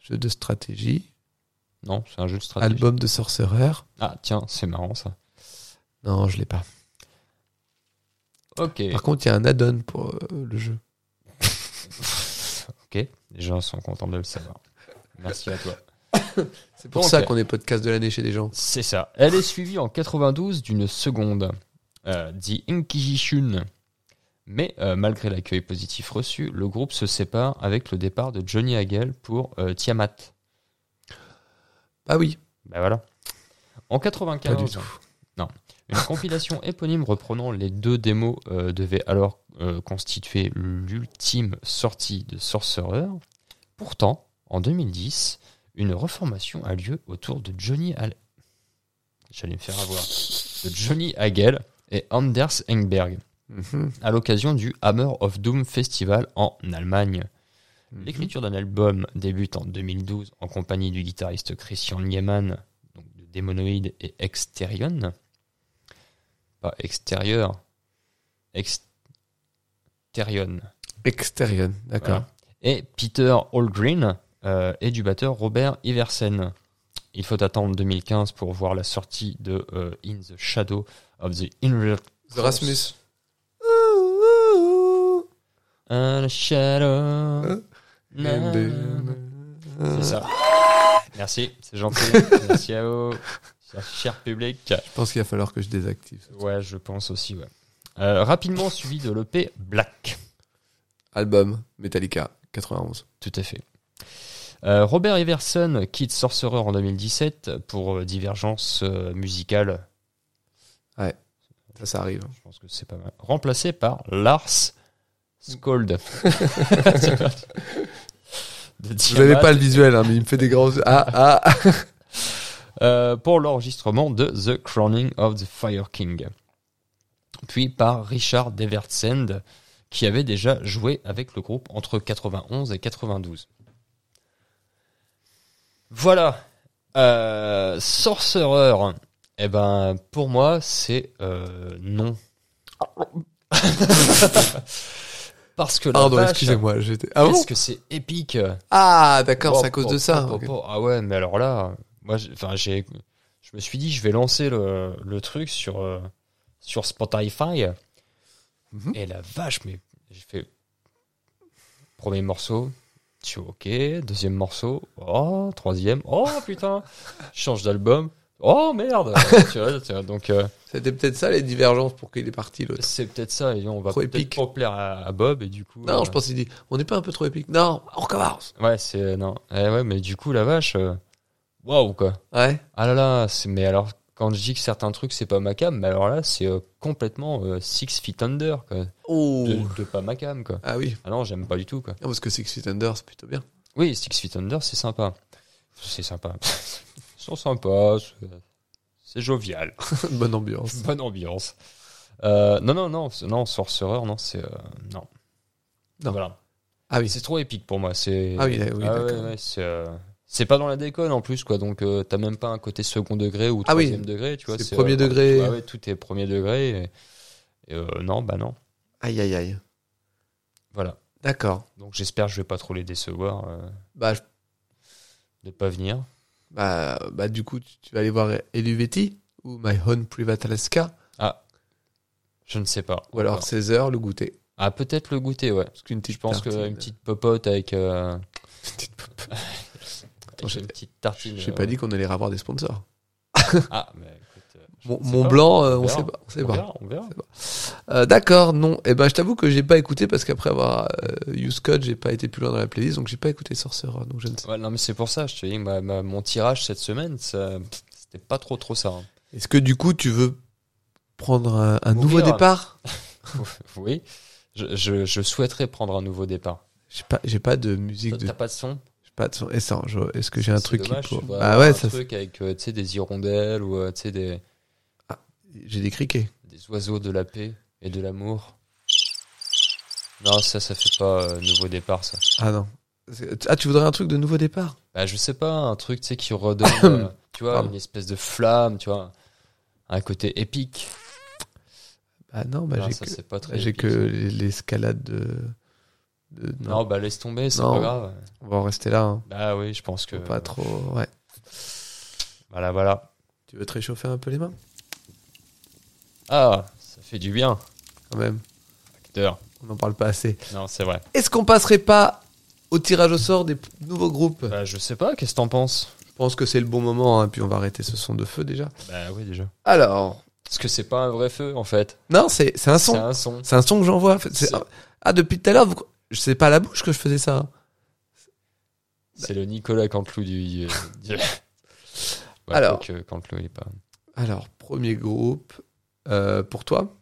B: Jeu de stratégie.
C: Non, c'est un jeu de stratégie.
B: Album de Sorcerer.
C: Ah tiens, c'est marrant ça.
B: Non, je l'ai pas.
C: Ok.
B: Par contre, il y a un add-on pour euh, le jeu.
C: ok, les gens sont contents de le savoir. Merci à toi.
B: C'est pour
C: Ok.
B: ça qu'on est podcast de l'année chez les gens.
C: C'est ça. Elle est suivie en 92 d'une seconde, euh, The Inquisition. Mais euh, malgré l'accueil positif reçu, le groupe se sépare avec le départ de Johnny Hagel pour euh, Tiamat.
B: Ah oui,
C: Ben voilà. En
B: pas
C: 95,
B: du tout.
C: Une compilation éponyme reprenant les deux démos euh, devait alors euh, constituer l'ultime sortie de Sorcerer. Pourtant, en 2010, une reformation a lieu autour de Johnny Hall- J'allais me faire avoir. De Johnny Hagel et Anders Engberg
B: Mhm.
C: à l'occasion du Hammer of Doom Festival en Allemagne.
B: Mhm.
C: L'écriture d'un album débute en 2012 en compagnie du guitariste Christian Niemann, donc de Demonoid et Exterion. Pas extérieur, Exterion.
B: Exterion, d'accord.
C: Voilà. Et Peter Allgreen euh, et du batteur Robert Iversen. Il faut attendre 2015 pour voir la sortie de euh, In the Shadow of the Inner
B: The Rasmus.
C: In the Shadow.
B: Hein And
C: Na-
B: the-
C: C'est ça. Merci, c'est gentil. Merci à vous, cher, cher public.
B: Je pense qu'il va falloir que je désactive.
C: Ouais, je pense aussi, ouais. Euh, rapidement suivi de l'EP Black.
B: Album Metallica 91.
C: Tout à fait. Euh, Robert Everson quitte Sorcerer en 2017 pour euh, divergence euh, musicale.
B: Ça, ça arrive.
C: Je pense que c'est pas mal. Remplacé par Lars Skold. De
B: Je n'avais
C: Tiamat.
B: pas le visuel, hein, mais il me fait des grands. Ah, ah.
C: Euh, pour l'enregistrement de The Crowning of the Fire King. Puis par Richard Devertsend, qui avait déjà joué avec le groupe entre 91 et 92. Voilà. Euh, Sorcerer. Eh ben, pour moi, c'est euh, non. Parce que la
B: Pardon,
C: vache,
B: excusez-moi. J'étais. Ah bon
C: qu'est-ce que c'est épique
B: Ah, d'accord, c'est à
C: Pop,
B: cause de
C: pop,
B: ça.
C: pop,
B: ok.
C: pop. Ah ouais, mais alors là, moi, j'ai- enfin, j'ai, je me suis dit, je vais lancer le, le truc sur euh, sur Spotify.
B: Mhm.
C: Et la vache, mais j'ai fait premier morceau, je suis ok, deuxième morceau, oh, troisième, oh putain, je change d'album, oh merde. Tu vois, tu vois, donc euh,
B: C'était peut-être ça les divergences pour qu'il est parti l'autre.
C: c'est peut-être ça. Et on va
B: Trop
C: peut-être
B: épique.
C: pas plaire à, à Bob et du coup.
B: Non,
C: euh,
B: je pense qu'il dit on n'est pas un peu trop épique. Non, on recommence.
C: Ouais, c'est non. Eh ouais, mais du coup, la vache, euh, waouh quoi.
B: Ouais.
C: Ah là là, c'est- mais alors quand je dis que certains trucs c'est pas ma cam, mais alors là c'est euh, complètement euh, Six Feet Under quoi,
B: Oh.
C: de, de pas ma cam quoi.
B: Ah oui.
C: Ah non, j'aime pas du tout quoi.
B: Non, parce que Six Feet Under, c'est plutôt bien.
C: Oui, Six Feet Under c'est sympa, c'est sympa, ils sont sympas, c'est- c'est jovial,
B: Bonne ambiance.
C: bonne ambiance. Euh, non non non c'est- non Sorcerer non c'est euh, non.
B: Non.
C: Voilà.
B: Ah oui.
C: C'est trop épique pour moi. C'est
B: Ah oui, oui, d'accord.
C: ouais, ouais, c'est euh, c'est pas dans la déconne en plus quoi. Donc euh, t'as même pas un côté second degré ou
B: Ah oui,
C: troisième degré. Tu vois, euh,
B: c'est premier degré.
C: Ouais, ouais, tout est premier degré. Et, et, euh, non, bah non.
B: Aïe aïe aïe.
C: Voilà.
B: D'accord.
C: Donc j'espère que je vais pas trop les décevoir euh,
B: Bah, je-
C: de pas venir.
B: bah, bah, du coup, tu, tu vas aller voir Eluvetti ou My Own Private Alaska
C: Je ne sais pas.
B: ou alors 16 heures le goûter.
C: Ah peut-être le goûter ouais.
B: Parce qu'une petite
C: Je pense
B: tartine-
C: qu'une petite popote avec, euh,
B: petite pop-
C: avec
B: j'ai-
C: une petite tartine.
B: J'ai
C: euh,
B: pas dit qu'on allait avoir des sponsors.
C: Ah mais écoute, euh, je
B: Mon,
C: sais
B: Mont
C: pas.
B: Blanc, euh, on,
C: On
B: sait
C: verra.
B: pas, on sait
C: on
B: pas.
C: verra, on verra.
B: Euh, D'accord, non. Eh ben, je t'avoue que j'ai pas écouté parce qu'après avoir euh, Use Code, j'ai pas été plus loin dans la playlist, donc j'ai pas écouté Sorcerer. Donc je ne sais.
C: Ouais, non mais c'est pour ça. Je te dis ma- ma- mon tirage cette semaine ça- c'était pas trop trop ça. hein.
B: Est-ce que du coup, tu veux prendre un, un
C: Mourir.
B: nouveau départ
C: oui. Je, je, je souhaiterais prendre un nouveau départ.
B: J'ai pas, j'ai pas de musique
C: T'as
B: de.
C: t'as pas de son
B: j'ai Pas de son. Eh, ça, je- Est-ce que j'ai un
C: C'est
B: truc
C: dommage,
B: qui.
C: tu
B: pour-
C: vois,
B: Ah ouais,
C: un
B: ça.
C: truc avec euh, tu sais, des hirondelles ou euh, tu sais, des,
B: J'ai des criquets.
C: des oiseaux de la paix et de l'amour. Non, ça, ça fait pas euh, nouveau départ, ça.
B: Ah non. C'est- Ah, tu voudrais un truc de nouveau départ
C: Bah, je sais pas, un truc, tu sais, qui redonne, euh, tu vois,
B: Pardon.
C: une espèce de flamme, tu vois, un côté épique.
B: Ah non, bah
C: Non,
B: j'ai
C: ça,
B: que,
C: c'est pas très
B: j'ai
C: épique,
B: que
C: ça.
B: l'escalade de. de-
C: Non. bah, laisse tomber, c'est
B: Non.
C: pas grave.
B: On va en rester là. hein.
C: Bah oui, je pense que...
B: Faut Pas trop. Ouais.
C: Voilà, voilà.
B: Tu veux te réchauffer un peu les mains
C: Ah, ça fait du bien,
B: Quand même.
C: acteur.
B: On n'en parle pas assez.
C: Non, c'est vrai.
B: Est-ce qu'on passerait pas au tirage au sort des p- nouveaux groupes
C: Bah, je sais pas, qu'est-ce que t'en penses
B: Je pense que c'est le bon moment, hein, puis on va arrêter ce son de feu déjà.
C: Bah oui, déjà.
B: Alors,
C: Parce que c'est pas un vrai feu, en fait.
B: non, c'est c'est un
C: C'est
B: son.
C: un son.
B: C'est un son que j'envoie. C'est-
C: C'est-
B: Ah, depuis tout à l'heure, vous... je sais pas à la bouche que je faisais ça. hein.
C: C'est le Nicolas Canteloup du. du- Ouais,
B: Alors.
C: quoique Canteloup, il est pas.
B: Alors, premier groupe, euh, pour toi,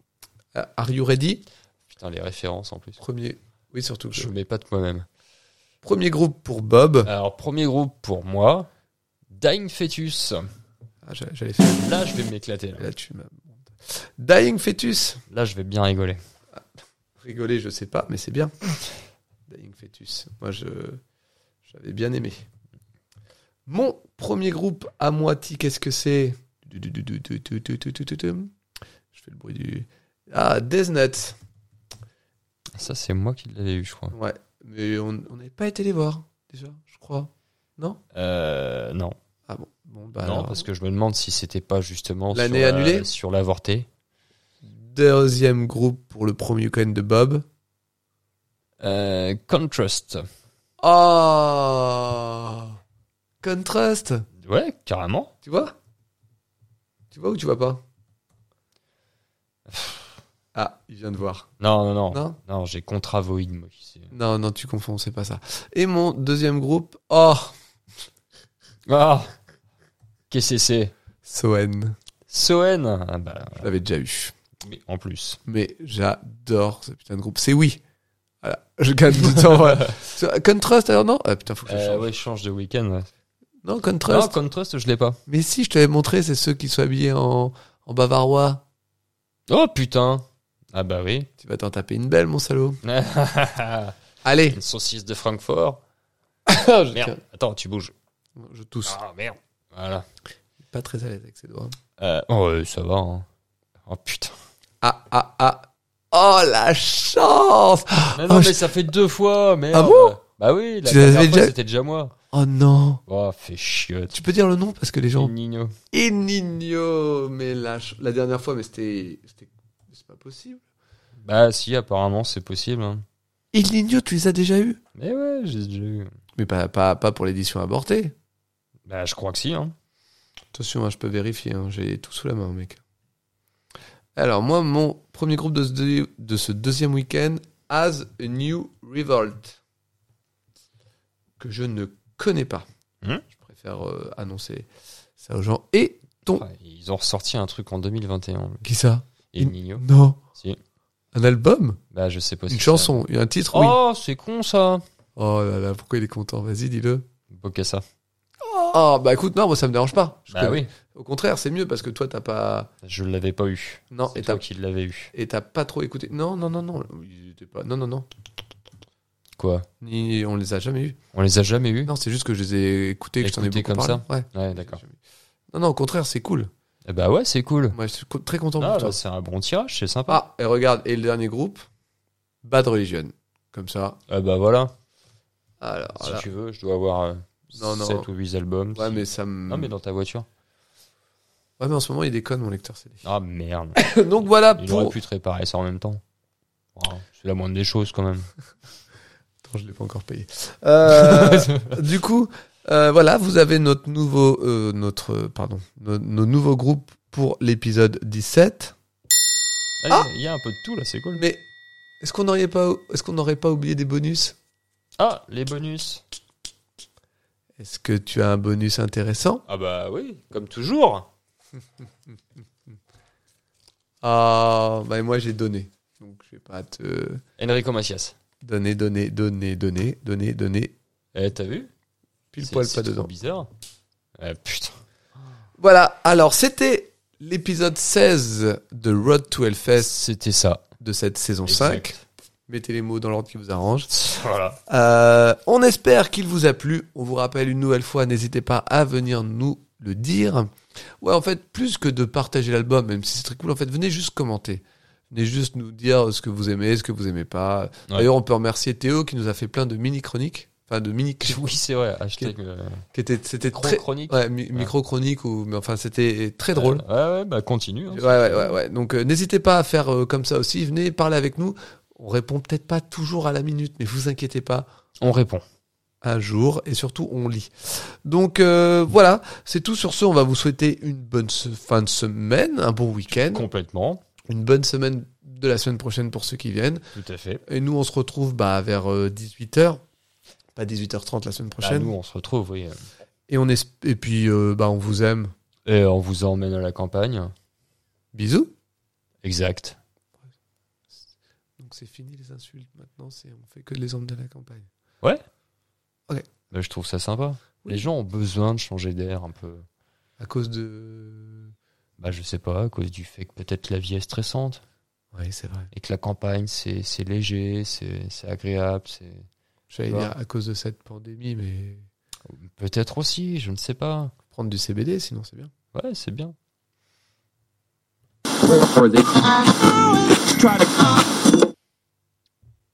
B: Euh, Are You Ready
C: Putain, les références en plus.
B: Premier. Oui, surtout.
C: Je mets pas de moi-même.
B: Premier groupe pour Bob.
C: Alors, premier groupe pour moi, Dying Fetus.
B: Ah, j'a- J'allais faire.
C: Là, je vais m'éclater. Là.
B: Là, tu m'as- Dying Fetus.
C: Là, je vais bien rigoler.
B: Rigoler, je sais pas, mais c'est bien. Dying Fetus. Moi, je j'avais bien aimé. Mon premier groupe à moitié, qu'est-ce que c'est Je fais le bruit du. Ah, Death Nut.
C: Ça, c'est moi qui l'avais eu, je crois.
B: Ouais, mais on on n'avait pas été les voir, déjà, je crois. Non
C: Euh, non.
B: Ah bon, bon bah.
C: non,
B: alors,
C: parce que je me demande si c'était pas justement.
B: L'année
C: sur la-
B: annulée
C: Sur l'avorté.
B: Deuxième groupe pour le premier Ukraine de Bob.
C: Euh, Contrast.
B: Ah Contrast
C: Ouais, carrément.
B: Tu vois Tu vois ou tu vois pas Ah, il vient de voir.
C: Non, non, non. Non,
B: Non
C: j'ai Contravoid, moi. ici.
B: Non, non, tu confonds, c'est pas ça. Et mon deuxième groupe, oh,
C: Ah Qu'est-ce que c'est
B: Soen.
C: Soen Ah bah,
B: Je l'avais déjà eu.
C: oui, en plus.
B: Mais j'adore ce putain de groupe. C'est oui. Voilà, je gagne du temps. Voilà. Contrast, alors non Ah putain, faut que je
C: Euh,
B: change.
C: ouais, je change de week-end. ouais.
B: Non,
C: Non,
B: Contrast.
C: Contrast, je l'ai pas.
B: Mais si, je t'avais montré, c'est ceux qui sont habillés en, en bavarois.
C: Oh putain Ah bah oui.
B: Tu vas t'en taper une belle, mon salaud.
C: Une
B: Allez.
C: saucisse de Francfort.
B: je,
C: Merde, attends, tu bouges.
B: je tousse.
C: Oh, Ah merde. Voilà.
B: Pas très à l'aise avec ses doigts.
C: Euh, oh, euh, ça va. hein. Oh putain.
B: Ah, ah, ah. Oh, la chance
C: Mais non,
B: Oh,
C: mais
B: je-
C: ça fait deux fois, merde.
B: Ah bon
C: Bah oui, la
B: Tu l'avais
C: dernière fois,
B: déjà-
C: c'était déjà moi.
B: Oh non
C: Oh, fais chiotte.
B: Tu peux dire le nom parce que les gens...
C: Nino.
B: El Niño Mais la, ch- la dernière fois, mais c'était... c'était- C'est pas possible.
C: Bah si, apparemment, c'est possible. hein.
B: El Niño, tu les as déjà eu
C: Mais ouais, j'ai déjà eu.
B: Mais pas, pas, pas pour l'édition abortée.
C: Bah je crois que si, hein.
B: Attention, hein, je peux vérifier. hein, J'ai tout sous la main, mec. Alors, moi, mon premier groupe de ce, deux- de ce deuxième week-end, As a New Revolt, que je ne connais pas.
C: Hmm.
B: Je préfère euh, annoncer ça aux gens. Et ton...
C: Ah, Ils ont ressorti un truc en 2021.
B: Qui ça
C: Et Nino.
B: Non.
C: Si.
B: Un album
C: Bah je sais pas si
B: Une
C: c'est
B: chanson Un titre Oui.
C: Oh, c'est con ça.
B: Oh là là, pourquoi il est content Vas-y, dis-le.
C: Bokassa.
B: Oh, bah écoute, non, moi ça me dérange pas. Je
C: Bah
B: connais.
C: oui,
B: Au contraire, c'est mieux parce que toi, t'as pas...
C: je l'avais pas eu.
B: Non,
C: C'est
B: et t'as
C: toi qui l'avais eu.
B: Et t'as pas trop écouté Non, non, non, non. Ils étaient pas... Non, non, non.
C: Quoi
B: Ni... On les a jamais eus.
C: On les a jamais eu
B: Non, c'est juste que je les ai écoutés, que je t'en ai
C: Écoutés
B: beaucoup
C: comme
B: parlé. Ouais.
C: Ouais, d'accord.
B: Non, non, au contraire, c'est cool.
C: Eh Bah ouais, c'est cool.
B: Moi, je suis co- très content
C: Ah,
B: pour toi.
C: bah, c'est un bon tirage, c'est sympa.
B: Ah, et regarde, et le dernier groupe, Bad Religion. Comme ça.
C: Ah bah voilà.
B: Alors,
C: Si
B: là.
C: tu veux, je dois avoir euh,
B: Non, non.
C: 7 ou 8 albums.
B: Ouais,
C: Si-
B: mais ça me.
C: Non, mais dans ta voiture.
B: Ouais, mais en ce moment, il déconne, mon lecteur CD.
C: Ah merde.
B: Donc voilà
C: Il
B: pour.
C: aurait pu te réparer ça en même temps. Oh, c'est la moindre des choses quand même.
B: Attends, je l'ai pas encore payé. Euh, du coup, euh, voilà, vous avez notre nouveau, euh, notre, euh, pardon, nos, nos nouveaux groupes pour l'épisode 17.
C: Ah, il y a- Il y a un peu de tout là, c'est cool.
B: Mais est-ce qu'on n'aurait pas, est-ce qu'on n'aurait pas oublié des bonus
C: Ah, les bonus.
B: Est-ce que tu as un bonus intéressant
C: Ah bah oui, comme toujours.
B: Ah, bah moi j'ai donné, donc je vais pas te
C: Enrico Macias.
B: donner, donner, donner, donner, donner, donner.
C: Eh, t'as vu
B: Pile
C: C'est-
B: poil
C: c'est
B: pas
C: trop
B: dedans.
C: bizarre. Ah, putain.
B: Voilà. Alors c'était l'épisode 16 de Road to Hellfest
C: C'était ça.
B: de cette saison 5.
C: Exact.
B: Mettez les mots dans l'ordre qui vous arrange.
C: Voilà.
B: Euh, on espère qu'il vous a plu. On vous rappelle une nouvelle fois, n'hésitez pas à venir nous le dire. Ouais, en fait, plus que de partager l'album, même si c'est très cool, en fait, venez juste commenter. Venez juste nous dire ce que vous aimez, ce que vous aimez pas.
C: Ouais.
B: D'ailleurs, on peut remercier Théo qui nous a fait plein de mini-chroniques. Enfin, de mini
C: Oui, c'est vrai. Hashtag euh,
B: qui était, c'était
C: Cro-
B: très,
C: chronique.
B: ouais, mi- micro-chronique ou, mais enfin, c'était très drôle.
C: Euh, ouais, ouais, bah continue. hein.
B: Ouais, ouais, ouais, ouais. Donc, euh, n'hésitez pas à faire euh, comme ça aussi. Venez parler avec nous. On répond peut-être pas toujours à la minute, mais vous inquiétez pas.
C: On répond.
B: un jour et surtout on lit. Donc euh, voilà, c'est tout sur ce. On va vous souhaiter une bonne se- fin de semaine, un bon week-end,
C: Complètement.
B: une bonne semaine de la semaine prochaine pour ceux qui viennent.
C: Tout à fait.
B: Et nous on se retrouve bah, vers 18h, pas 18h30 la semaine
C: Bah,
B: prochaine.
C: nous, on se retrouve, oui.
B: et, on esp- et puis euh, bah, on vous aime.
C: Et on vous emmène à la campagne.
B: Bisous.
C: Exact.
B: Donc c'est fini les insultes maintenant, c'est on fait que les hommes de la campagne.
C: Bah, je trouve ça sympa.
B: Oui.
C: Les gens ont besoin de changer d'air un peu.
B: À cause de...
C: Bah, je sais pas, à cause du fait que peut-être la vie est stressante
B: Oui c'est vrai.
C: et que la campagne, c'est c'est léger, c'est c'est agréable. c'est
B: J'allais
C: Tu vois.
B: dire à cause de cette pandémie, mais
C: Peut-être aussi, je ne sais pas.
B: prendre du CBD sinon c'est bien.
C: Ouais, c'est bien.
A: for the